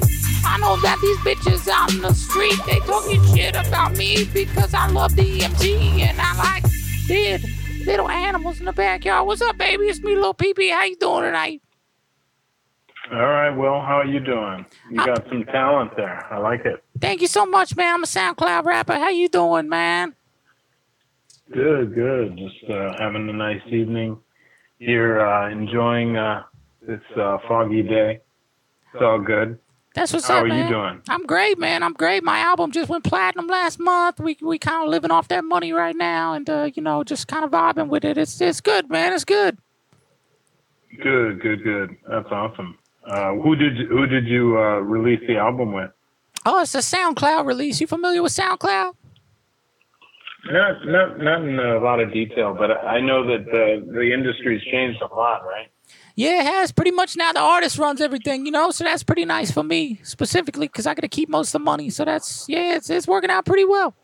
[SPEAKER 2] I know that these bitches on the street, they talking shit about me because I love DMT and I like dead little animals in the backyard. What's up, baby? It's me, little PP. How you doing tonight?
[SPEAKER 23] All right, Will, how are you doing? You got some talent there. I like it.
[SPEAKER 2] Thank you so much, man. I'm a SoundCloud rapper. How you doing, man?
[SPEAKER 23] Good, good. Just uh, having a nice evening here, uh, enjoying uh, this uh, foggy day. It's all good.
[SPEAKER 2] That's what's
[SPEAKER 23] How
[SPEAKER 2] up,
[SPEAKER 23] are
[SPEAKER 2] man.
[SPEAKER 23] you doing?
[SPEAKER 2] I'm great, man. I'm great. My album just went platinum last month. We we kind of living off that money right now, and uh, you know, just kind of vibing with it. It's it's good, man. It's good.
[SPEAKER 23] Good, good, good. That's awesome. Uh, who did you, who did you uh, release the album with?
[SPEAKER 2] Oh, it's a SoundCloud release. You familiar with SoundCloud?
[SPEAKER 23] Not not not in a lot of detail, but I I know that the the industry's changed a lot, right?
[SPEAKER 2] Yeah, it has pretty much now. The artist runs everything, you know, so that's pretty nice for me specifically because I got to keep most of the money. So that's yeah, it's it's working out pretty well.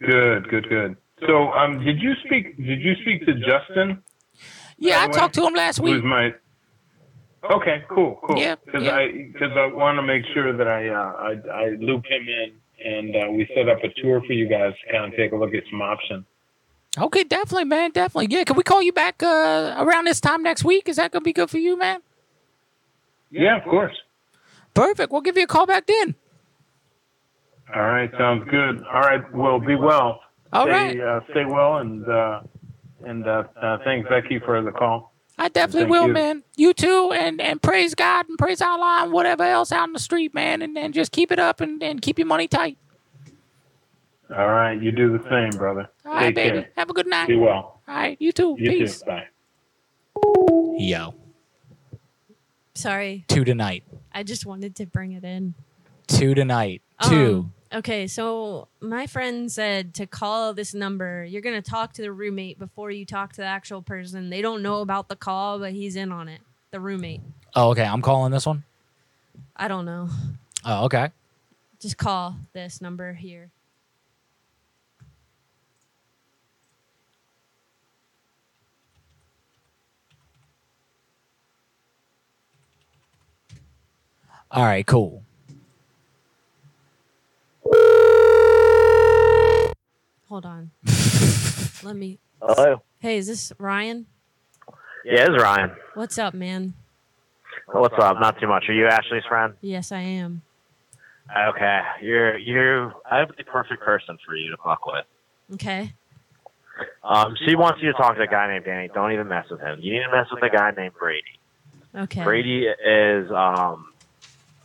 [SPEAKER 23] Good, good, good. So, um, did you speak? Did you speak to Justin?
[SPEAKER 2] Yeah, I
[SPEAKER 23] By the way?
[SPEAKER 2] talked to him last
[SPEAKER 23] Who's
[SPEAKER 2] week.
[SPEAKER 23] my? Okay, cool, cool.
[SPEAKER 2] Yeah,
[SPEAKER 23] because
[SPEAKER 2] yeah.
[SPEAKER 23] I because I want to make sure that I uh, I, I loop him in, and uh, we set up a tour for you guys to kind of take a look at some options.
[SPEAKER 2] Okay, definitely, man, definitely. Yeah, can we call you back uh, around this time next week? Is that gonna be good for you, man?
[SPEAKER 23] Yeah, of course.
[SPEAKER 2] Perfect. We'll give you a call back then.
[SPEAKER 23] All right, sounds good. All right, well, be well.
[SPEAKER 2] All
[SPEAKER 23] stay, uh, stay well, and uh, and uh, uh, thanks, Becky, for the call.
[SPEAKER 2] I definitely
[SPEAKER 23] Thank
[SPEAKER 2] will,
[SPEAKER 23] you.
[SPEAKER 2] man. You too, and and praise God and praise Allah and whatever else out in the street, man, and, and just keep it up and, and keep your money tight.
[SPEAKER 23] All right, you do the same, brother.
[SPEAKER 2] All right,
[SPEAKER 23] Take
[SPEAKER 2] baby.
[SPEAKER 23] care.
[SPEAKER 2] Have a good night.
[SPEAKER 23] Be well.
[SPEAKER 2] All right, you too.
[SPEAKER 23] You
[SPEAKER 2] Peace.
[SPEAKER 23] too. Bye.
[SPEAKER 4] Yo,
[SPEAKER 3] Sorry,
[SPEAKER 4] two tonight,
[SPEAKER 3] I just wanted to bring it in.
[SPEAKER 4] two tonight, two.
[SPEAKER 3] Um, okay, so my friend said to call this number. You're going to talk to the roommate before you talk to the actual person. They don't know about the call, but he's in on it. The roommate.
[SPEAKER 4] Oh, okay. I'm calling this one.
[SPEAKER 3] I don't know.
[SPEAKER 4] Oh, okay.
[SPEAKER 3] Just call this number here.
[SPEAKER 4] All right, cool.
[SPEAKER 3] Hold
[SPEAKER 4] [laughs]
[SPEAKER 3] on. Let me.
[SPEAKER 19] Hello.
[SPEAKER 3] Hey, is this Ryan?
[SPEAKER 19] Yeah, it's Ryan.
[SPEAKER 3] What's up, man?
[SPEAKER 19] What's up? Not too much. Are you Ashley's friend?
[SPEAKER 3] Yes, I am.
[SPEAKER 19] Okay. You're you. I'm the perfect person for you to fuck with.
[SPEAKER 3] Okay.
[SPEAKER 19] Um, she wants you to talk to a guy named Danny. Don't even mess with him. You need to mess with a guy named Brady.
[SPEAKER 3] Okay.
[SPEAKER 19] Brady is um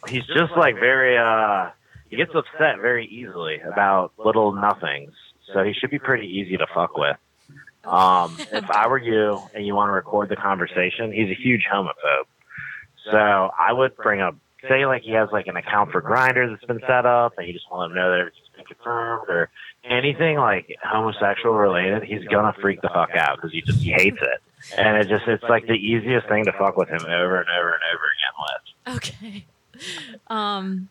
[SPEAKER 19] he's just like very uh he gets upset very easily about little nothings. So he should be pretty easy to fuck with. Um if I were you and you want to record the conversation, he's a huge homophobe. So I would bring up say like he has like an account for Grinder that's been set up and you just want to know that it's been
[SPEAKER 22] Uh,
[SPEAKER 19] confirmed or anything like homosexual related, he's gonna freak the fuck out because he just he hates it. And it just it's like the easiest thing to fuck with him over and over and over again with.
[SPEAKER 3] Okay. Um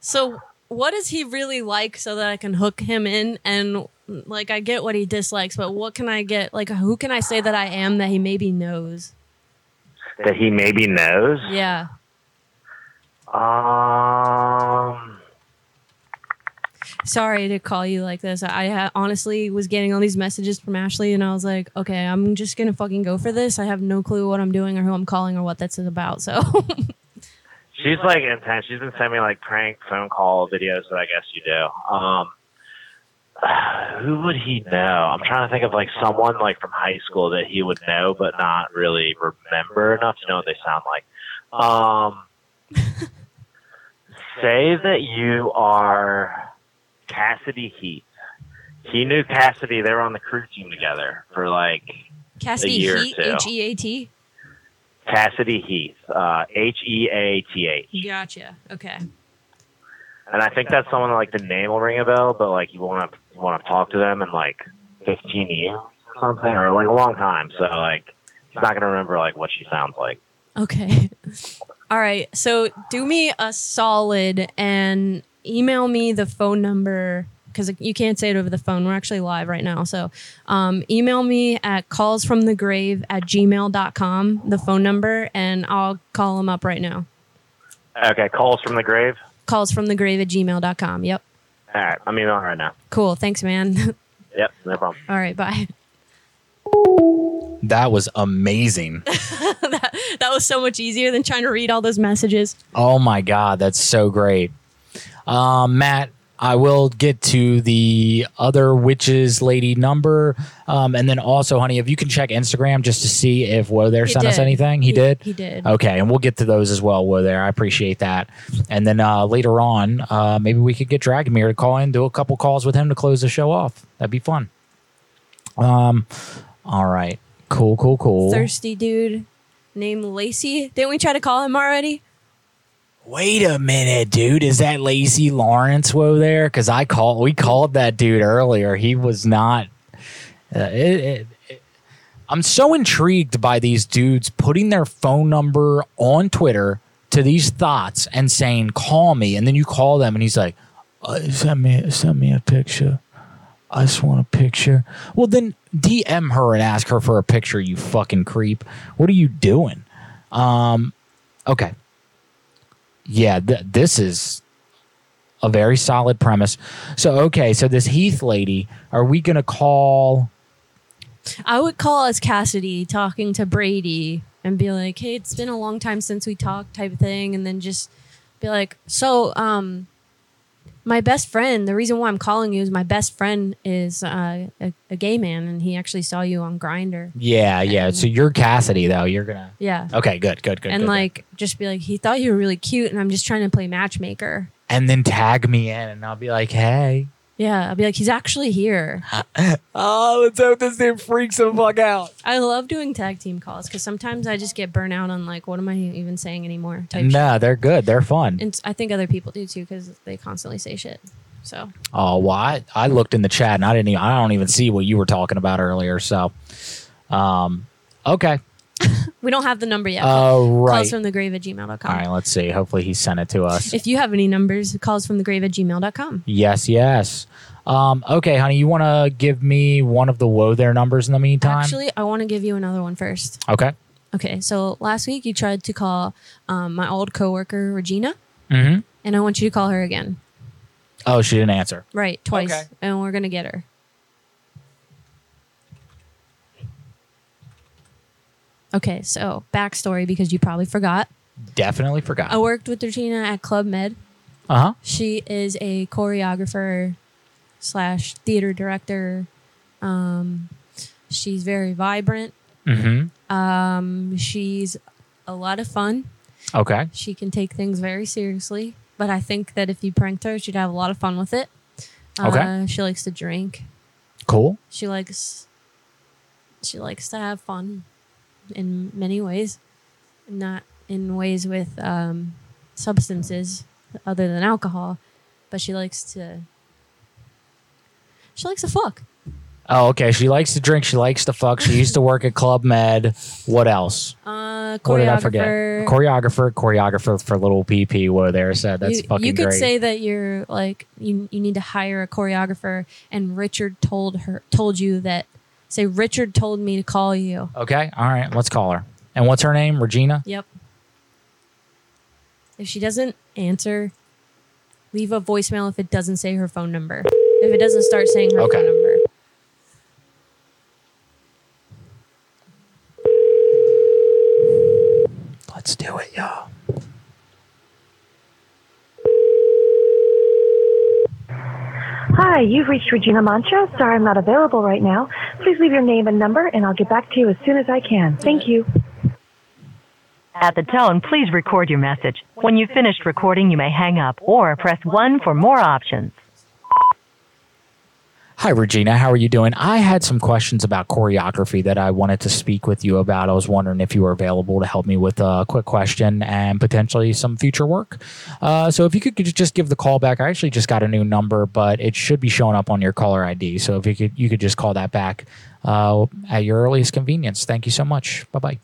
[SPEAKER 3] so what is he really like so that I can hook him in and like I get what he dislikes, but what can I get like who can I say that I am that he maybe knows?
[SPEAKER 19] That he maybe knows.
[SPEAKER 3] Yeah.
[SPEAKER 19] Um
[SPEAKER 3] Sorry to call you like this. I ha- honestly was getting all these messages from Ashley and I was like, okay, I'm just going to fucking go for this. I have no clue what I'm doing or who I'm calling or what that's about. So [laughs]
[SPEAKER 19] she's like intense. She's been sending me like prank phone call videos that I guess you do. Um [sighs] who would he know? I'm trying to think of like someone like from high school that he would know but not really remember enough to know what they sound like.
[SPEAKER 3] [laughs]
[SPEAKER 19] Um say that you are Cassidy Heat. He knew Cassidy. They were on the crew team together for like
[SPEAKER 3] Cassidy
[SPEAKER 19] year or
[SPEAKER 3] Heat,
[SPEAKER 19] two.
[SPEAKER 3] H E A T.
[SPEAKER 19] Cassidy Heath, uh, H E A T H.
[SPEAKER 3] Gotcha. Okay.
[SPEAKER 19] And I think that's someone like the name will ring a bell, but like you won't have you won't have talked to them in like 15 years or something, or like a long time. So like he's not gonna remember like what she sounds like.
[SPEAKER 3] Okay. [laughs] All right. So do me a solid and email me the phone number because you can't say it over the phone. We're actually live right now. So um, email me at callsfromthegrave at gmail.com, the phone number, and I'll call him up right now.
[SPEAKER 19] Okay, calls from the grave.
[SPEAKER 3] Callsfromthegrave at gmail.com. Yep.
[SPEAKER 19] All right, I'm emailing right now.
[SPEAKER 3] Cool. Thanks, man. [laughs]
[SPEAKER 19] Yep, no problem.
[SPEAKER 3] All right. Bye. [laughs]
[SPEAKER 4] That was amazing.
[SPEAKER 3] That was so much easier than trying to read all those messages.
[SPEAKER 4] Oh my God, that's so great. Um, Matt, I will get to the other witches lady number. Um, and then also, honey, if you can check Instagram just to see if Woe There
[SPEAKER 3] He
[SPEAKER 4] sent us
[SPEAKER 3] did.
[SPEAKER 4] anything. He,
[SPEAKER 3] He-
[SPEAKER 4] did?
[SPEAKER 3] he did.
[SPEAKER 4] Okay. And we'll get to those as well, Woe There. I appreciate that. And then uh, later on, uh, maybe we could get Dragomir to call in, do a couple calls with him to close the show off. That'd be fun. Um, all right. Cool, cool, cool.
[SPEAKER 3] Thirsty dude named Lacey. Didn't we try to call him already?
[SPEAKER 4] Wait a minute, dude. Is that Lazy Lawrence Woe there? Because I called. We called that dude earlier. He was not. uh, it- it- it- I'm so intrigued by these dudes putting their phone number on Twitter to these thoughts and saying, "Call me," and then you call them, and he's like, uh, "Send me, send me a picture. I just want a picture." Well, then DM her and ask her for a picture. You fucking creep. What are you doing? Um, okay yeah, th- this is a very solid premise. So, okay, so this Heath lady, are we going to call?
[SPEAKER 3] I would call us Cassidy talking to Brady and be like, "Hey, it's been a long time since we talked," type of thing, and then just be like, "So, um, my best friend. The reason why I'm calling you is my best friend is uh, a, a gay man, and he actually saw you on Grinder.
[SPEAKER 4] Yeah, yeah. So you're Cassidy, though. You're going to.
[SPEAKER 3] Yeah,
[SPEAKER 4] Okay, good, good, good.
[SPEAKER 3] and
[SPEAKER 4] good.
[SPEAKER 3] like, just be like, he thought you were really cute, and I'm just trying to play matchmaker.
[SPEAKER 4] and then tag me in, and I'll be like, hey.
[SPEAKER 3] Yeah, I'll be like, he's actually here.
[SPEAKER 4] [laughs] Oh, let's hope this dude freaks the fuck out.
[SPEAKER 3] I love doing tag team calls because sometimes I just get burnt out on like, what am I even saying anymore? Type shit.
[SPEAKER 4] No, they're good. They're fun.
[SPEAKER 3] And I think other people do too because they constantly say shit. So
[SPEAKER 4] Oh, well, I, I looked in the chat and I didn't even, I don't even see what you were talking about earlier. So, um, okay.
[SPEAKER 3] we don't have the number yet.
[SPEAKER 4] Oh, right.
[SPEAKER 3] Calls from the grave at gmail.com.
[SPEAKER 4] All right, let's see. Hopefully he sent it to us.
[SPEAKER 3] If you have any numbers, calls from the grave at gmail.com.
[SPEAKER 4] Yes, yes. Um, okay, honey, you want to give me one of the woe there numbers in the meantime?
[SPEAKER 3] Actually, I want to give you another one first.
[SPEAKER 4] okay.
[SPEAKER 3] Okay. So last week you tried to call um, my old coworker, Regina,
[SPEAKER 4] Mm-hmm.
[SPEAKER 3] and I want you to call her again.
[SPEAKER 4] Oh, she didn't answer.
[SPEAKER 3] Right. Twice. And we're going to get her. Okay. So backstory because you probably forgot.
[SPEAKER 4] Definitely forgot.
[SPEAKER 3] I worked with Regina at Club Med.
[SPEAKER 4] Uh huh.
[SPEAKER 3] She is a choreographer slash theater director. Um, she's very vibrant.
[SPEAKER 4] Mm
[SPEAKER 3] Um, she's a lot of fun.
[SPEAKER 4] hmm. Okay.
[SPEAKER 3] She can take things very seriously, but I think that if you pranked her, she'd have a lot of fun with it. Uh,
[SPEAKER 4] Okay.
[SPEAKER 3] she likes to drink.
[SPEAKER 4] Cool.
[SPEAKER 3] She likes. She likes to have fun, in many ways, not in ways with um, substances other than alcohol, but she likes to. She likes to fuck.
[SPEAKER 4] Oh, okay. She likes to drink. She likes to fuck. She used to work at Club Med. What else?
[SPEAKER 3] Uh,
[SPEAKER 4] What did I forget?
[SPEAKER 3] choreographer.
[SPEAKER 4] Choreographer, choreographer for little PP. Whoa, there said that's
[SPEAKER 3] you,
[SPEAKER 4] fucking
[SPEAKER 3] you could
[SPEAKER 4] great.
[SPEAKER 3] say that you're like you, you need to hire a choreographer and richard told her told you that say richard told me to call you
[SPEAKER 4] okay. All right. Let's call her. And what's her name? Regina.
[SPEAKER 3] yep if she doesn't answer leave a voicemail if it doesn't say her phone number if it doesn't start saying her phone number
[SPEAKER 4] Let's do it, y'all.
[SPEAKER 7] Hi, you've reached Regina Mancha. Sorry I'm not available right now. Please leave your name and number, and I'll get back to you as soon as I can. Thank you.
[SPEAKER 8] At the tone, please record your message. When you've finished recording, you may hang up or press 1 for more options.
[SPEAKER 4] Hi, Regina. How are you doing? I had some questions about choreography that I wanted to speak with you about. I was wondering if you were available to help me with a quick question and potentially some future work. Uh, so, if you could could just give the call back, I actually just got a new number, but it should be showing up on your caller ID. So, if you could, you could just call that back uh, at your earliest convenience. Thank you so much. Bye bye.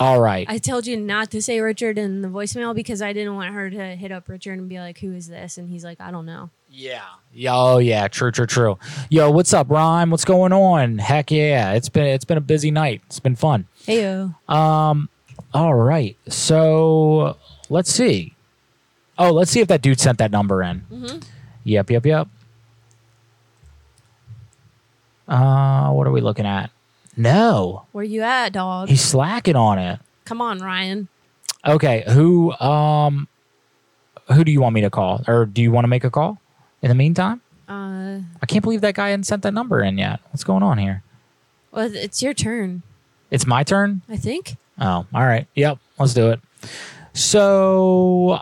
[SPEAKER 4] All right.
[SPEAKER 3] I told you not to say Richard in the voicemail because I didn't want her to hit up Richard and be like, "Who is this?" And he's like, "I don't know."
[SPEAKER 4] Yeah. Yo, Oh, yeah, true, true, true. Yo, what's up, Rhyme? What's going on? Heck yeah, it's been it's been a busy night. It's been fun.
[SPEAKER 3] Heyo.
[SPEAKER 4] Um, all right. So let's see. Oh, let's see if that dude sent that number in.
[SPEAKER 3] Mhm.
[SPEAKER 4] Yep, yep, yep. Uh, what are we looking at? No,
[SPEAKER 3] Where you at, dog?
[SPEAKER 4] he's slacking on it.
[SPEAKER 3] Come on, Ryan.
[SPEAKER 4] Okay, who um, who do you want me to call, or do you want to make a call in the meantime?
[SPEAKER 3] Uh,
[SPEAKER 4] I can't believe that guy hadn't sent that number in yet. What's going on here?
[SPEAKER 3] well, it's your turn,
[SPEAKER 4] It's my turn.
[SPEAKER 3] I think.
[SPEAKER 4] Oh, all right. Yep, let's do it. So,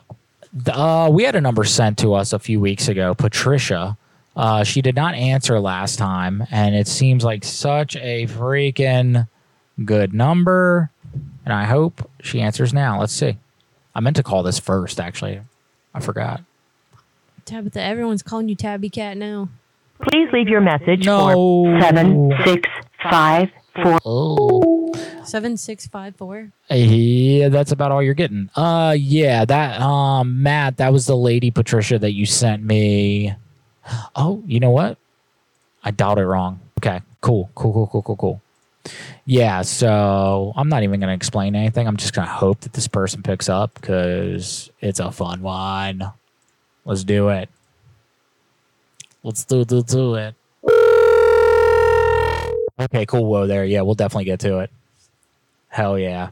[SPEAKER 4] th- uh, we had a number sent to us a few weeks ago, Patricia. Uh, she did not answer last time, and it seems like such a freaking good number. And I hope she answers now. Let's see. I meant to call this first, actually. I forgot.
[SPEAKER 3] Tabitha, everyone's calling you Tabby Cat now.
[SPEAKER 8] Please leave your message for seven six five four.
[SPEAKER 4] Oh.
[SPEAKER 3] Seven six five four.
[SPEAKER 4] Yeah, that's about all you're getting. Uh yeah, that um Matt, that was the lady Patricia that you sent me. Oh, you know what? I dialed it wrong. Okay. Cool. Cool, cool, cool, cool, cool. Yeah, so I'm not even gonna explain anything. I'm just gonna hope that this person picks up because it's a fun one. Let's do it. Let's do do do it. Okay, cool. Whoa there. Yeah, we'll definitely get to it. Hell yeah.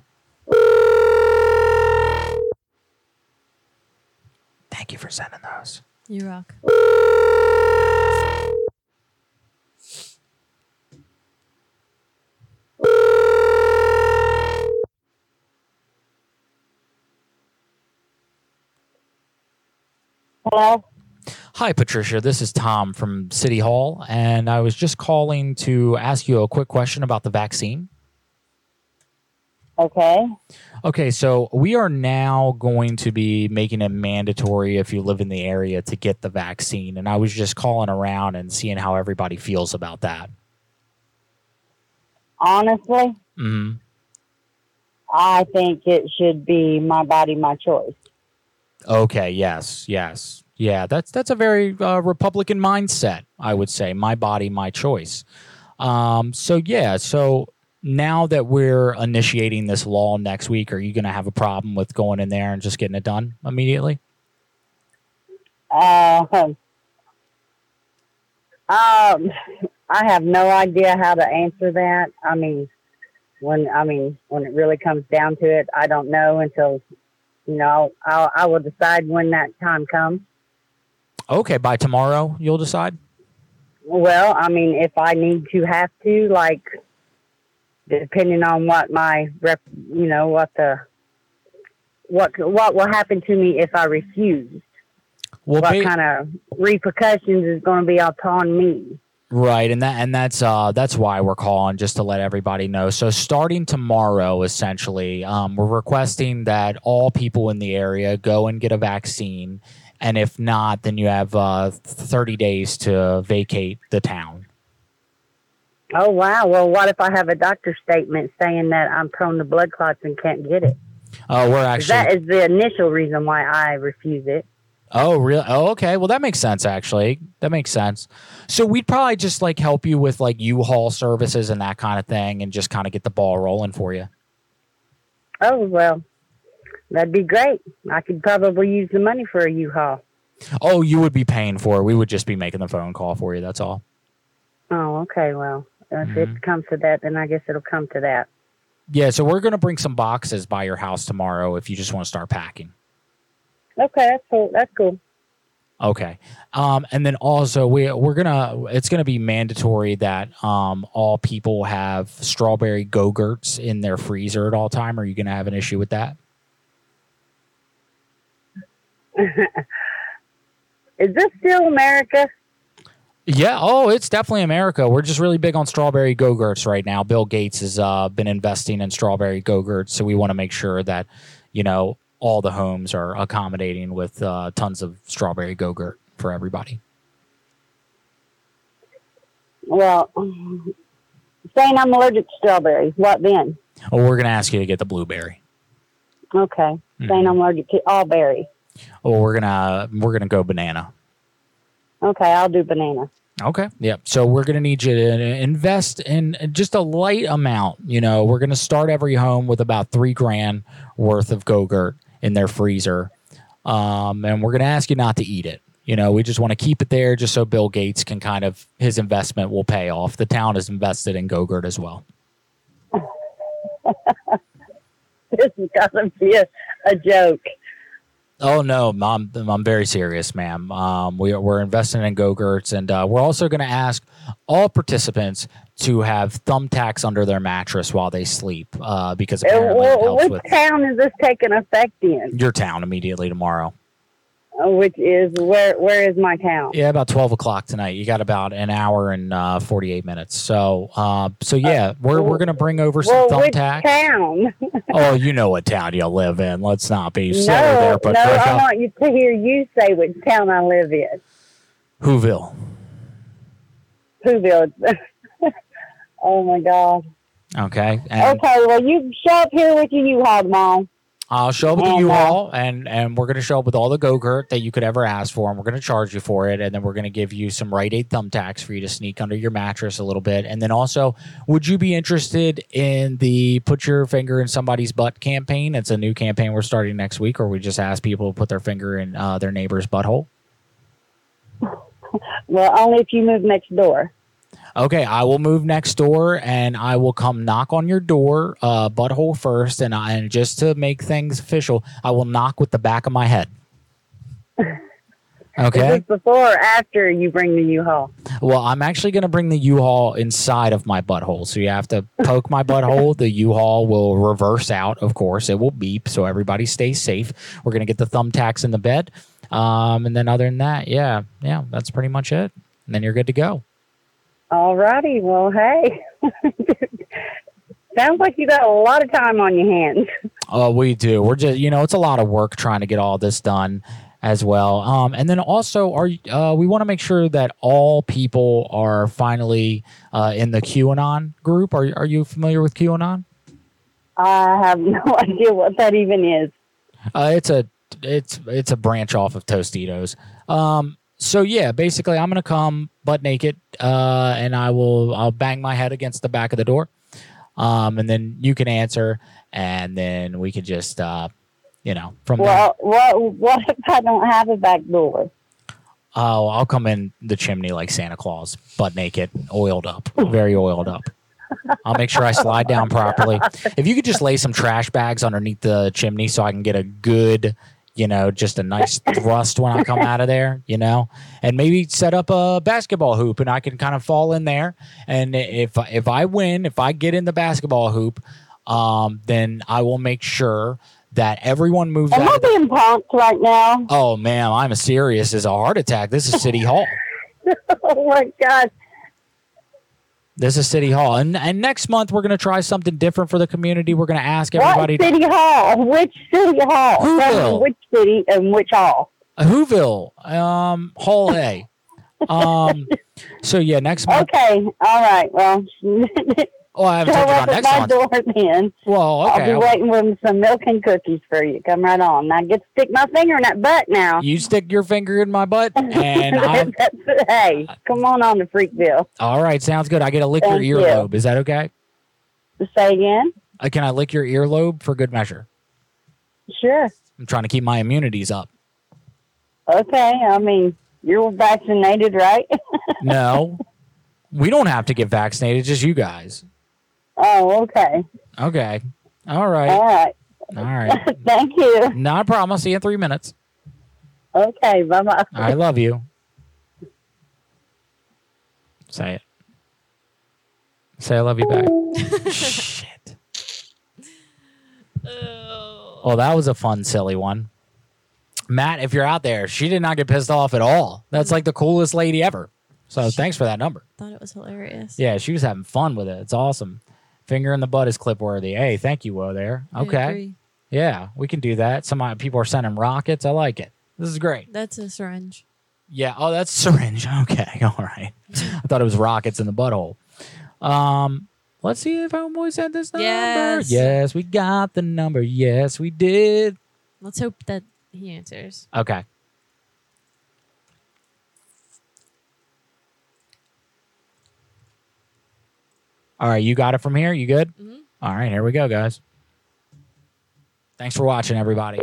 [SPEAKER 4] Thank you for sending those.
[SPEAKER 3] You rock.
[SPEAKER 12] Hello.
[SPEAKER 4] Hi, Patricia. This is Tom from City Hall, and I was just calling to ask you a quick question about the vaccine.
[SPEAKER 12] Okay.
[SPEAKER 4] Okay, so we are now going to be making it mandatory if you live in the area to get the vaccine, and I was just calling around and seeing how everybody feels about that.
[SPEAKER 12] Honestly,
[SPEAKER 4] hmm
[SPEAKER 12] I think it should be my body, my choice.
[SPEAKER 4] Okay. Yes. Yes. Yeah. That's that's a very uh, Republican mindset, I would say. My body, my choice. Um, so yeah. So now that we're initiating this law next week, are you going to have a problem with going in there and just getting it done immediately?
[SPEAKER 12] Uh, [laughs] um, I have no idea how to answer that. I mean, when I mean when it really comes down to it, I don't know until you know I'll, I will decide when that time comes.
[SPEAKER 4] Okay. By tomorrow, you'll decide.
[SPEAKER 12] Well, I mean, if I need to have to, like, depending on what my rep, you know, what the what what will happen to me if I refuse.
[SPEAKER 4] Well,
[SPEAKER 12] what
[SPEAKER 4] ba-
[SPEAKER 12] kind of repercussions is going to be upon me?
[SPEAKER 4] Right, and that and that's uh that's why we're calling just to let everybody know. So starting tomorrow, essentially, um, we're requesting that all people in the area go and get a vaccine, and if not, then you have uh, thirty days to vacate the town.
[SPEAKER 12] Oh wow! Well, what if I have a doctor's statement saying that I'm prone to blood clots and can't get it?
[SPEAKER 4] Uh, we're actually
[SPEAKER 12] that is the initial reason why I refuse it.
[SPEAKER 4] Oh, really? Oh, okay. Well, that makes sense. Actually, that makes sense. So we'd probably just like help you with like U-Haul services and that kind of thing, and just kind of get the ball rolling for you.
[SPEAKER 12] Oh well, that'd be great. I could probably use the money for a U-Haul.
[SPEAKER 4] Oh, you would be paying for it. We would just be making the phone call for you. That's all.
[SPEAKER 12] Oh, okay. Well, if
[SPEAKER 4] Mm-hmm.
[SPEAKER 12] it comes to that, then I guess it'll come to that.
[SPEAKER 4] Yeah, so we're gonna bring some boxes by your house tomorrow if you just want to start packing.
[SPEAKER 12] Okay, that's cool. That's [laughs] cool.
[SPEAKER 4] Okay, um, and then also we we're gonna it's gonna be mandatory that um, all people have strawberry go-gurts in their freezer at all time. Are you gonna have an issue with that?
[SPEAKER 12] Is this still America?
[SPEAKER 4] Yeah. Oh, it's definitely America. We're just really big on strawberry go-gurts right now. Bill Gates has uh, been investing in strawberry go-gurts, so we want to make sure that you know all the homes are accommodating with uh, tons of strawberry go-gurt for everybody.
[SPEAKER 12] Well, saying I'm allergic to strawberry. What then?
[SPEAKER 4] Oh, we're gonna ask you to get the blueberry.
[SPEAKER 12] Okay.
[SPEAKER 4] Mm-hmm.
[SPEAKER 12] Saying I'm allergic to all berries.
[SPEAKER 4] Oh, we're gonna we're gonna go banana.
[SPEAKER 12] Okay, I'll do banana. [laughs]
[SPEAKER 4] Okay. Yeah. So we're going to need you to invest in just a light amount. You know, we're going to start every home with about three grand worth of Go-Gurt in their freezer. Um, and we're going to ask you not to eat it. You know, we just want to keep it there just so Bill Gates can kind of, his investment will pay off. The town is invested in Go-Gurt as well.
[SPEAKER 12] This has got to be a, a joke.
[SPEAKER 4] Oh no, I'm I'm very serious, ma'am. Um, we are, we're investing in go-gurts, and uh, we're also going to ask all participants to have thumbtacks under their mattress while they sleep, uh, because
[SPEAKER 12] Uh,
[SPEAKER 4] apparently it
[SPEAKER 12] wh-
[SPEAKER 4] helps
[SPEAKER 12] which
[SPEAKER 4] with
[SPEAKER 12] town is this taking effect in?
[SPEAKER 4] your town immediately tomorrow.
[SPEAKER 12] Uh, Which is where? Where is my town?
[SPEAKER 4] Yeah, about twelve o'clock tonight. You got about an hour and uh, forty-eight minutes. So, uh, so yeah, we're we're going to bring over some
[SPEAKER 12] well, which
[SPEAKER 4] thumbtacks.
[SPEAKER 12] town?
[SPEAKER 4] oh, you know what town you live in. Let's not be
[SPEAKER 12] no,
[SPEAKER 4] silly there, but
[SPEAKER 12] no,
[SPEAKER 4] break
[SPEAKER 12] I
[SPEAKER 4] up.
[SPEAKER 12] want you to hear you say which town I live in.
[SPEAKER 4] Whoville.
[SPEAKER 12] Whoville. [laughs] oh my God.
[SPEAKER 4] Okay. And
[SPEAKER 12] okay, well you show up here with your U-Haul tomorrow.
[SPEAKER 4] I'll show up with
[SPEAKER 12] And,
[SPEAKER 4] you
[SPEAKER 12] uh,
[SPEAKER 4] all, and and we're gonna show up with all the go-gurt that you could ever ask for, and we're gonna charge you for it, and then we're gonna give you some Rite Aid thumbtacks for you to sneak under your mattress a little bit, and then also, would you be interested in the put your finger in somebody's butt campaign? It's a new campaign we're starting next week, or we just ask people to put their finger in uh, their neighbor's butthole.
[SPEAKER 12] Well, only if you move next door.
[SPEAKER 4] Okay, I will move next door and I will come knock on your door, uh, butthole first, and I, and just to make things official, I will knock with the back of my head.
[SPEAKER 12] Is
[SPEAKER 4] Okay.
[SPEAKER 12] this before or after you bring the U-Haul?
[SPEAKER 4] Well, I'm actually going to bring the U-Haul inside of my butthole, so you have to poke my butthole. The U-Haul will reverse out, of course. It will beep, so everybody stays safe. We're going to get the thumbtacks in the bed, um, and then other than that, yeah, yeah, that's pretty much it. And then you're good to go.
[SPEAKER 12] All righty. Well, hey. [laughs] Sounds like you got a lot of time on your hands.
[SPEAKER 4] Oh, we do. We're just, you know, it's a lot of work trying to get all this done as well. Um, and then also, are uh, we want to make sure that all people are finally uh, in the QAnon group? Are are you familiar with QAnon?
[SPEAKER 12] I have no [laughs] idea what that even is.
[SPEAKER 4] Uh, it's a it's it's a branch off of Tostitos. Um, so yeah, basically, I'm gonna come butt naked, uh, and I will I'll bang my head against the back of the door, um, and then you can answer, and then we can just uh, you know from there.
[SPEAKER 12] Well, what what if I don't have a back door?
[SPEAKER 4] Oh, I'll come in the chimney like Santa Claus, butt naked, oiled up, very oiled up. I'll make sure I slide down properly. If you could just lay some trash bags underneath the chimney so I can get a good, you know, just a nice thrust when I come out of there, you know, and maybe set up a basketball hoop and I can kind of fall in there. And if if I win, if I get in the basketball hoop, um, then I will make sure that everyone moves
[SPEAKER 12] Am
[SPEAKER 4] out.
[SPEAKER 12] I being punked right now?
[SPEAKER 4] Oh, ma'am, I'm as serious as a heart attack. This is City Hall.
[SPEAKER 12] [laughs] oh my God!
[SPEAKER 4] This is City Hall. And, and next month, we're going to try something different for the community. We're going to ask everybody.
[SPEAKER 12] what city hall? Which city hall?
[SPEAKER 4] Whoville.
[SPEAKER 12] Tell me Which city and which hall?
[SPEAKER 4] Uh, Whoville, um, Hall A.
[SPEAKER 12] [laughs]
[SPEAKER 4] um, so, yeah, next month.
[SPEAKER 12] Okay. All right. Well.
[SPEAKER 4] [laughs] Well, I haven't
[SPEAKER 12] show
[SPEAKER 4] told you
[SPEAKER 12] up
[SPEAKER 4] about
[SPEAKER 12] at
[SPEAKER 4] next
[SPEAKER 12] my
[SPEAKER 4] month.
[SPEAKER 12] door then.
[SPEAKER 4] Well,
[SPEAKER 12] I'll be
[SPEAKER 4] okay, I will.
[SPEAKER 12] waiting with some milk and cookies for you. Come right on. Now get to stick my finger in that butt now.
[SPEAKER 4] You stick your finger in my butt,
[SPEAKER 12] [laughs]
[SPEAKER 4] and I.
[SPEAKER 12] That's- hey, come on on to Freakville.
[SPEAKER 4] All right, sounds good. I get to lick
[SPEAKER 12] Thank you.
[SPEAKER 4] your earlobe. Is that okay?
[SPEAKER 12] Say again.
[SPEAKER 4] Uh, can I lick your earlobe for good measure?
[SPEAKER 12] Sure.
[SPEAKER 4] I'm trying to keep my immunities
[SPEAKER 12] [laughs]
[SPEAKER 4] up.
[SPEAKER 12] Okay. I mean, you're vaccinated, right? [laughs]
[SPEAKER 4] No, we don't have to get vaccinated, just you guys.
[SPEAKER 12] oh, okay.
[SPEAKER 4] Okay. All right.
[SPEAKER 12] All right.
[SPEAKER 4] All right.
[SPEAKER 12] [laughs] Thank you.
[SPEAKER 4] Not a problem. I'll see you in three minutes.
[SPEAKER 12] Okay. Bye bye.
[SPEAKER 4] I love you. Say it. Say I love you back.
[SPEAKER 3] [laughs]
[SPEAKER 4] Shit. Well, that was a fun, silly one. Matt, if you're out there, she did not get pissed off at all. That's like the coolest lady ever. So thanks for that number.
[SPEAKER 3] Thought it was hilarious.
[SPEAKER 4] Yeah, she was having fun with it. It's awesome. Finger in the butt is clip worthy. Hey, thank you, Woe there.
[SPEAKER 3] I
[SPEAKER 4] Okay.
[SPEAKER 3] agree.
[SPEAKER 4] Yeah, we can do that. Some uh, people are sending rockets. I like it. This is great.
[SPEAKER 3] That's a syringe.
[SPEAKER 4] Yeah. Oh, that's syringe. [laughs] Okay. All right. I thought it was rockets in the butthole. Um, let's see if homeboy sent this number.
[SPEAKER 3] Yes.
[SPEAKER 4] Yes, we got the number. Yes, we did.
[SPEAKER 3] Let's hope that he answers.
[SPEAKER 4] Okay. All right, you got it from here. You good? All right, here we go, guys. Thanks for watching, everybody.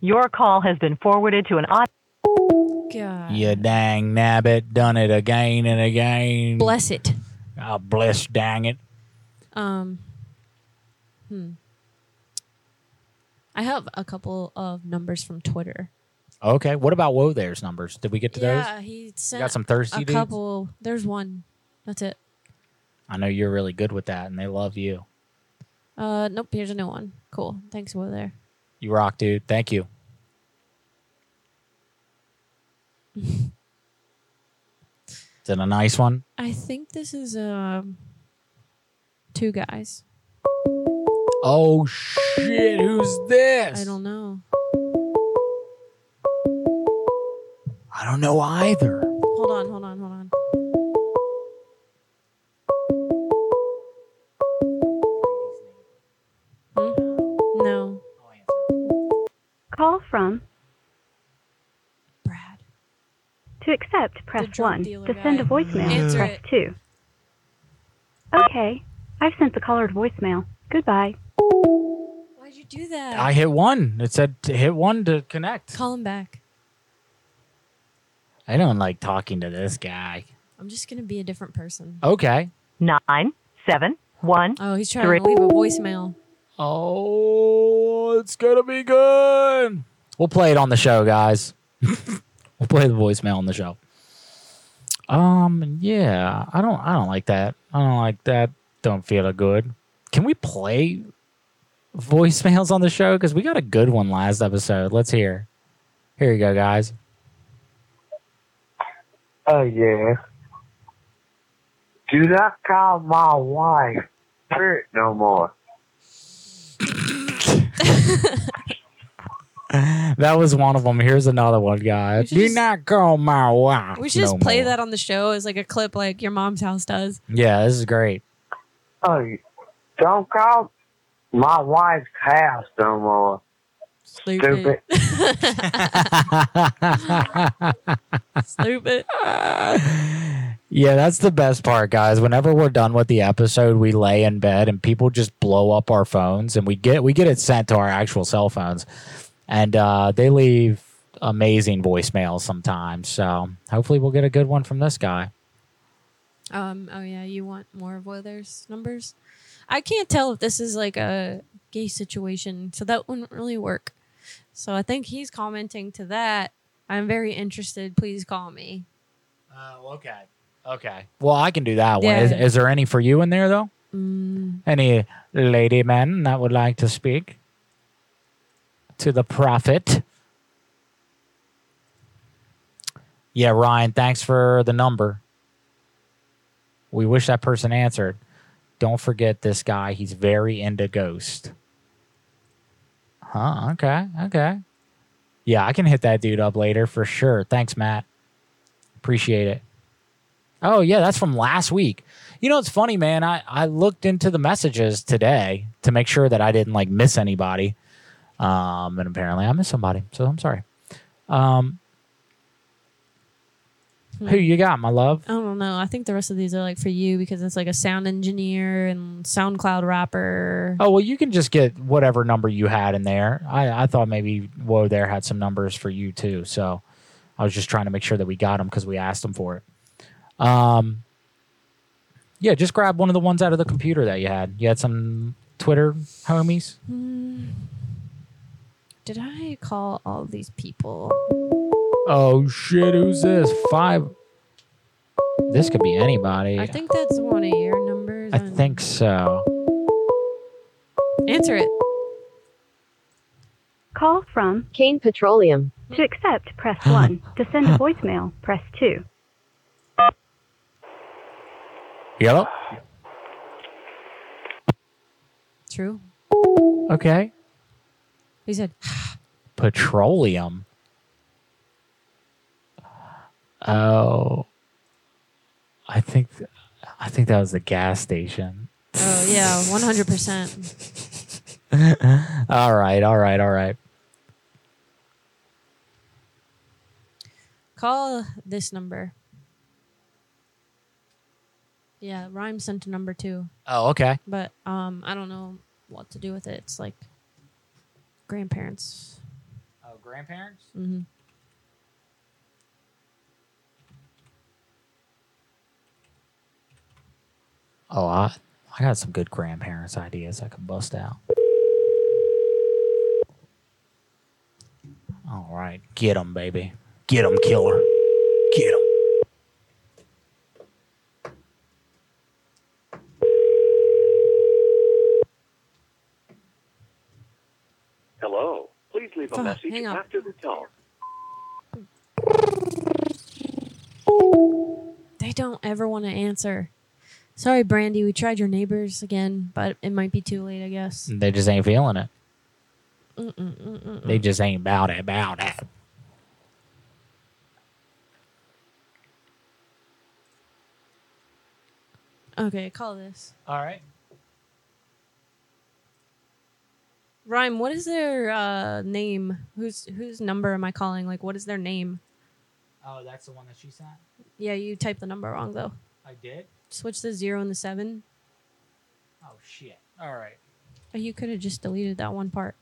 [SPEAKER 8] Your call has been forwarded to an audio.
[SPEAKER 3] God.
[SPEAKER 4] You dang nabbit, done it again and again.
[SPEAKER 3] Bless it.
[SPEAKER 4] Oh, bless, dang it.
[SPEAKER 3] Um. Hmm. I have a couple of numbers from Twitter.
[SPEAKER 4] Okay, what about Woe There's numbers? Did we get to those?
[SPEAKER 3] Yeah, he sent
[SPEAKER 4] some thirsty
[SPEAKER 3] a
[SPEAKER 4] dudes?
[SPEAKER 3] couple. There's one. That's it.
[SPEAKER 4] I know you're really good with that, and they love you.
[SPEAKER 3] Uh, nope. Here's a new one. Cool. Thanks. We're there.
[SPEAKER 4] You rock, dude. Thank you. Is it a nice one?
[SPEAKER 3] I think this is um two guys.
[SPEAKER 4] Oh shit! Who's this?
[SPEAKER 3] I don't know.
[SPEAKER 4] I don't know either.
[SPEAKER 3] Hold on. Hold on. Hold on. Hmm? No.
[SPEAKER 13] Call from Brad. To accept, press
[SPEAKER 3] drug
[SPEAKER 13] 1.
[SPEAKER 3] dealer
[SPEAKER 13] To send a
[SPEAKER 3] guy.
[SPEAKER 13] voicemail,
[SPEAKER 3] Answer
[SPEAKER 13] press
[SPEAKER 3] it.
[SPEAKER 13] 2. Okay. I've sent the caller to voicemail. Goodbye.
[SPEAKER 3] Why'd you do that?
[SPEAKER 4] I hit one. It said to hit one to connect.
[SPEAKER 3] Call him back.
[SPEAKER 4] I don't like talking to this guy.
[SPEAKER 3] I'm just gonna be a different person.
[SPEAKER 4] Okay.
[SPEAKER 8] Nine, seven, one.
[SPEAKER 3] Oh, he's trying to leave a voicemail.
[SPEAKER 4] Oh, it's gonna be good. We'll play it on the show, guys. [laughs] we'll play the voicemail on the show. Um, yeah, I don't, I don't like that. I don't like that. Don't feel good. Can we play voicemails on the show? Because we got a good one last episode. Let's hear. Here you go, guys.
[SPEAKER 22] Oh yeah. Do not call my wife Bert no
[SPEAKER 3] [laughs]
[SPEAKER 22] more.
[SPEAKER 4] [laughs] That was one of them. Here's another one, guys.
[SPEAKER 3] should
[SPEAKER 4] Do
[SPEAKER 3] just-
[SPEAKER 4] not call my wife.
[SPEAKER 3] We should just
[SPEAKER 4] no
[SPEAKER 3] play
[SPEAKER 4] more.
[SPEAKER 3] that on the show as like a clip, like your mom's house does.
[SPEAKER 4] Yeah, this is great.
[SPEAKER 22] Oh, don't call my wife's house no more.
[SPEAKER 3] Stupid.
[SPEAKER 22] [laughs]
[SPEAKER 3] [laughs]
[SPEAKER 2] [laughs]
[SPEAKER 3] Stupid.
[SPEAKER 4] Yeah, that's the best part, guys. Whenever we're done with the episode, we lay in bed and people just blow up our phones and we get we get it sent to our actual cell phones. And uh, they leave amazing voicemails sometimes. So hopefully we'll get a good one from this guy.
[SPEAKER 3] Um. Oh yeah, you want more of Weather's numbers? I can't tell if this is like a gay situation, so that wouldn't really work. So I think he's commenting to that. I'm very interested. Please call me.
[SPEAKER 4] Oh, okay. Okay. Well, I can do that one. Is,
[SPEAKER 3] Yeah.
[SPEAKER 4] is there any for you in there though?
[SPEAKER 3] Mm,
[SPEAKER 4] Any lady men that would like to speak to the prophet? Yeah, Ryan, thanks for the number. We wish that person answered. Don't forget this guy. He's very into ghost. Huh, okay, okay. Yeah, I can hit that dude up later for sure. Thanks, Matt. Appreciate it. Oh yeah, that's from last week. You know, it's funny, man. I, I looked into the messages today to make sure that I didn't like miss anybody. Um, and apparently I missed somebody, so I'm sorry. Um, who you got, my love?
[SPEAKER 3] I don't know. I think the rest of these are like for you because it's like a sound engineer and SoundCloud rapper.
[SPEAKER 4] Oh well, you can just get whatever number you had in there. I, I thought maybe Whoa there had some numbers for you too, so I was just trying to make sure that we got them because we asked them for it. Um, yeah, just grab one of the ones out of the computer that you had. You had some Twitter homies.
[SPEAKER 3] Hmm. Did I call all these people?
[SPEAKER 4] Oh shit, who's this? Five. This could be anybody.
[SPEAKER 3] I think that's one of your numbers.
[SPEAKER 4] I think so.
[SPEAKER 3] Answer it.
[SPEAKER 13] Call from Kane Petroleum. To accept, press 1. to send a voicemail, press 2.
[SPEAKER 4] Yellow.
[SPEAKER 3] True.
[SPEAKER 4] Okay.
[SPEAKER 3] He said, "Oh,
[SPEAKER 4] Petroleum. Oh, I think, th- I think that was the gas station. [laughs]
[SPEAKER 3] "Oh yeah, one hundred percent."
[SPEAKER 4] all right, all right, all right.
[SPEAKER 3] Call this number. Yeah, Rhyme sent a number too.
[SPEAKER 4] Oh, okay.
[SPEAKER 3] But um, I don't know what to do with it. It's like grandparents.
[SPEAKER 4] Oh, grandparents.
[SPEAKER 3] Mm-hmm.
[SPEAKER 4] Oh, I, I got some good grandparents ideas I could bust out. All right, get them, baby. Get them, killer. Get them.
[SPEAKER 14] Hello. Please leave a message after the tone.
[SPEAKER 3] They don't ever want to answer. Sorry, Brandy. We tried your neighbors again, but it might be too late. I guess.
[SPEAKER 4] They just ain't feeling it.
[SPEAKER 3] Mm-mm, mm-mm, mm-mm.
[SPEAKER 4] They just ain't about it, about it.
[SPEAKER 3] Okay, call this.
[SPEAKER 4] All right.
[SPEAKER 3] Rhyme, what is their uh, name? Whose whose number am I calling? Like, what is their name?
[SPEAKER 4] Oh, that's the one that she sent.
[SPEAKER 3] Yeah, you typed the number wrong though.
[SPEAKER 4] I did.
[SPEAKER 3] Switch the zero and the seven.
[SPEAKER 4] Oh shit. All right.
[SPEAKER 3] Oh, you could have just deleted that one part.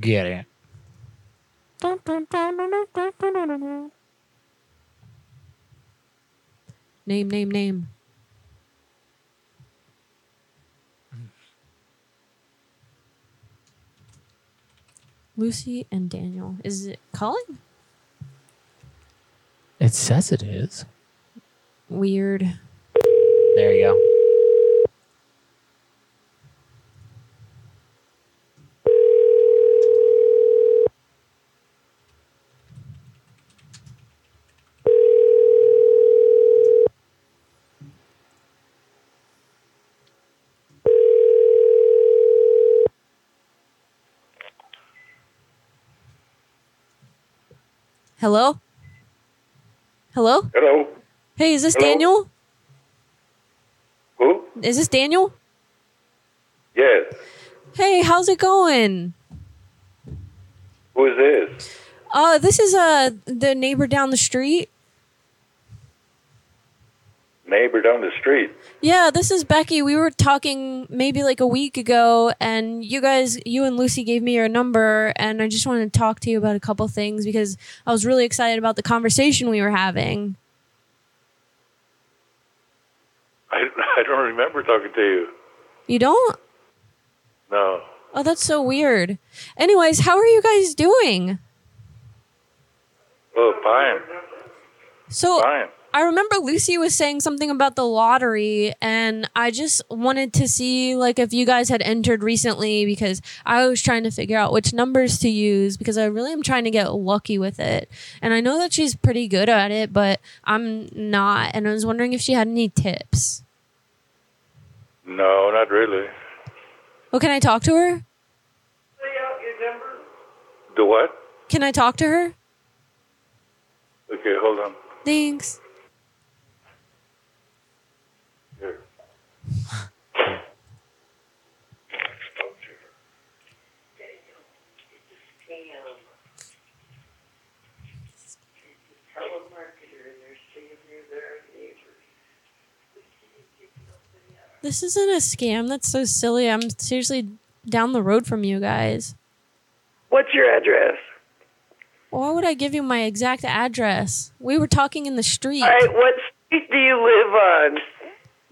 [SPEAKER 4] Get it.
[SPEAKER 3] Name, name, name. Lucy and Daniel. Is it calling?
[SPEAKER 4] It says it is.
[SPEAKER 3] Weird.
[SPEAKER 4] There you go.
[SPEAKER 3] Hello? Hello?
[SPEAKER 24] Hello.
[SPEAKER 3] Hey, is this
[SPEAKER 24] Hello?
[SPEAKER 3] Daniel?
[SPEAKER 24] Who?
[SPEAKER 3] Is this Daniel?
[SPEAKER 24] Yes.
[SPEAKER 3] Hey, how's it going?
[SPEAKER 24] Who is this?
[SPEAKER 3] Uh, this is uh the neighbor down the street.
[SPEAKER 24] Neighbor down the street.
[SPEAKER 3] Yeah, this is Becky. We were talking maybe like a week ago, and you guys, you and Lucy gave me your number, and I just wanted to talk to you about a couple things because I was really excited about the conversation we were having.
[SPEAKER 24] I, [laughs] I don't remember talking to you.
[SPEAKER 3] You don't?
[SPEAKER 24] No.
[SPEAKER 3] Oh, that's so weird. Anyways, how are you guys doing?
[SPEAKER 24] Oh, fine.
[SPEAKER 3] So
[SPEAKER 24] Fine.
[SPEAKER 3] I remember Lucy was saying something about the lottery, and I just wanted to see like if you guys had entered recently because I was trying to figure out which numbers to use because I really am trying to get lucky with it. And I know that she's pretty good at it, but I'm not. And I was wondering if she had any tips.
[SPEAKER 24] No, not really.
[SPEAKER 3] Oh, can I talk to her?
[SPEAKER 24] Do what?
[SPEAKER 3] Can I talk to her?
[SPEAKER 24] Okay, hold on.
[SPEAKER 3] Thanks.
[SPEAKER 24] Here.
[SPEAKER 3] This isn't a scam. That's so silly. I'm seriously down the road from you guys.
[SPEAKER 10] What's your address?
[SPEAKER 3] Why would I give you my exact address? We were talking in the street.
[SPEAKER 10] All right, what street do you live on?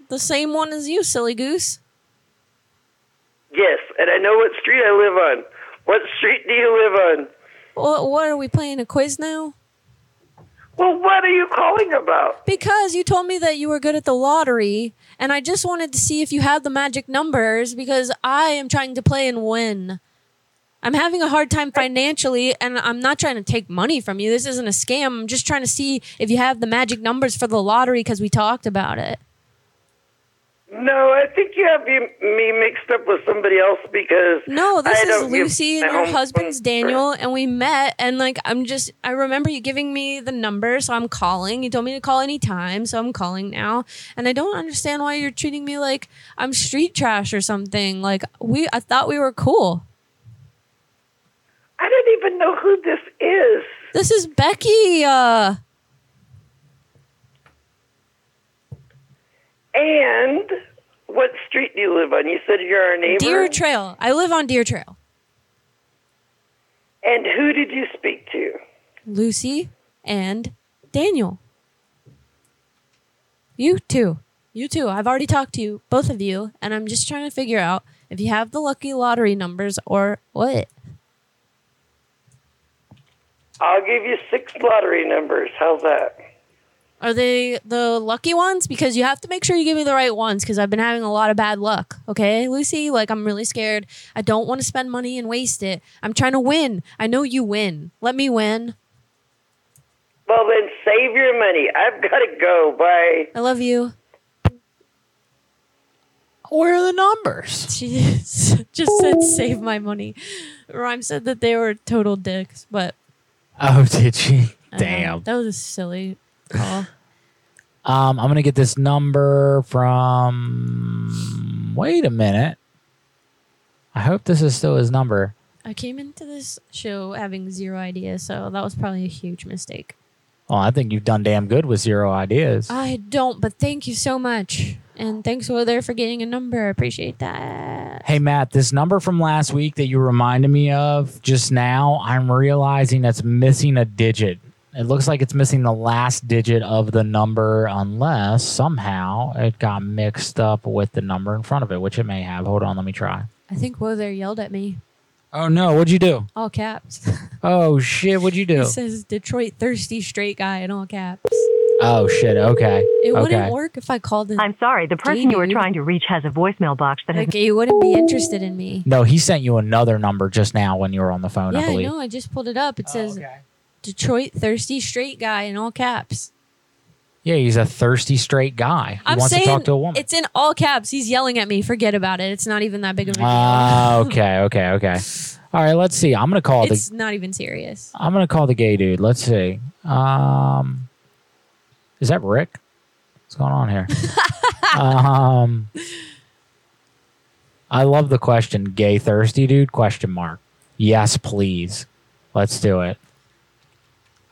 [SPEAKER 3] The same one as you, silly goose.
[SPEAKER 10] Yes, and I know what street I live on. What street do you live on?
[SPEAKER 3] What, what are we playing a quiz now?
[SPEAKER 10] Well, what are you calling about?
[SPEAKER 3] Because you told me that you were good at the lottery, and I just wanted to see if you had the magic numbers because I am trying to play and win. I'm having a hard time financially, and I'm not trying to take money from you. This isn't a scam. I'm just trying to see if you have the magic numbers for the lottery because we talked about it.
[SPEAKER 10] No, I think you have you- me mixed up with somebody else because
[SPEAKER 3] No, this
[SPEAKER 10] I
[SPEAKER 3] is
[SPEAKER 10] don't give
[SPEAKER 3] Lucy
[SPEAKER 10] my
[SPEAKER 3] and her
[SPEAKER 10] home-
[SPEAKER 3] husband's Daniel, and we met. And like, I'm just, I remember you giving me the number, so I'm calling. You told me to call anytime, so I'm calling now. And I don't understand why you're treating me like I'm street trash or something. Like, we, I thought we were cool.
[SPEAKER 10] I don't even know who this is.
[SPEAKER 3] This is Becky. Uh,
[SPEAKER 10] And what street do you live on? You said you're our neighbor.
[SPEAKER 3] Deer Trail. I live on Deer Trail.
[SPEAKER 10] And who did you speak to?
[SPEAKER 3] Lucy and Daniel. You two. You two. I've already talked to you, both of you, and I'm just trying to figure out if you have the lucky lottery numbers or what.
[SPEAKER 10] I'll give you six lottery numbers. How's that?
[SPEAKER 3] Are they the lucky ones? Because you have to make sure you give me the right ones because I've been having a lot of bad luck. Okay, Lucy? Like, I'm really scared. I don't want to spend money and waste it. I'm trying to win. I know you win. Let me win.
[SPEAKER 10] Well, then save your money. I've got to go. Bye.
[SPEAKER 3] I love you.
[SPEAKER 16] Where are the numbers?
[SPEAKER 3] [laughs] She just said, save my money. Rhyme said that they were total dicks, but
[SPEAKER 4] Oh, [laughs] did she?
[SPEAKER 3] I don't know.
[SPEAKER 4] Damn.
[SPEAKER 3] that was a silly call.
[SPEAKER 4] Um, I'm gonna get this number from. Wait a minute. I hope this is still his number.
[SPEAKER 3] I came into this show having zero idea, so that was probably a huge mistake.
[SPEAKER 4] Oh, I think you've done damn good with zero ideas.
[SPEAKER 3] I don't, but thank you so much. And thanks over there for getting a number. I appreciate that.
[SPEAKER 4] Hey Matt, this number from last week that you reminded me of just now, I'm realizing that's missing a digit. It looks like it's missing the last digit of the number unless somehow it got mixed up with the number in front of it, which it may have. Hold on, let me try.
[SPEAKER 3] I think Whoa there yelled at me.
[SPEAKER 4] Oh no, what'd you do?
[SPEAKER 3] All caps.
[SPEAKER 4] Oh shit, what'd you do?
[SPEAKER 3] It says Detroit thirsty straight guy in all caps.
[SPEAKER 4] Oh shit, okay.
[SPEAKER 3] It
[SPEAKER 4] okay.
[SPEAKER 3] wouldn't work if I called it.
[SPEAKER 8] I'm sorry, the person you were trying to reach has a voicemail box that has
[SPEAKER 3] Like, he wouldn't be interested in me.
[SPEAKER 4] No, he sent you another number just now when you were on the phone, I
[SPEAKER 3] yeah, I
[SPEAKER 4] believe.
[SPEAKER 3] know. I just pulled it up. It says Detroit thirsty straight guy in all caps.
[SPEAKER 4] Yeah, he's a thirsty straight guy. He
[SPEAKER 3] I'm
[SPEAKER 4] wants
[SPEAKER 3] saying
[SPEAKER 4] to talk to a woman.
[SPEAKER 3] it's in all caps. He's yelling at me. Forget about it. It's not even that big of a deal. [laughs]
[SPEAKER 4] Ah, okay, okay, okay. All right, let's see. I'm gonna call
[SPEAKER 3] it's
[SPEAKER 4] the
[SPEAKER 3] not even serious.
[SPEAKER 4] I'm gonna call the gay dude. Let's see. Um, is that Rick? What's going
[SPEAKER 3] [laughs]
[SPEAKER 4] on here? um, I love the question. Gay thirsty dude? Question mark. Yes, please. Let's do it.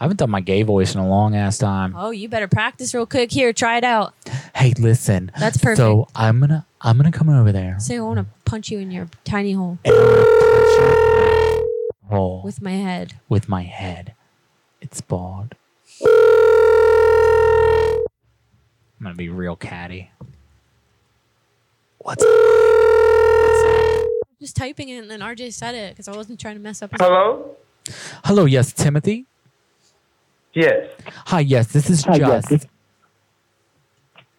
[SPEAKER 4] I haven't done my gay voice in a long ass time.
[SPEAKER 3] Oh, you better practice real quick. Here, try it out.
[SPEAKER 4] Hey, listen.
[SPEAKER 3] That's perfect.
[SPEAKER 4] So I'm gonna I'm gonna come over there.
[SPEAKER 3] Say, I want to punch you in your tiny hole
[SPEAKER 4] Oh,
[SPEAKER 3] with my head.
[SPEAKER 4] with my head. It's bald. I'm gonna be real catty. What's
[SPEAKER 3] Just typing it, and then RJ said it because I wasn't trying to mess up. his-
[SPEAKER 1] Hello?
[SPEAKER 4] Hello, yes, Timothy.
[SPEAKER 1] Yes.
[SPEAKER 4] Hi, yes, this is Just.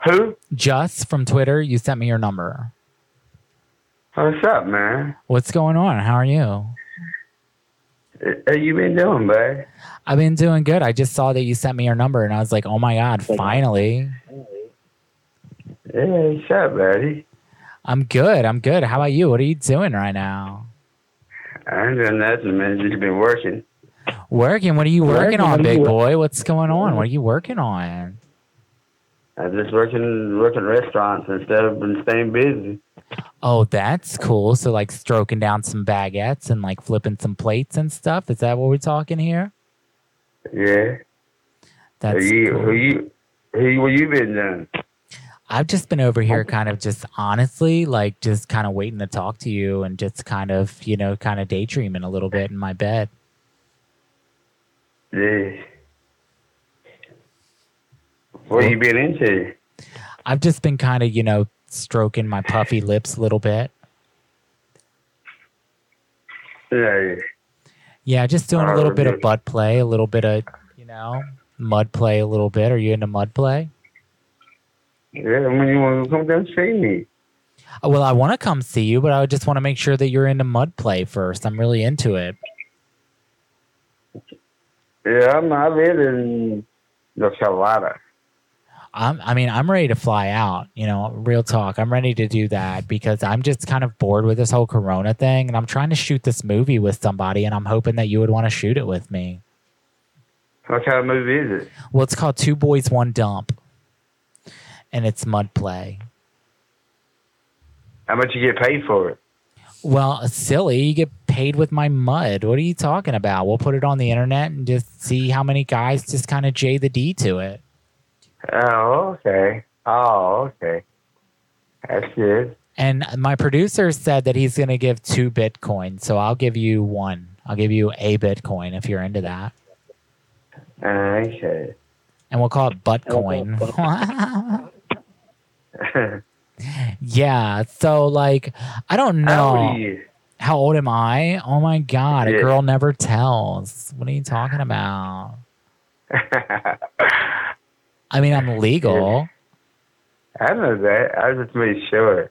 [SPEAKER 1] Who?
[SPEAKER 4] Just from Twitter. You sent me your number.
[SPEAKER 1] What's up, man?
[SPEAKER 4] What's going on? How are you?
[SPEAKER 1] How you been doing, babe?
[SPEAKER 4] I've been doing good. I just saw that you sent me your number and I was like, oh my God, finally.
[SPEAKER 1] Yeah, what's up, buddy?
[SPEAKER 4] I'm good. I'm good. How about you? What are you doing right now?
[SPEAKER 1] I ain't doing nothing, man. Just been working.
[SPEAKER 4] Working. What are you working
[SPEAKER 1] Working, what
[SPEAKER 4] on,
[SPEAKER 1] are you
[SPEAKER 4] big
[SPEAKER 1] wor-
[SPEAKER 4] boy? What's going on? What are you working on?
[SPEAKER 1] I'm just working, working restaurants instead of been staying busy.
[SPEAKER 4] Oh, that's cool. So, like, stroking down some baguettes and like flipping some plates and stuff. Is that what we're talking here?
[SPEAKER 1] Yeah.
[SPEAKER 4] That's
[SPEAKER 1] who you,
[SPEAKER 4] cool.
[SPEAKER 1] who you, who you, what you been doing?
[SPEAKER 4] I've just been over here kind of just honestly, like just kind of waiting to talk to you and just kind of, you know, kind of daydreaming a little bit in my bed.
[SPEAKER 1] Jeez. What you been into?
[SPEAKER 4] I've just been kind of, you know, stroking my puffy lips a little bit.
[SPEAKER 1] Yeah.
[SPEAKER 4] Yeah, just doing a
[SPEAKER 1] Oh,
[SPEAKER 4] little bit of
[SPEAKER 1] really?
[SPEAKER 4] butt play, a little bit of, you
[SPEAKER 1] eh,
[SPEAKER 4] know, mud play a little bit. Are you into mud play?
[SPEAKER 1] Yeah, when you want to come down see me.
[SPEAKER 4] Oh, Well, I want to come see you, but I just want to make sure that you're into mud play first. I'm really into it.
[SPEAKER 1] Yeah, I'm, I live in North [laughs] Carolina.
[SPEAKER 4] I'm, I mean, I'm ready to fly out, you know, real talk. I'm ready to do that because I'm just kind of bored with this whole Corona thing. And I'm trying to shoot this movie with somebody, and I'm hoping that you would want to shoot it with me.
[SPEAKER 1] What kind of movie is it?
[SPEAKER 4] Well, it's called Two Boys, One Dump, and it's mud play.
[SPEAKER 1] How much you get paid for it?
[SPEAKER 4] Well, silly, you get paid with my mud. What are you talking about? We'll put it on the internet and just see how many guys just kind of J the D to it.
[SPEAKER 1] Oh, okay. Oh, okay. That's good.
[SPEAKER 4] And my producer said that he's going to give two Bitcoin. So I'll give you one. I'll give you a Bitcoin if you're into that.
[SPEAKER 1] Okay.
[SPEAKER 4] And we'll call it [laughs] Buttcoin. yeah. So, like, I don't know.
[SPEAKER 1] How old are you?
[SPEAKER 4] How old am I? Oh my God.
[SPEAKER 1] Yeah.
[SPEAKER 4] A girl never tells. What are you talking
[SPEAKER 1] [laughs]
[SPEAKER 4] about? I mean, I'm legal.
[SPEAKER 1] Eh, I know that. I just made sure.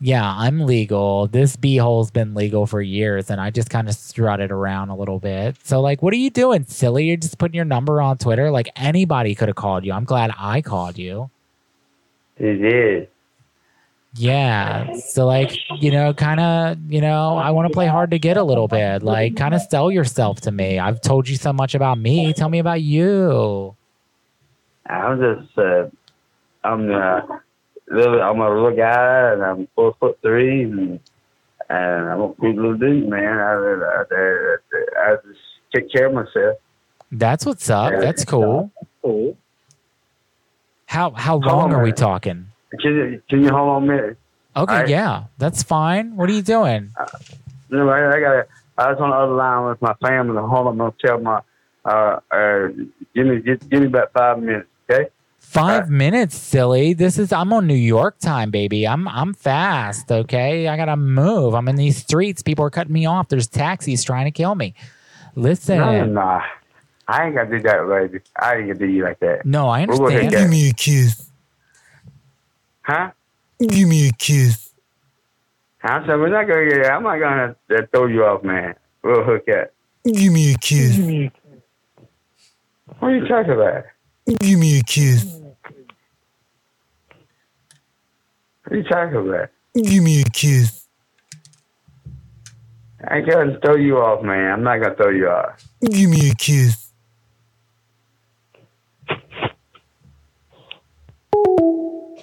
[SPEAKER 4] Yeah, I'm legal. This beehole's been legal for years, and I just kind of strutted around a little bit. So, like, what are you doing, silly? You're just putting your number on Twitter. Like, anybody could have called you. I'm glad I called you.
[SPEAKER 1] You did.
[SPEAKER 4] Yeah. So, like, you know, kind of, you know, I want to play hard to get a little bit. Like, kind of sell yourself to me. I've told you so much about me. Tell me about you.
[SPEAKER 1] I'm just, uh, I'm, uh, little, I'm a little guy and I'm four foot three and, and I'm a cute little dude, man. I, I, I, I just take care of myself.
[SPEAKER 4] That's what's up.
[SPEAKER 1] Yeah.
[SPEAKER 4] That's cool.
[SPEAKER 1] Cool.
[SPEAKER 4] How how
[SPEAKER 1] on
[SPEAKER 4] long
[SPEAKER 1] a
[SPEAKER 4] are we
[SPEAKER 1] minute.
[SPEAKER 4] talking?
[SPEAKER 1] Can you, can you hold on a minute?
[SPEAKER 4] Okay,
[SPEAKER 1] All right.
[SPEAKER 4] yeah, that's fine. What are you doing?
[SPEAKER 1] No, I, I got. I was on the other line with my family. Hold on, I'm gonna tell my. Uh, uh, give me, give, give me about five minutes, okay?
[SPEAKER 4] Five minutes, silly. This is I'm on New York time, baby. I'm I'm fast, okay? I gotta move. I'm in these streets. People are cutting me off. There's taxis trying to kill me. Listen.
[SPEAKER 1] No, nah, I ain't gonna do that, lady. I ain't gonna do you like that.
[SPEAKER 4] No, I
[SPEAKER 1] We'll go ahead
[SPEAKER 4] understand.
[SPEAKER 1] and
[SPEAKER 16] me a kiss.
[SPEAKER 1] Huh?
[SPEAKER 16] Give me a kiss.
[SPEAKER 1] I said we're not gonna get. I'm not gonna uh, throw you off, man. We'll hook up.
[SPEAKER 16] Give me a kiss.
[SPEAKER 1] What are you talking about?
[SPEAKER 16] Give me a kiss.
[SPEAKER 1] What are you talking about?
[SPEAKER 16] Give me a kiss.
[SPEAKER 1] I ain't gonna throw you off, man. I'm not gonna throw you off.
[SPEAKER 16] Give me a kiss.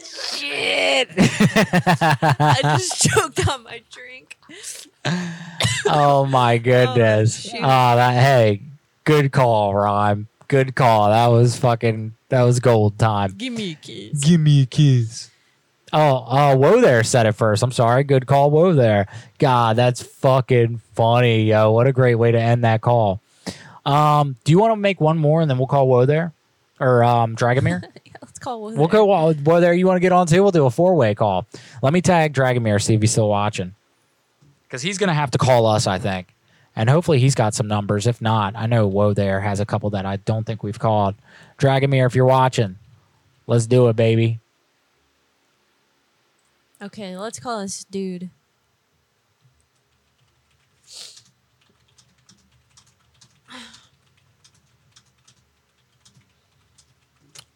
[SPEAKER 3] Shit. [laughs] I
[SPEAKER 4] [laughs]
[SPEAKER 3] just choked on my drink.
[SPEAKER 4] oh my goodness.
[SPEAKER 3] shoot.
[SPEAKER 4] Oh, that hey, good call, Rhyme. Good call. That was fucking that was gold time.
[SPEAKER 16] Give me a kiss.
[SPEAKER 4] Give me a kiss. Oh, oh, whoa there said it first. I'm sorry. Good call, whoa there. God, that's fucking funny, yo. What a great way to end that call. Um, do you want to make one more and then we'll call whoa there or um Dragomir?
[SPEAKER 3] Let's call one.
[SPEAKER 4] We'll go. Well, well, there you want to get on too. We'll do a four way call. Let me tag Dragomir. See if he's still watching, because he's gonna have to call us, I think, and hopefully he's got some numbers. If not, I know Woe there has a couple that I don't think we've called. Dragomir, if you're watching, let's do it, baby.
[SPEAKER 3] Okay, let's call this dude.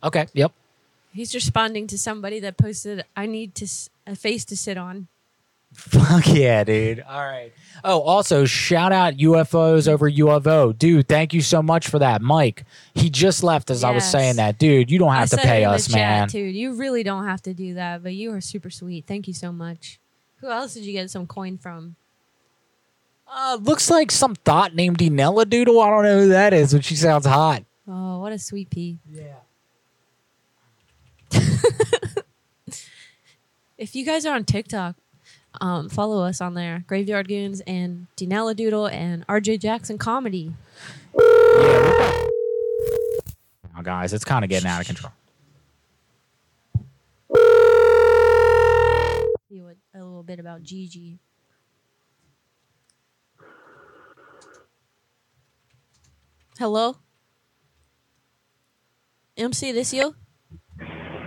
[SPEAKER 4] Okay. Yep.
[SPEAKER 3] He's responding to somebody that posted, "I need to s- a face to sit on."
[SPEAKER 4] Fuck yeah, dude. All right. Oh, also shout out UFOs over UFO, dude. Thank you so much for that, Mike. He just left as I was
[SPEAKER 3] Yes.
[SPEAKER 4] saying that, dude. You don't
[SPEAKER 3] I
[SPEAKER 4] have to
[SPEAKER 3] said it
[SPEAKER 4] pay
[SPEAKER 3] in the
[SPEAKER 4] us,
[SPEAKER 3] chat,
[SPEAKER 4] man.
[SPEAKER 3] Too. You really don't have to do that, but you are super sweet. Thank you so much. Who else did you get some coin from?
[SPEAKER 4] Uh, looks like some thought named Enella Doodle. I don't know who that is, but she sounds hot.
[SPEAKER 3] Oh, what a sweet pea. Yeah. [laughs] If you guys are on TikTok, um, follow us on there. Graveyard Goons and Dinella Doodle and RJ Jackson Comedy.
[SPEAKER 4] Now, guys, it's kind of getting out of control.
[SPEAKER 3] You would- A little bit about Gigi. Hello? MC, this you?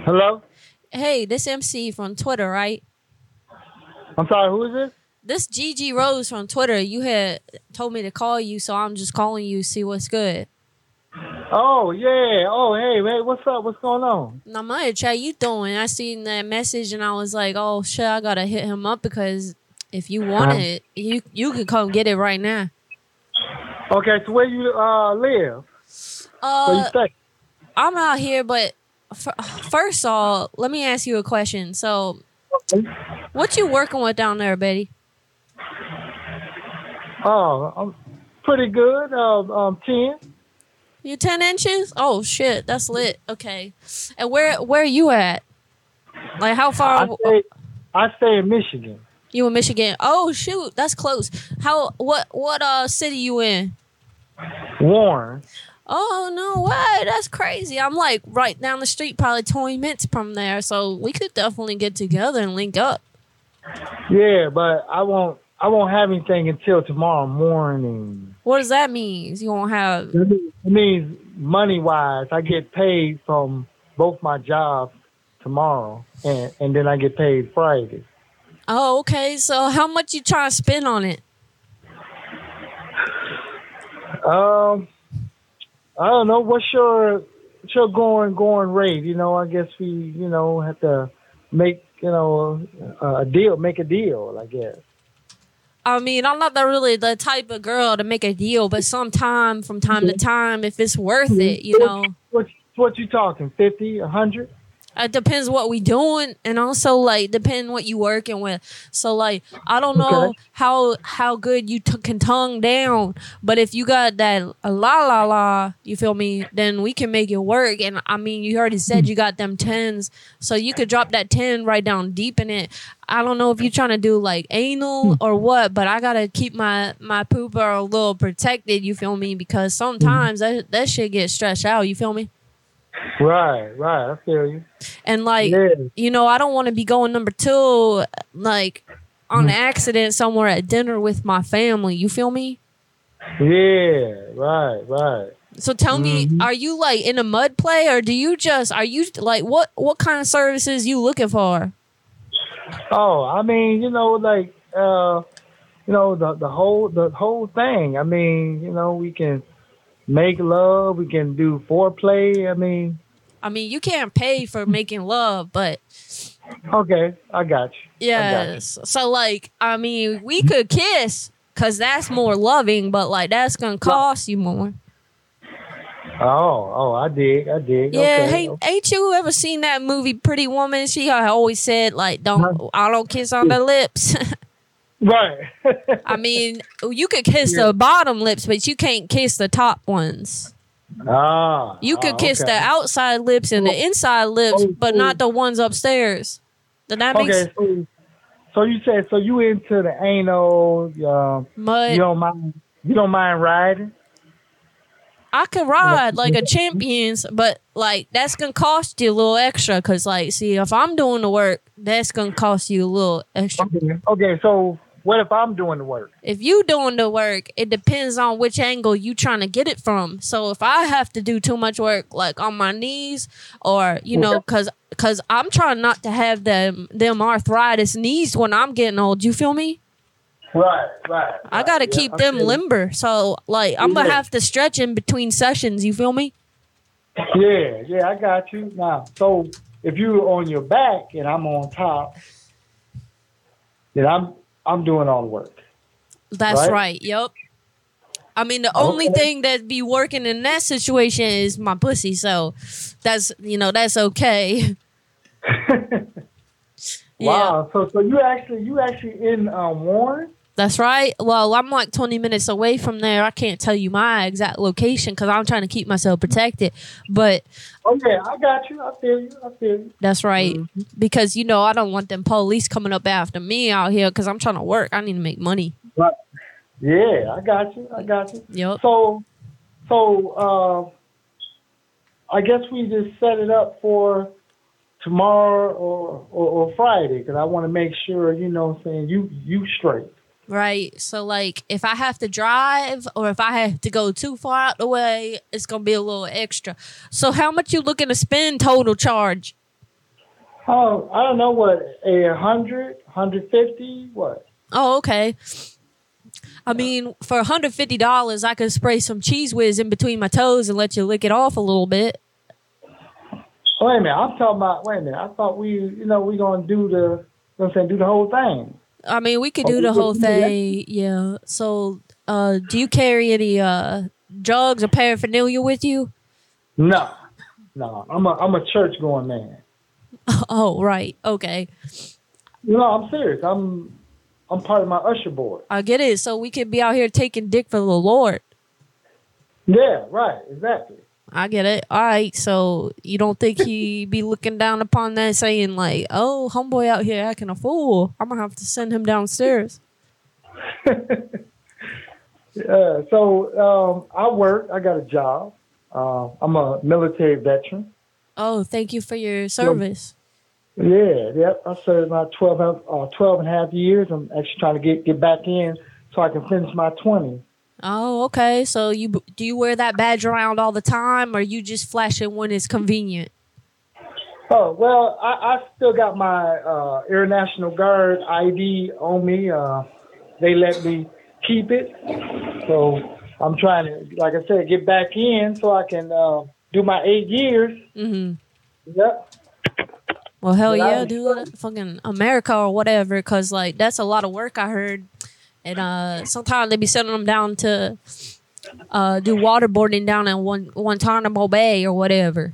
[SPEAKER 15] Hello?
[SPEAKER 3] Hey, this MC from Twitter, right?
[SPEAKER 15] I'm sorry, who is this?
[SPEAKER 3] This Gigi Rose from Twitter, you had told me to call you, so I'm just calling you to see what's good.
[SPEAKER 15] Oh, yeah. Oh, hey, hey, what's up? What's going on?
[SPEAKER 3] Now, my chat, you doing? I seen that message and I was like, oh shit, I gotta hit him up because if you want
[SPEAKER 15] Um,
[SPEAKER 3] it, you you can come get it right now.
[SPEAKER 15] Okay, so where you uh live? where you
[SPEAKER 3] Uh,
[SPEAKER 15] stay?
[SPEAKER 3] I'm out here, but f- first of all, let me ask you a question. So, what you working with down there, Betty?
[SPEAKER 15] Oh, I'm pretty good. Um, um 10.
[SPEAKER 3] You ten inches? Oh shit, that's lit. Okay, and where where you at? Like how far?
[SPEAKER 15] I stay, I stay in Michigan.
[SPEAKER 3] You in Michigan? Oh shoot, that's close. How what what uh city you in?
[SPEAKER 15] Warren.
[SPEAKER 3] Oh no way, that's crazy. I'm like right down the street, probably 20 minutes from there. So we could definitely get together and link up.
[SPEAKER 15] Yeah, but I won't I won't have anything until tomorrow morning.
[SPEAKER 3] What does that mean? You won't have
[SPEAKER 15] That means- It means money wise, I get paid from both my jobs tomorrow and, and then I get paid Friday.
[SPEAKER 3] Oh, okay. So how much you trying to spend on it?
[SPEAKER 15] Um, I don't know. What's your what's your going going rate? You know, I guess we you know have to make you know a, a deal, make a deal. I guess.
[SPEAKER 3] I mean, I'm not the, really the type of girl to make a deal, but sometime from time to time, if it's
[SPEAKER 15] Mm-hmm.
[SPEAKER 3] worth it, you know.
[SPEAKER 15] What what you talking? Fifty, a hundred?
[SPEAKER 3] It depends what we doing, and also like depend what you working with. So like I don't know
[SPEAKER 15] Okay.
[SPEAKER 3] how how good you t- can tongue down, but if you got that a la la la, you feel me? Then we can make it work. And I mean, you already said you got them tens, so you could drop that ten right down deep in it. I don't know if you're trying to do like anal or what, but I gotta keep my my pooper a little protected. You feel me? Because sometimes that that shit gets stretched out. You feel me?
[SPEAKER 15] Right, right. I feel you.
[SPEAKER 3] and like you know i don't want to be going number two like on
[SPEAKER 15] Mm.
[SPEAKER 3] accident somewhere at dinner with my family you feel me
[SPEAKER 15] Yeah, right, right.
[SPEAKER 3] so tell
[SPEAKER 15] Mm-hmm.
[SPEAKER 3] me are you like in a mud play or do you just are you like what what kind of services you looking for
[SPEAKER 15] Oh, I mean, you know, like uh, you know, the the whole the whole thing. I mean, you know, we can make love, we can do foreplay. I mean,
[SPEAKER 3] i mean you can't pay for making love but
[SPEAKER 15] okay, I got you. I got you.
[SPEAKER 3] yes so like i mean we could kiss because that's more loving but like that's gonna cost you more
[SPEAKER 15] Oh, oh, I dig, I dig.
[SPEAKER 3] Yeah,
[SPEAKER 15] okay.
[SPEAKER 3] hey, ain't you ever seen that movie Pretty Woman? She always said like, "Don't I don't kiss on the lips." [laughs]
[SPEAKER 15] right.
[SPEAKER 3] I mean, you could kiss the bottom lips, but you can't kiss the top ones.
[SPEAKER 15] Ah,
[SPEAKER 3] You could
[SPEAKER 15] ah,
[SPEAKER 3] kiss
[SPEAKER 15] okay. Oh,
[SPEAKER 3] the outside lips and the inside lips, but not the ones upstairs. Did that make
[SPEAKER 15] Okay, so, so you said so you into the anal? Um,
[SPEAKER 3] Mud.
[SPEAKER 15] You don't mind? You don't mind riding?
[SPEAKER 3] I could ride like a champions, but like that's gonna cost you a little extra. Cause like, see, if I'm doing the work, that's gonna cost you a little extra.
[SPEAKER 15] Okay, so what if I'm doing the work?
[SPEAKER 3] if you doing the work it depends on which angle you trying to get it from so if i have to do too much work like on my knees or you know because because i'm trying not to have them them arthritis knees when i'm getting old you feel me
[SPEAKER 15] Right, right.
[SPEAKER 3] i gotta
[SPEAKER 15] Uh, yeah,
[SPEAKER 3] keep
[SPEAKER 15] I
[SPEAKER 3] them
[SPEAKER 15] feel you.
[SPEAKER 3] limber so like i'm gonna
[SPEAKER 15] Yeah.
[SPEAKER 3] have to stretch in between sessions you feel me
[SPEAKER 15] Yeah, yeah, I got you. Now, so if you're on your back and I'm on top, then I'm I'm doing all the work.
[SPEAKER 3] that's
[SPEAKER 15] Right.
[SPEAKER 3] right, yep i mean the only
[SPEAKER 15] Okay.
[SPEAKER 3] thing that be working in that situation is my pussy so that's you know that's okay [laughs]
[SPEAKER 15] Wow. So so you actually you actually in uh, Warren?
[SPEAKER 3] That's right. Well, I'm like 20 minutes away from there. I can't tell you my exact location because I'm trying to keep myself protected. But
[SPEAKER 15] Okay, I got you. I feel you. I feel you.
[SPEAKER 3] that's right
[SPEAKER 15] Mm-hmm.
[SPEAKER 3] because you know I don't want them police coming up after me out here because I'm trying to work. I need to make money.
[SPEAKER 15] Yeah, I got you. I got you. So, so uh, I guess we just set it up for tomorrow or or, or Friday because I want to make sure you know, what I'm saying you you straight.
[SPEAKER 3] Right. So like if I have to drive or if I have to go too far out the way, it's gonna be a little extra. So how much you looking to spend total charge?
[SPEAKER 15] Oh, I don't know what a hundred, hundred fifty, what?
[SPEAKER 3] Oh, okay. I mean, for $150, I could spray some cheese whiz in between my toes and let you lick it off a little bit.
[SPEAKER 15] Oh, Wait a minute, I'm talking about. Wait a minute, I thought we, you know, we gonna do the, you know what I'm saying, do the whole thing.
[SPEAKER 3] I mean, we could
[SPEAKER 15] Oh,
[SPEAKER 3] do the
[SPEAKER 15] we
[SPEAKER 3] whole
[SPEAKER 15] could do that.
[SPEAKER 3] thing. Yeah. So, uh, do you carry any uh, drugs or paraphernalia with you?
[SPEAKER 15] No, no, I'm a I'm a church going man.
[SPEAKER 3] oh, right. Okay.
[SPEAKER 15] No, I'm serious. I'm I'm part of my usher board.
[SPEAKER 3] I get it. So, we could be out here taking dick for the Lord.
[SPEAKER 15] Yeah, right, exactly.
[SPEAKER 3] I get it. All right. So you don't think he be looking down upon that, saying like, "Oh, homeboy out here acting a fool. I'm gonna have to send him downstairs."
[SPEAKER 15] Yeah. So um, I work. I got a job. Uh, I'm a military veteran.
[SPEAKER 3] Oh, thank you for your service. Mm-hmm.
[SPEAKER 15] Yeah. Yep. I served my 12, and- uh, 12 and a half years. I'm actually trying to get get back in so I can finish my 20.
[SPEAKER 3] Oh, okay. So you b- do you wear that badge around all the time, or you just flash it when it's convenient?
[SPEAKER 15] Oh well, I, I still got my uh, Air National Guard ID on me. Uh, they let me keep it, so I'm trying to, like I said, get back in so I can uh, do my eight years.
[SPEAKER 3] Mm-hmm.
[SPEAKER 15] Yep.
[SPEAKER 3] Well, hell
[SPEAKER 15] But I
[SPEAKER 3] yeah,
[SPEAKER 15] was-
[SPEAKER 3] dude. Fucking America or whatever, because, like, that's a lot of work I heard. And uh, sometimes they be sending them down to uh, do waterboarding down in Guan- Guantanamo Bay or whatever.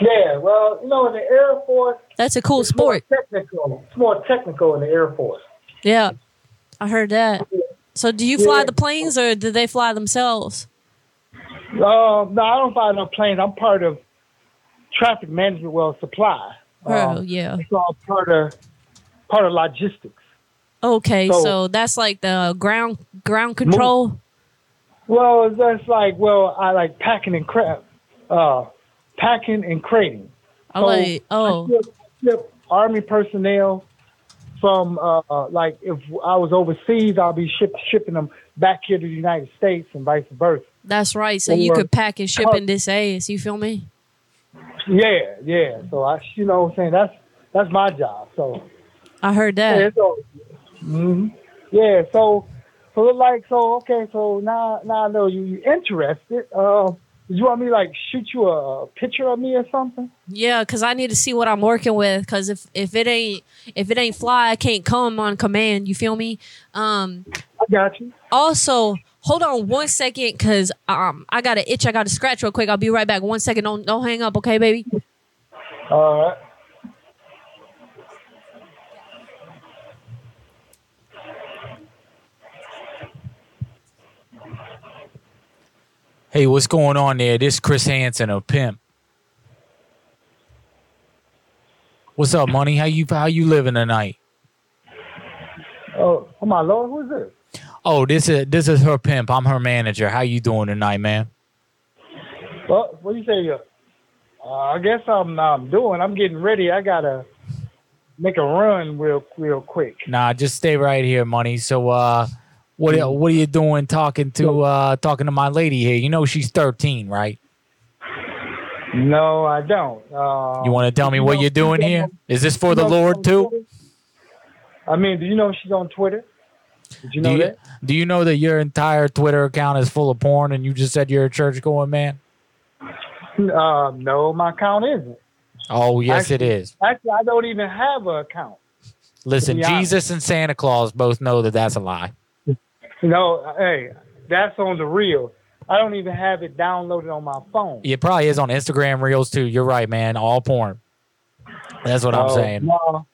[SPEAKER 15] Yeah. Well, you know, in the Air Force,
[SPEAKER 3] that's a cool
[SPEAKER 15] sport. technical. It's more technical in the Air Force.
[SPEAKER 3] Yeah, I heard that. So, do you fly
[SPEAKER 15] Yeah.
[SPEAKER 3] the planes or do they fly themselves?
[SPEAKER 15] Um, no, I don't fly no planes. I'm part of traffic management, well, supply.
[SPEAKER 3] Oh,
[SPEAKER 15] Um,
[SPEAKER 3] yeah.
[SPEAKER 15] It's all part of part of logistics.
[SPEAKER 3] Okay, so,
[SPEAKER 15] So-
[SPEAKER 3] that's like the ground ground control.
[SPEAKER 15] Well, it's just like well, I like packing and crap, uh, packing and crating.
[SPEAKER 3] I like- oh.
[SPEAKER 15] I ship, ship army personnel from uh, uh, like if I was overseas, I'll be ship, shipping them back here to the United States and vice versa.
[SPEAKER 3] That's right. So you
[SPEAKER 15] Or-
[SPEAKER 3] could pack and ship in this ass. You feel me?
[SPEAKER 15] Yeah, yeah. So I, you know, what I'm saying that's that's my job. So
[SPEAKER 3] I heard that.
[SPEAKER 15] Yeah, so, mhm. yeah, so so it's like so okay, so now now I know you you interested. Uh, you want me to, like shoot you a picture of me or something?
[SPEAKER 3] Yeah, cause I need to see what I'm working with. Cause if if it ain't if it ain't fly, I can't come on command. You feel me? Um,
[SPEAKER 15] I got you.
[SPEAKER 3] Also, hold on one second, cause um, I got an itch. I got to scratch real quick. I'll be right back. One second. Don't don't hang up, okay, baby?
[SPEAKER 15] All right.
[SPEAKER 4] Hey, what's going on there? This Chris Hansen of Pimp. What's up, money? How you how you living tonight?
[SPEAKER 15] Oh, oh my lord, who's this?
[SPEAKER 4] Oh, this is this is her pimp. I'm her manager. How you doing tonight, man?
[SPEAKER 15] Well, what do you say? Uh, I guess I'm I'm doing. I'm getting ready. I gotta make a run real real quick.
[SPEAKER 4] Nah, just stay right here, money. So uh what what are you doing talking to uh talking to my lady here? You know she's 13, right?
[SPEAKER 15] No, I don't. Uh,
[SPEAKER 4] You want to tell me what you're doing here? Is this for the Lord too?
[SPEAKER 15] I mean, do you know she's on Twitter? Did you know
[SPEAKER 4] do you,
[SPEAKER 15] that?
[SPEAKER 4] Do you know that your entire Twitter account is full of porn and you just said you're a church going man?
[SPEAKER 15] Uh, no, my account isn't.
[SPEAKER 4] Oh, yes it
[SPEAKER 15] Actually-
[SPEAKER 4] is.
[SPEAKER 15] Actually, I don't even have an account.
[SPEAKER 4] Listen,
[SPEAKER 15] be honest.
[SPEAKER 4] Jesus and Santa Claus both know that that's a lie.
[SPEAKER 15] No, hey, that's on the real. I don't even have it downloaded on my phone.
[SPEAKER 4] It probably is on Instagram Reels too. You're right, man. All porn. That's what I'm
[SPEAKER 15] Oh,
[SPEAKER 4] saying.
[SPEAKER 15] No,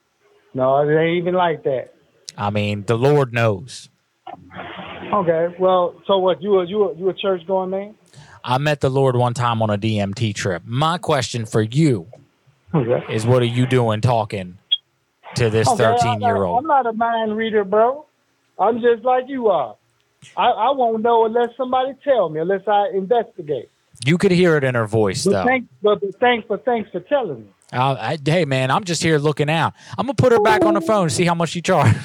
[SPEAKER 15] no, it ain't even like that.
[SPEAKER 4] I mean, the Lord knows.
[SPEAKER 15] Okay. Well, so what? You a you a, you a church going man?
[SPEAKER 4] I met the Lord one time on a DMT trip. My question for you
[SPEAKER 15] Okay.
[SPEAKER 4] is what are you doing talking to this
[SPEAKER 15] Okay, uh, I'm not-
[SPEAKER 4] 13 year old?
[SPEAKER 15] I'm not a mind reader, bro. I'm just like you are. I, I won't know unless somebody tell me, unless I investigate.
[SPEAKER 4] You could hear it in her voice,
[SPEAKER 15] But
[SPEAKER 4] though.
[SPEAKER 15] thanks, but, but thanks for thanks for telling me.
[SPEAKER 4] Uh, I, hey, man, I'm just here looking out. I'm going to put her back on the phone, see how much she charged.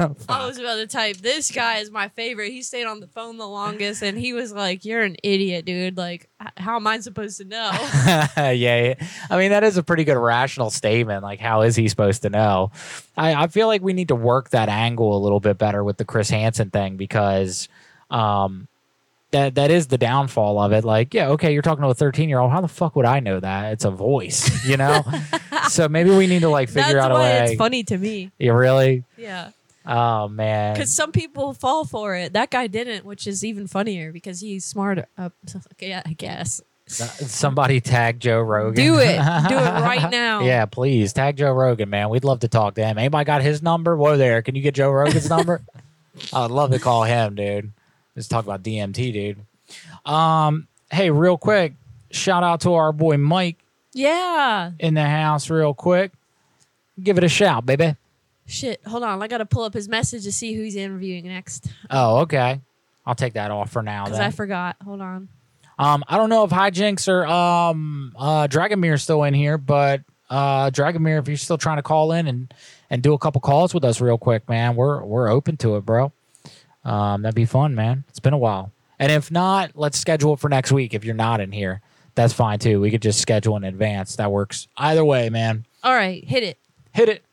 [SPEAKER 3] I was about to type, this guy is my favorite. He stayed on the phone the longest and he was like, You're an idiot, dude. Like, h- how am I supposed to know? [laughs]
[SPEAKER 4] yeah, yeah. I mean, that is a pretty good rational statement. Like, how is he supposed to know? I, I feel like we need to work that angle a little bit better with the Chris Hansen thing because um, that that is the downfall of it. Like, yeah, okay, you're talking to a 13 year old. How the fuck would I know that? It's a voice,
[SPEAKER 3] [laughs]
[SPEAKER 4] you know. so maybe we need to like
[SPEAKER 3] That's
[SPEAKER 4] [laughs] figure out
[SPEAKER 3] why
[SPEAKER 4] a way.
[SPEAKER 3] it's funny to me.
[SPEAKER 4] Yeah, really.
[SPEAKER 3] Yeah.
[SPEAKER 4] Oh man.
[SPEAKER 3] Because some people fall for it. That guy didn't, which is even funnier because he's smart. Uh, [laughs] yeah, I guess.
[SPEAKER 4] Somebody tag Joe Rogan.
[SPEAKER 3] Do it. Do
[SPEAKER 4] [laughs]
[SPEAKER 3] it right now.
[SPEAKER 4] Yeah, please tag Joe Rogan, man. We'd love to talk to him. Anybody got his number? Whoa there. Can you get Joe
[SPEAKER 3] [laughs]
[SPEAKER 4] Rogan's number? I would love to call him, dude. Let's talk about DMT, dude. Um, hey, real quick, shout out to our boy Mike
[SPEAKER 3] Yeah.
[SPEAKER 4] in the house, real quick. Give it a shout, baby.
[SPEAKER 3] Shit. Hold on. I got to pull up his message to see who he's interviewing next
[SPEAKER 4] Oh, okay. I'll take that off for now.
[SPEAKER 3] because
[SPEAKER 4] Then.
[SPEAKER 3] I forgot. Hold on.
[SPEAKER 4] Um, I don't know if Hijinks or um, uh, Dragomir is still in here, but uh, Dragomir, if you're still trying to call in and and do a couple calls with us real quick, man, we're we're open to it, bro. Um, that'd be fun, man. It's been a while, and if not, let's schedule it for next week. If you're not in here, that's fine too. We could just schedule in advance. That works either way, man.
[SPEAKER 3] All right. Hit it.
[SPEAKER 4] Hit it.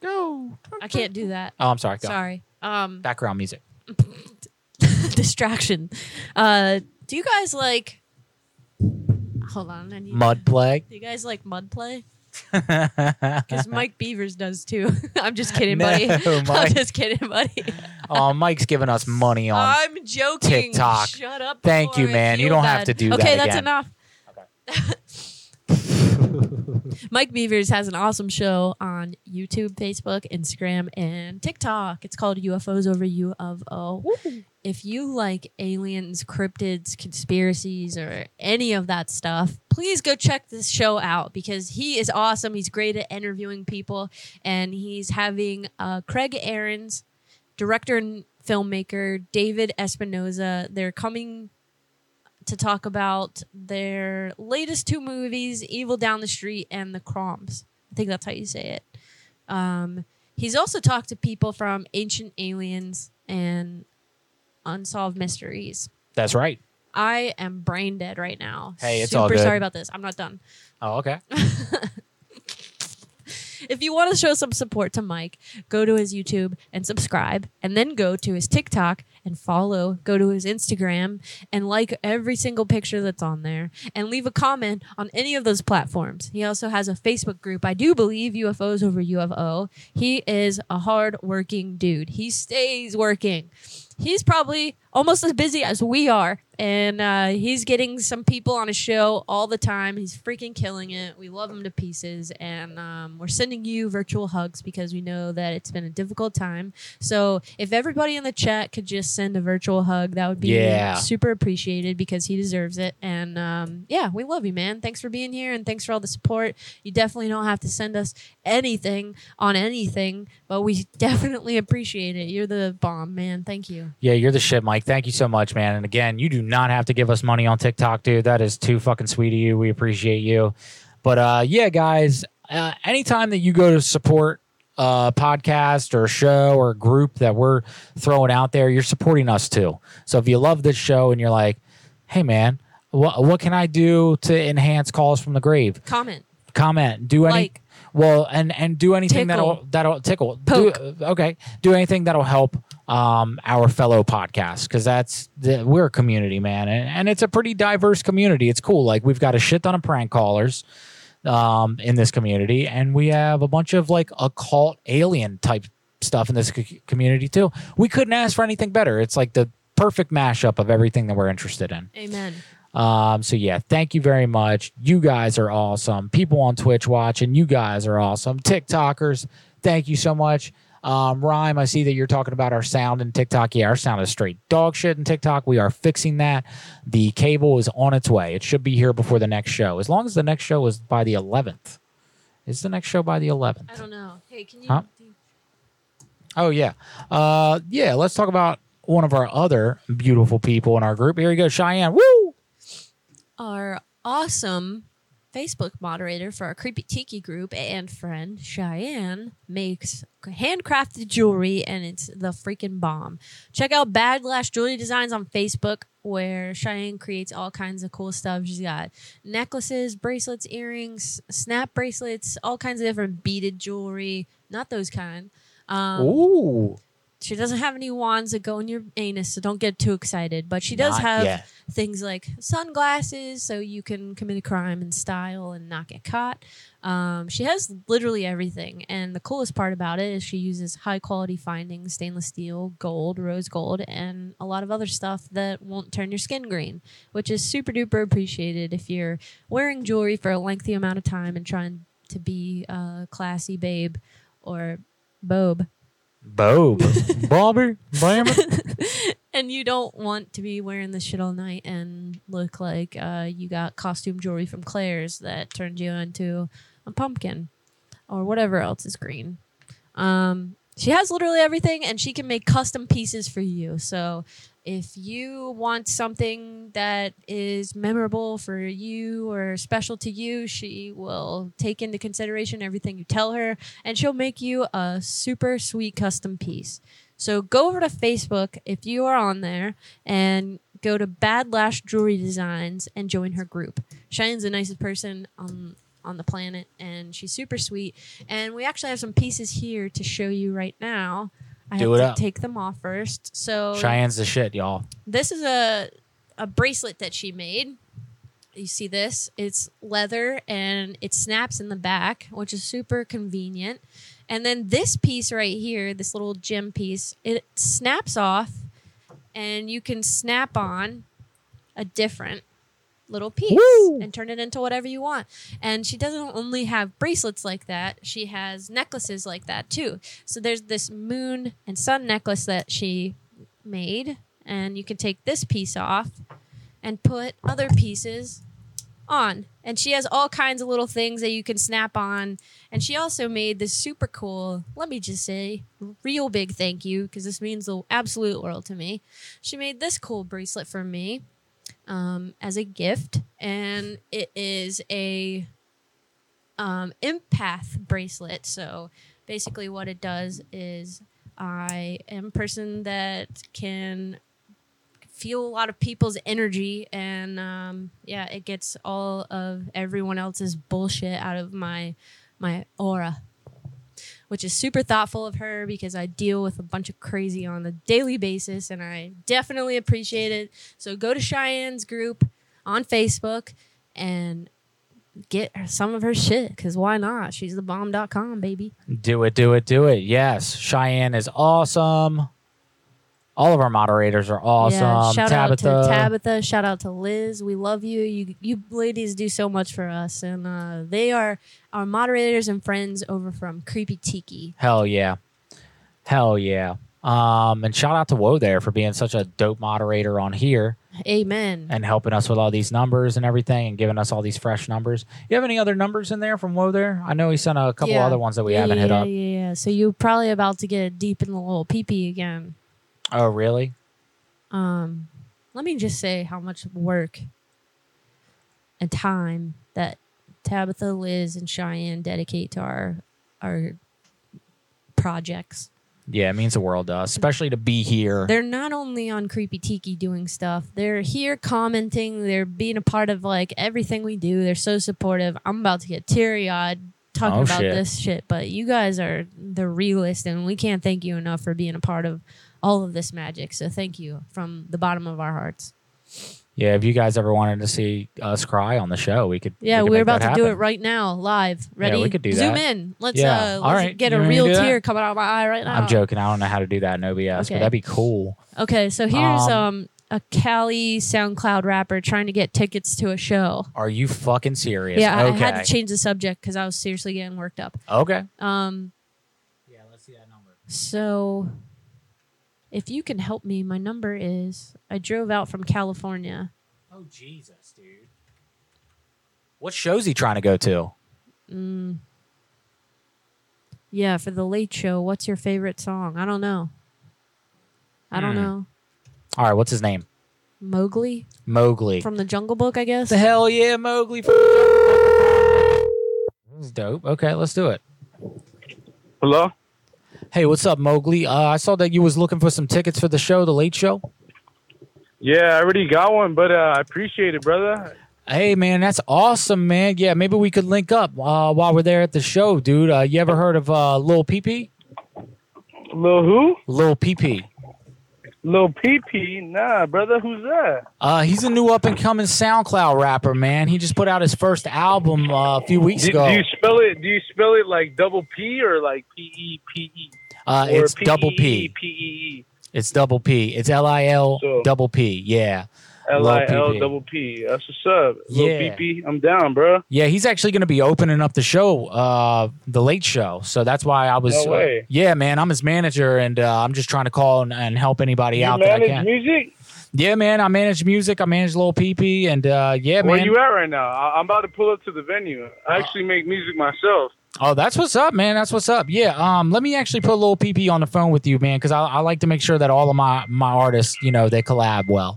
[SPEAKER 3] Go. I can't do that.
[SPEAKER 4] Oh, I'm sorry. Go.
[SPEAKER 3] Sorry. Um, [laughs]
[SPEAKER 4] Background music.
[SPEAKER 3] distraction. Uh, do you guys like? Hold on, I need
[SPEAKER 4] Mud plague.
[SPEAKER 3] Do you guys like mud play?
[SPEAKER 4] Because [laughs]
[SPEAKER 3] Because Mike Beavers does too. [laughs] I'm just kidding,
[SPEAKER 4] No,
[SPEAKER 3] buddy. [laughs] I'm
[SPEAKER 4] Mike.
[SPEAKER 3] just kidding, buddy.
[SPEAKER 4] Oh, Mike's giving us money on.
[SPEAKER 3] [laughs] I'm joking.
[SPEAKER 4] TikTok.
[SPEAKER 3] Shut up.
[SPEAKER 4] Thank
[SPEAKER 3] before
[SPEAKER 4] you,
[SPEAKER 3] I
[SPEAKER 4] man. You
[SPEAKER 3] feel
[SPEAKER 4] don't have
[SPEAKER 3] bad.
[SPEAKER 4] to do
[SPEAKER 3] okay,
[SPEAKER 4] that
[SPEAKER 3] that's
[SPEAKER 4] again.
[SPEAKER 3] enough. Mike Beavers has an awesome show on YouTube, Facebook, Instagram, and TikTok. It's called UFOs over U of O. If you like aliens, cryptids, conspiracies, or any of that stuff, please go check this show out because he is awesome. He's great at interviewing people, and he's having uh, Craig Ahrens, director and filmmaker David Espinoza. They're coming to talk about their latest two movies, Evil Down the Street and The Crumbs. I think that's how you say it. Um, he's also talked to people from Ancient Aliens and Unsolved Mysteries.
[SPEAKER 4] That's right.
[SPEAKER 3] I am brain dead right now.
[SPEAKER 4] Hey, it's
[SPEAKER 3] Super
[SPEAKER 4] all good.
[SPEAKER 3] sorry about this. I'm not done.
[SPEAKER 4] Oh, okay.
[SPEAKER 3] [laughs] If you want to show some support to Mike, go to his YouTube and subscribe, and then go to his TikTok and follow, go to his Instagram and like every single picture that's on there, and leave a comment on any of those platforms. He also has a Facebook group, I do believe UFOs over UFO. He is a hard working dude, he stays working. He's probably almost as busy as we are, and uh, he's getting some people on his show all the time. He's freaking killing it. We love him to pieces, and um, we're sending you virtual hugs because we know that it's been a difficult time. So if everybody in the chat could just send a virtual hug, that would be
[SPEAKER 4] Yeah.
[SPEAKER 3] super appreciated because he deserves it. And um, yeah, we love you, man. Thanks for being here, and thanks for all the support. You definitely don't have to send us anything on anything, but we [laughs] definitely appreciate it. You're the bomb, man. Thank you.
[SPEAKER 4] Yeah, you're the shit, Mike. Thank you so much, man. And again, you do not have to give us money on TikTok, dude. That is too fucking sweet of you. We appreciate you. But uh, yeah, guys, uh, anytime that you go to support a podcast or a show or a group that we're throwing out there, you're supporting us too. So if you love this show and you're like, hey, man, what, what can I do to enhance calls from the grave?
[SPEAKER 3] Comment.
[SPEAKER 4] comment do any
[SPEAKER 3] Like.
[SPEAKER 4] well and and do anything that'll
[SPEAKER 3] Tickle.
[SPEAKER 4] that'll tickle do, okay do anything that'll help um our fellow podcast because that's the, we're a community man and, and it's a pretty diverse community it's cool like we've got a shit ton of prank callers um in this community and we have a bunch of like occult alien type stuff in this c- community too we couldn't ask for anything better it's like the perfect mashup of everything that we're interested in
[SPEAKER 3] Amen.
[SPEAKER 4] Um, so yeah, thank you very much. You guys are awesome. People on Twitch watching, you guys are awesome. TikTokers, thank you so much. Um, Rhyme, I see that you're talking about our sound in TikTok. Yeah, our sound is straight dog shit in TikTok. We are fixing that. The cable is on its way. It should be here before the next show. As long as the next show is by the 11th. Is the next show by the 11th?
[SPEAKER 3] I don't know. Hey, can you?
[SPEAKER 4] Huh? Oh yeah, uh, yeah. Let's talk about one of our other beautiful people in our group. Here we go, Cheyenne. Woo!
[SPEAKER 3] Our awesome Facebook moderator for our Creepy Tiki group and friend Cheyenne makes handcrafted jewelry, and it's the freaking bomb. Check out Bad Glass Jewelry Designs on Facebook, where Cheyenne creates all kinds of cool stuff. She's got necklaces, bracelets, earrings, snap bracelets, all kinds of different beaded jewelry. Not those kind. Um,
[SPEAKER 4] Ooh.
[SPEAKER 3] She doesn't have any wands that go in your anus, so don't get too excited. But she does
[SPEAKER 4] Not
[SPEAKER 3] have
[SPEAKER 4] yet.
[SPEAKER 3] things like sunglasses, so you can commit a crime in style and not get caught. Um, she has literally everything, and the coolest part about it is she uses high quality findings, stainless steel, gold, rose gold, and a lot of other stuff that won't turn your skin green, which is super duper appreciated if you're wearing jewelry for a lengthy amount of time and trying to be a classy babe or bobe.
[SPEAKER 4] Bob, Bobby,
[SPEAKER 15] [laughs]
[SPEAKER 4] Bammer.
[SPEAKER 3] and you don't want to be wearing this shit all night and look like uh, you got costume jewelry from Claire's that turned you into a pumpkin or whatever else is green. Um, she has literally everything and she can make custom pieces for you. So if you want something that is memorable for you or special to you, she will take into consideration everything you tell her and she'll make you a super sweet custom piece. So go over to Facebook if you are on there and go to Bad Lash Jewelry Designs and join her group. Cheyenne's the nicest person on on the planet and she's super sweet. And we actually have some pieces here to show you right now. I
[SPEAKER 4] Do
[SPEAKER 3] have
[SPEAKER 4] it
[SPEAKER 3] to
[SPEAKER 4] up.
[SPEAKER 3] take them off first. So
[SPEAKER 4] Cheyenne's the shit, y'all.
[SPEAKER 3] this is a a bracelet that she made. You see this? It's leather and it snaps in the back, which is super convenient. And then this piece right here, this little gem piece, it snaps off and you can snap on a different little piece and turn it into whatever you want. And she doesn't only have bracelets like that, she has necklaces like that too. So there's this moon and sun necklace that she made, and you can take this piece off and put other pieces on. And she has all kinds of little things that you can snap on. And she also made this super cool, let me just say, real big thank you, because this means the absolute world to me. She made this cool bracelet for me um, as a gift, and it is a um, empath bracelet. So basically, what it does is I am a person that can feel a lot of people's energy, and um, yeah, it gets all of everyone else's bullshit out of my my aura which is super thoughtful of her because I deal with a bunch of crazy on a daily basis and I definitely appreciate it. So go to Cheyenne's group on Facebook and get her- some of her shit because why not? She's the bomb.com, baby.
[SPEAKER 4] Do it, do it, do it. Yes, Cheyenne is awesome. All of our moderators are awesome.
[SPEAKER 3] Yeah, shout
[SPEAKER 4] Tabitha,
[SPEAKER 3] out to Tabitha. Shout out to Liz. We love you. You you ladies do so much for us, and uh, they are our moderators and friends over from Creepy Tiki.
[SPEAKER 4] Hell yeah. Hell yeah. Um, and shout out to Woe there for being such a dope moderator on here
[SPEAKER 3] Amen.
[SPEAKER 4] and helping us with all these numbers and everything and giving us all these fresh numbers. You have any other numbers in there from Woe there? I know he sent a couple
[SPEAKER 3] Yeah.
[SPEAKER 4] other ones that we
[SPEAKER 3] Yeah,
[SPEAKER 4] haven't hit
[SPEAKER 3] yeah,
[SPEAKER 4] up.
[SPEAKER 3] Yeah, yeah. So you're probably about to get deep in the little peepee again.
[SPEAKER 4] Oh, really?
[SPEAKER 3] Um, let me just say how much work and time that Tabitha, Liz, and Cheyenne dedicate to our our projects.
[SPEAKER 4] Yeah, it means the world to us, especially to be here.
[SPEAKER 3] They're not only on Creepy Tiki doing stuff, they're here commenting, they're being a part of like everything we do. They're so supportive. I'm about to get teary eyed talking
[SPEAKER 4] Oh,
[SPEAKER 3] about
[SPEAKER 4] shit.
[SPEAKER 3] this shit, but you guys are the realist, and we can't thank you enough for being a part of all of this magic. So thank you from the bottom of our hearts.
[SPEAKER 4] yeah, if you guys ever wanted to see us cry on the show, we could.
[SPEAKER 3] Yeah,
[SPEAKER 4] we could
[SPEAKER 3] we are
[SPEAKER 4] make
[SPEAKER 3] about to
[SPEAKER 4] that
[SPEAKER 3] do it
[SPEAKER 4] happen.
[SPEAKER 3] right now, live. Ready?
[SPEAKER 4] we could do
[SPEAKER 3] Zoom
[SPEAKER 4] that.
[SPEAKER 3] in. Let's
[SPEAKER 4] Yeah.
[SPEAKER 3] uh let's
[SPEAKER 4] All right.
[SPEAKER 3] get
[SPEAKER 4] You
[SPEAKER 3] a
[SPEAKER 4] want me to
[SPEAKER 3] real
[SPEAKER 4] do that?
[SPEAKER 3] tear coming out of my eye right now.
[SPEAKER 4] I'm joking. I don't know how to do that, no BS,
[SPEAKER 3] Okay.
[SPEAKER 4] but that'd be cool.
[SPEAKER 3] Okay, so here's um,
[SPEAKER 4] Um,
[SPEAKER 3] a Cali SoundCloud rapper trying to get tickets to a show.
[SPEAKER 4] Are you fucking serious?
[SPEAKER 3] Yeah, I-
[SPEAKER 4] okay.
[SPEAKER 3] I had to change the subject because I was seriously getting worked up.
[SPEAKER 4] Okay.
[SPEAKER 3] Um. Yeah, let's see that number. So, if you can help me, my number is I drove out from California.
[SPEAKER 4] Oh Jesus, dude. What show's he trying to go to?
[SPEAKER 3] Mm. Yeah, for the late show, what's your favorite song? I don't know. I don't
[SPEAKER 4] Hmm.
[SPEAKER 3] know.
[SPEAKER 4] All right, what's his name?
[SPEAKER 3] Mowgli
[SPEAKER 4] Mowgli.
[SPEAKER 3] from the Jungle Book, I guess.
[SPEAKER 4] The hell yeah, Mowgli. From- This is dope. Okay, let's do it.
[SPEAKER 25] Hello.
[SPEAKER 4] Hey, what's up, Mowgli? Uh, I saw that you was looking for some tickets for the show, the late show.
[SPEAKER 25] [laughs] Yeah, I already got one, but uh, I appreciate it, brother.
[SPEAKER 4] Hey, man, that's awesome, man. Yeah, maybe we could link up uh, while we're there at the show, dude. Uh, you ever heard of uh, Lil Peepee?
[SPEAKER 25] Lil who?
[SPEAKER 4] Lil Peepee.
[SPEAKER 25] Lil PP, nah, brother, who's that?
[SPEAKER 4] Uh, he's a new up and coming SoundCloud rapper, man. He just put out his first album uh, a few weeks
[SPEAKER 25] do,
[SPEAKER 4] ago.
[SPEAKER 25] do you spell it? Do you spell it like double P or like P E P E?
[SPEAKER 4] Uh,
[SPEAKER 25] Or
[SPEAKER 4] it's double P.
[SPEAKER 25] P E E
[SPEAKER 4] It's double P. It's L I L
[SPEAKER 25] So-
[SPEAKER 4] double P. Yeah.
[SPEAKER 25] L I L
[SPEAKER 4] Lil Peepee.
[SPEAKER 25] double P. That's what's up. Lil
[SPEAKER 4] Yeah.
[SPEAKER 25] PP, I'm down, bro.
[SPEAKER 4] Yeah, he's actually going to be opening up the show, uh, the late show. So that's why I was.
[SPEAKER 25] No way.
[SPEAKER 4] uh, yeah, man, I'm his manager, and uh, I'm just trying to call and, and help anybody
[SPEAKER 25] You
[SPEAKER 4] out that I
[SPEAKER 25] manage
[SPEAKER 4] can.
[SPEAKER 25] music?
[SPEAKER 4] Yeah, man, I manage music. I manage Lil Peepee, and uh, yeah,
[SPEAKER 25] Where
[SPEAKER 4] man.
[SPEAKER 25] you at right now? I- I'm about to pull up to the venue. I actually make music myself.
[SPEAKER 4] Oh, that's what's up, man. That's what's up. Yeah. Um, let me actually put a little PP on the phone with you, man, because I, I like to make sure that all of my my artists, you know, they collab well.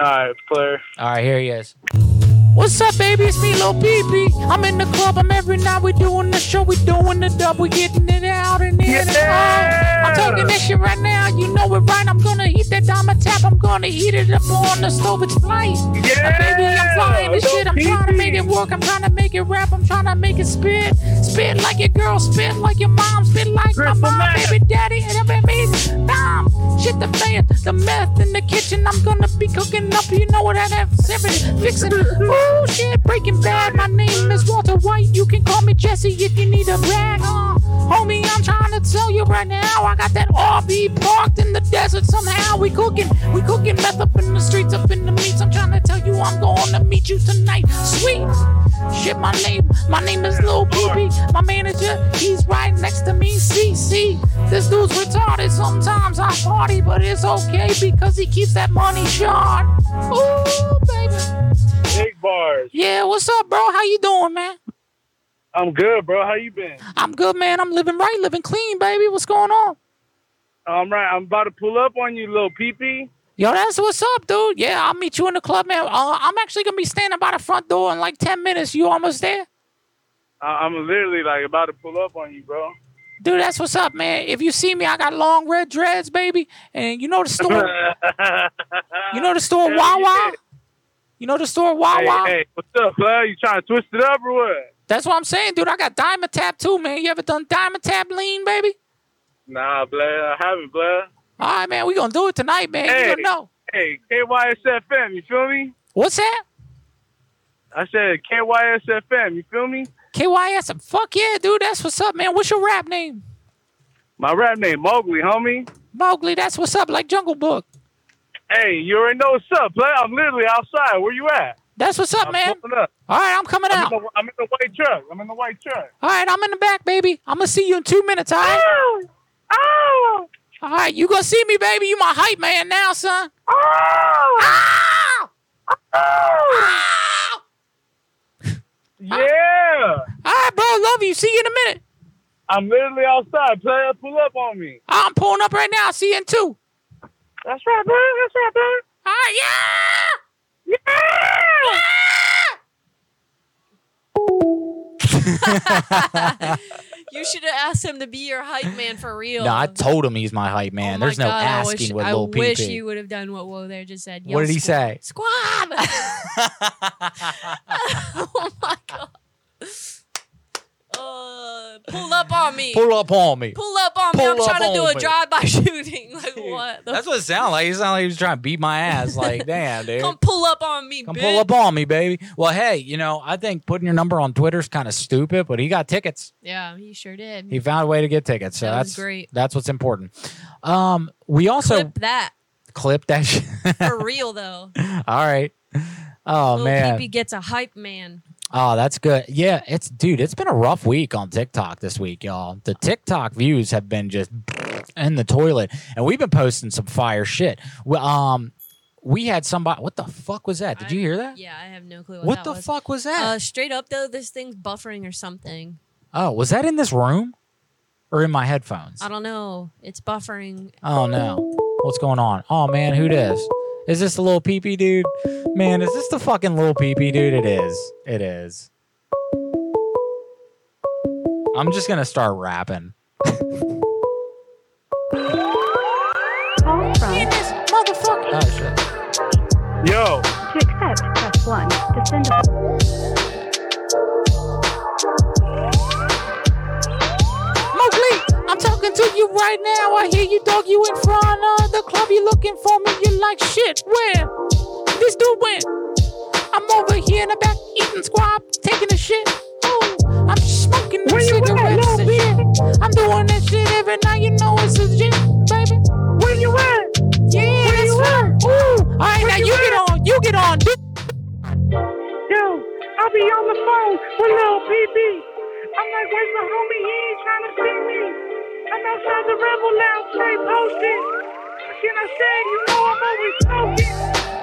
[SPEAKER 25] All right, player.
[SPEAKER 4] All right, here he is.
[SPEAKER 2] What's up, baby? It's me, Lil Peepee. I'm in the club. I'm every night. We doing the show. We doing the dub. We getting it out and in and out. I'm talking that shit right now. You know it right. I'm gonna eat that diamond tap. I'm gonna eat it up on the stove. It's flight. Yeah, baby, I'm flying this shit. I'm trying to make it work. I'm trying to make it rap. I'm trying to make it spit. Spit like your girl. Spit like your mom. Spit like my mom. Baby, daddy, and every amazing time. Shit, the fan, the meth in the kitchen. I'm gonna be cooking up. You know what that F7 fixing. Ooh, shit, breaking bad. My name is Walter White. You can call me Jesse if you need a rag. Uh, homie, I'm trying to tell you right now. I got that RV parked in the desert. Somehow we cooking. We cooking meth up in the streets, up in the meats. I'm trying to tell you I'm going to meet you tonight. Sweet. Shit, my name, my name is Lil Peepee. My manager, he's right next to me. CC. This dude's retarded. Sometimes I party, but it's okay because he keeps that money short. Ooh, baby.
[SPEAKER 25] Big bars.
[SPEAKER 2] Yeah, what's up, bro? How you doing, man?
[SPEAKER 25] I'm good, bro. How you been?
[SPEAKER 2] I'm good, man. I'm living right, living clean, baby. What's going on?
[SPEAKER 25] I'm right. I'm about to pull up on you, little peepee.
[SPEAKER 2] Yo, that's what's up, dude. Yeah, I'll meet you in the club, man. Uh, I'm actually gonna be standing by the front door in like ten minutes. You almost there,
[SPEAKER 25] I- I'm literally like about to pull up on you, bro.
[SPEAKER 2] dude? That's what's up, man. If you see me, I got long red dreads, baby, and you know the
[SPEAKER 25] [laughs]
[SPEAKER 2] store. you know the store Wawa. You know the store
[SPEAKER 25] Hey,
[SPEAKER 2] Wawa.
[SPEAKER 25] hey, what's up, player? You trying to twist it up or what?
[SPEAKER 2] That's what I'm saying, dude. I got diamond tap too, man. You ever done diamond tap lean, baby?
[SPEAKER 25] Nah, Blair, I haven't, Blair.
[SPEAKER 2] All right, man. We gonna do it tonight, man.
[SPEAKER 25] Hey.
[SPEAKER 2] You gonna know.
[SPEAKER 25] Hey, KYSFM, you feel me?
[SPEAKER 2] What's that?
[SPEAKER 25] I said KYSFM, you feel me?
[SPEAKER 2] KYS. Fuck yeah, dude. That's what's up, man. What's your rap name?
[SPEAKER 25] My rap name, Mowgli, homie.
[SPEAKER 2] Mowgli. That's what's up. Like Jungle Book.
[SPEAKER 25] Hey, you already know what's up, player. I'm literally outside. Where you at?
[SPEAKER 2] That's what's up,
[SPEAKER 25] I'm
[SPEAKER 2] man.
[SPEAKER 25] pulling up.
[SPEAKER 2] All right, I'm coming
[SPEAKER 25] I'm
[SPEAKER 2] out.
[SPEAKER 25] In the, I'm in the white truck. I'm in the white
[SPEAKER 2] [laughs]
[SPEAKER 25] truck. [laughs]
[SPEAKER 2] All right, I'm in the back, baby. I'm gonna see you in two minutes. All right.
[SPEAKER 25] Oh,
[SPEAKER 2] All right, you gonna see me, baby. You my hype man now, son.
[SPEAKER 25] Oh.
[SPEAKER 2] Ah!
[SPEAKER 25] [laughs] Yeah.
[SPEAKER 2] All right, bro. Love you. See you in a minute.
[SPEAKER 25] I'm literally outside. Player, pull up on me.
[SPEAKER 2] I'm pulling up right now. See you in two.
[SPEAKER 25] That's right, bro. That's right, bro.
[SPEAKER 2] All right, yeah.
[SPEAKER 3] You should have asked him to be your hype man for real.
[SPEAKER 4] No, I told him he's my hype man.
[SPEAKER 3] Oh My
[SPEAKER 4] There's no
[SPEAKER 3] God, I wish-
[SPEAKER 4] asking with Lil
[SPEAKER 3] I wish
[SPEAKER 4] Peepee.
[SPEAKER 3] you would have done what Woe there just said.
[SPEAKER 4] What
[SPEAKER 3] Yell,
[SPEAKER 4] did he
[SPEAKER 3] "Squ-
[SPEAKER 4] say? [laughs]
[SPEAKER 3] Squab! [laughs] oh my God. Uh, pull up on me.
[SPEAKER 4] Pull up on me.
[SPEAKER 3] Pull up on me.
[SPEAKER 4] Pull
[SPEAKER 3] I'm
[SPEAKER 4] up
[SPEAKER 3] trying to do
[SPEAKER 4] on
[SPEAKER 3] a
[SPEAKER 4] me.
[SPEAKER 3] drive-by [laughs] shooting. Like what? The
[SPEAKER 4] That's what it sounded like. It sounded like he was trying to beat my ass.
[SPEAKER 3] [laughs]
[SPEAKER 4] Like, damn, dude.
[SPEAKER 3] Come pull up on me,
[SPEAKER 4] Come
[SPEAKER 3] bitch.
[SPEAKER 4] pull up on me, baby. Well, hey, you know, I think putting your number on Twitter's kind of stupid, but he got tickets.
[SPEAKER 3] Yeah, he sure did.
[SPEAKER 4] He found a way to get tickets. So
[SPEAKER 3] That was
[SPEAKER 4] that's
[SPEAKER 3] great.
[SPEAKER 4] That's what's important. Um, we also
[SPEAKER 3] Clip that.
[SPEAKER 4] clip that shit.
[SPEAKER 3] For real though.
[SPEAKER 4] [laughs] All right. Oh
[SPEAKER 3] Lil
[SPEAKER 4] man.
[SPEAKER 3] Peepee gets a hype man.
[SPEAKER 4] Oh, that's good. Yeah, it's dude, it's been a rough week on TikTok this week, y'all. The TikTok views have been just in the toilet. And we've been posting some fire shit. Well, um we had somebody what the fuck was that? Did you hear that?
[SPEAKER 3] Yeah, I have no clue what,
[SPEAKER 4] What
[SPEAKER 3] that
[SPEAKER 4] the
[SPEAKER 3] was.
[SPEAKER 4] fuck was that?
[SPEAKER 3] Uh, straight up though, this thing's buffering or something.
[SPEAKER 4] Oh, was that in this room? Or in my headphones?
[SPEAKER 3] I don't know. It's buffering.
[SPEAKER 4] Oh no. What's going on? Oh man, who this? Is this the little peepee dude? Man, is this the fucking little peepee dude? It is. It is. I'm just gonna start rapping.
[SPEAKER 13] Call from
[SPEAKER 2] motherfucker.
[SPEAKER 4] Oh shit. Yo.
[SPEAKER 13] to accept, press 1. To send a
[SPEAKER 2] Mowgli, I'm talking to you right now. I hear you, dog. You in front of the club. You looking for me. You like shit. Where? This dude went. I'm over here in the back eating squab, taking a shit. Oh, I'm smoking them cigarettes and shit. I'm doing that shit every night. You know it's legit, baby. Where you at? Yeah, that's right. Ooh, all right, now you, get on. You get on. Do-
[SPEAKER 18] Yo, I'll be on the phone with Lil PB. I'm like, where's my homie? He ain't trying to see me. I'm outside the Rebel Lounge, stay posted. What can I say? You know I'm always smoking.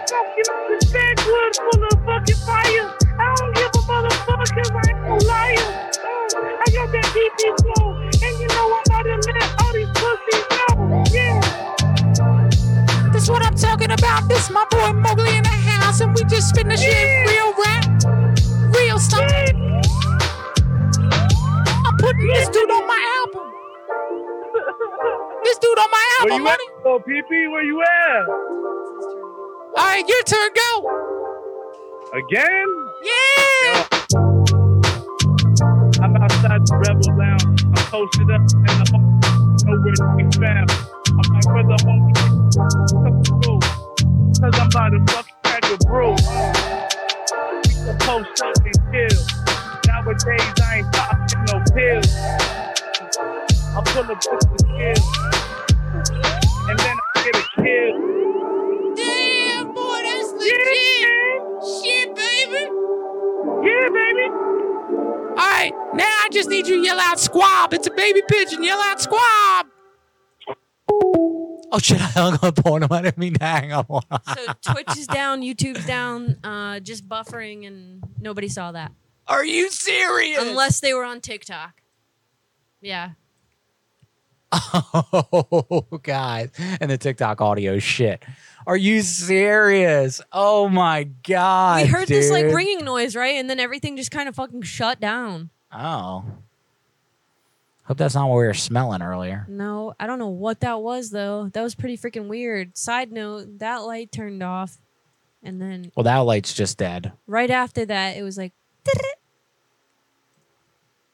[SPEAKER 18] Smoking on the dead wood full of fucking fire. I don't give a motherfucker 'cause I ain't no liar. Uh, I got that DP flow, and you know I'm about to let all these pussies know. Yeah.
[SPEAKER 2] That's what I'm talking about. This my boy Mowgli in the house, and we just spin the shit real rap, real stuff. I'm putting this dude on my album. This dude on my album, money.
[SPEAKER 18] Oh, PP, where you at?
[SPEAKER 2] All right, your turn. Go.
[SPEAKER 18] Again?
[SPEAKER 2] Yeah.
[SPEAKER 18] I'm outside the Rebel Lounge. I'm posted up in the home. Nowhere to be found. I'm like, where the homie is? Cause I'm about to fucking crack a brew. We can post up and chill. Nowadays, I ain't popping no pills. I pull a bitch to kill. And then I get a kill.
[SPEAKER 2] Damn, boy, that's legit. Shit, baby.
[SPEAKER 18] Yeah, baby.
[SPEAKER 2] All right, now I just need you to yell out squab. It's a baby pigeon. Yell out squab.
[SPEAKER 4] [laughs] Oh shit, I hung up on him. I didn't mean to hang up on him.
[SPEAKER 3] Twitch is down, YouTube's down, uh, just buffering, and nobody saw that.
[SPEAKER 4] Are you serious?
[SPEAKER 3] Unless they were on TikTok. Yeah.
[SPEAKER 4] [laughs] Oh guys. And the TikTok audio shit. Are you serious? Oh my god.
[SPEAKER 3] we heard this like
[SPEAKER 4] dude.
[SPEAKER 3] ringing noise, right? And then everything just kind of fucking shut down.
[SPEAKER 4] Oh. Hope that's not what we were smelling earlier.
[SPEAKER 3] No, I don't know what that was though. That was pretty freaking weird. Side note, that light turned off. And then
[SPEAKER 4] Well, that light's just dead.
[SPEAKER 3] right after that, it was like,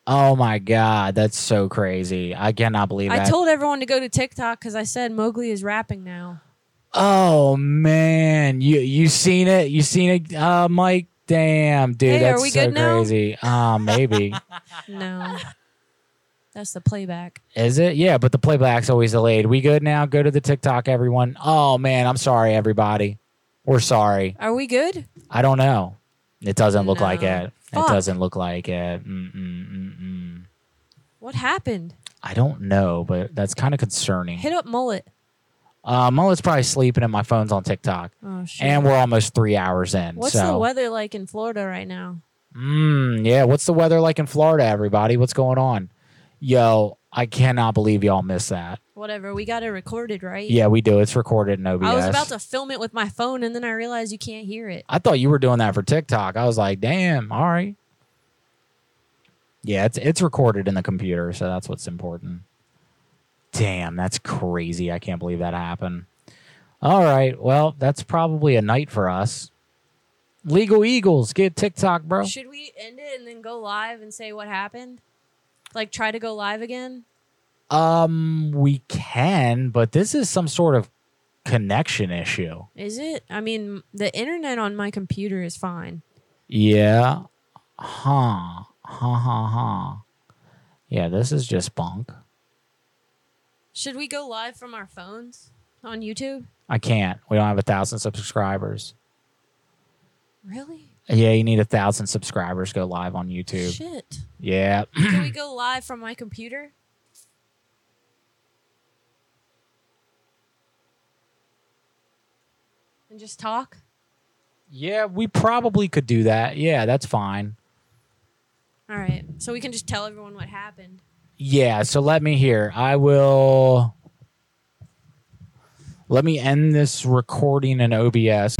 [SPEAKER 4] Oh my god, that's so crazy. I cannot believe
[SPEAKER 3] I
[SPEAKER 4] that.
[SPEAKER 3] told everyone to go to TikTok because I said Mowgli is rapping now.
[SPEAKER 4] Oh man, you you seen it? You seen it, uh, Mike? Damn, dude,
[SPEAKER 3] Hey, are
[SPEAKER 4] that's
[SPEAKER 3] we
[SPEAKER 4] so
[SPEAKER 3] good now?
[SPEAKER 4] crazy.
[SPEAKER 3] [laughs]
[SPEAKER 4] Uh, maybe
[SPEAKER 3] No. That's the playback.
[SPEAKER 4] is it? Yeah, but the playback's always delayed. We good now? Go to the TikTok, everyone. Oh man, I'm sorry, everybody. We're sorry.
[SPEAKER 3] Are we good?
[SPEAKER 4] I don't know. It doesn't look like
[SPEAKER 3] No.
[SPEAKER 4] it.
[SPEAKER 3] Fuck.
[SPEAKER 4] It doesn't look like it. Mm, Mm-mm-mm-mm.
[SPEAKER 3] What happened?
[SPEAKER 4] I don't know, but that's kind of concerning.
[SPEAKER 3] Hit up Mullet.
[SPEAKER 4] Uh, Mullet's probably sleeping, and my phone's on TikTok.
[SPEAKER 3] Oh, shit.
[SPEAKER 4] And we're almost three hours in.
[SPEAKER 3] What's
[SPEAKER 4] so.
[SPEAKER 3] the weather like in Florida right now?
[SPEAKER 4] Mm, yeah. What's the weather like in Florida, everybody? What's going on? Yo, I cannot believe y'all missed that.
[SPEAKER 3] Whatever. We got it recorded, right?
[SPEAKER 4] Yeah, we do. It's recorded in OBS.
[SPEAKER 3] I was about to film it with my phone and then I realized you can't hear it.
[SPEAKER 4] I thought you were doing that for TikTok. I was like, damn, all right. Yeah, it's it's recorded in the computer, so that's what's important. Damn, that's crazy. I can't believe that happened. All right. Well, that's probably a night for us. Legal Eagles, get TikTok, bro.
[SPEAKER 3] Should we end it and then go live and say what happened? Like try to go live again?
[SPEAKER 4] Um, we can, but this is some sort of connection issue.
[SPEAKER 3] Is it? I mean, the internet on my computer is fine.
[SPEAKER 4] Yeah. Huh. Ha ha ha. Yeah, this is just bunk.
[SPEAKER 3] Should we go live from our phones on YouTube?
[SPEAKER 4] I can't. We don't have a thousand subscribers.
[SPEAKER 3] Really?
[SPEAKER 4] Yeah, you need a thousand subscribers to go live on YouTube.
[SPEAKER 3] Shit.
[SPEAKER 4] Yeah. [clears throat]
[SPEAKER 3] Can we go live from my computer? And just talk?
[SPEAKER 4] yeah, we probably could do that. Yeah, that's fine.
[SPEAKER 3] All right. So we can just tell everyone what happened.
[SPEAKER 4] Yeah, so let me hear. I will let me end this recording in OBS.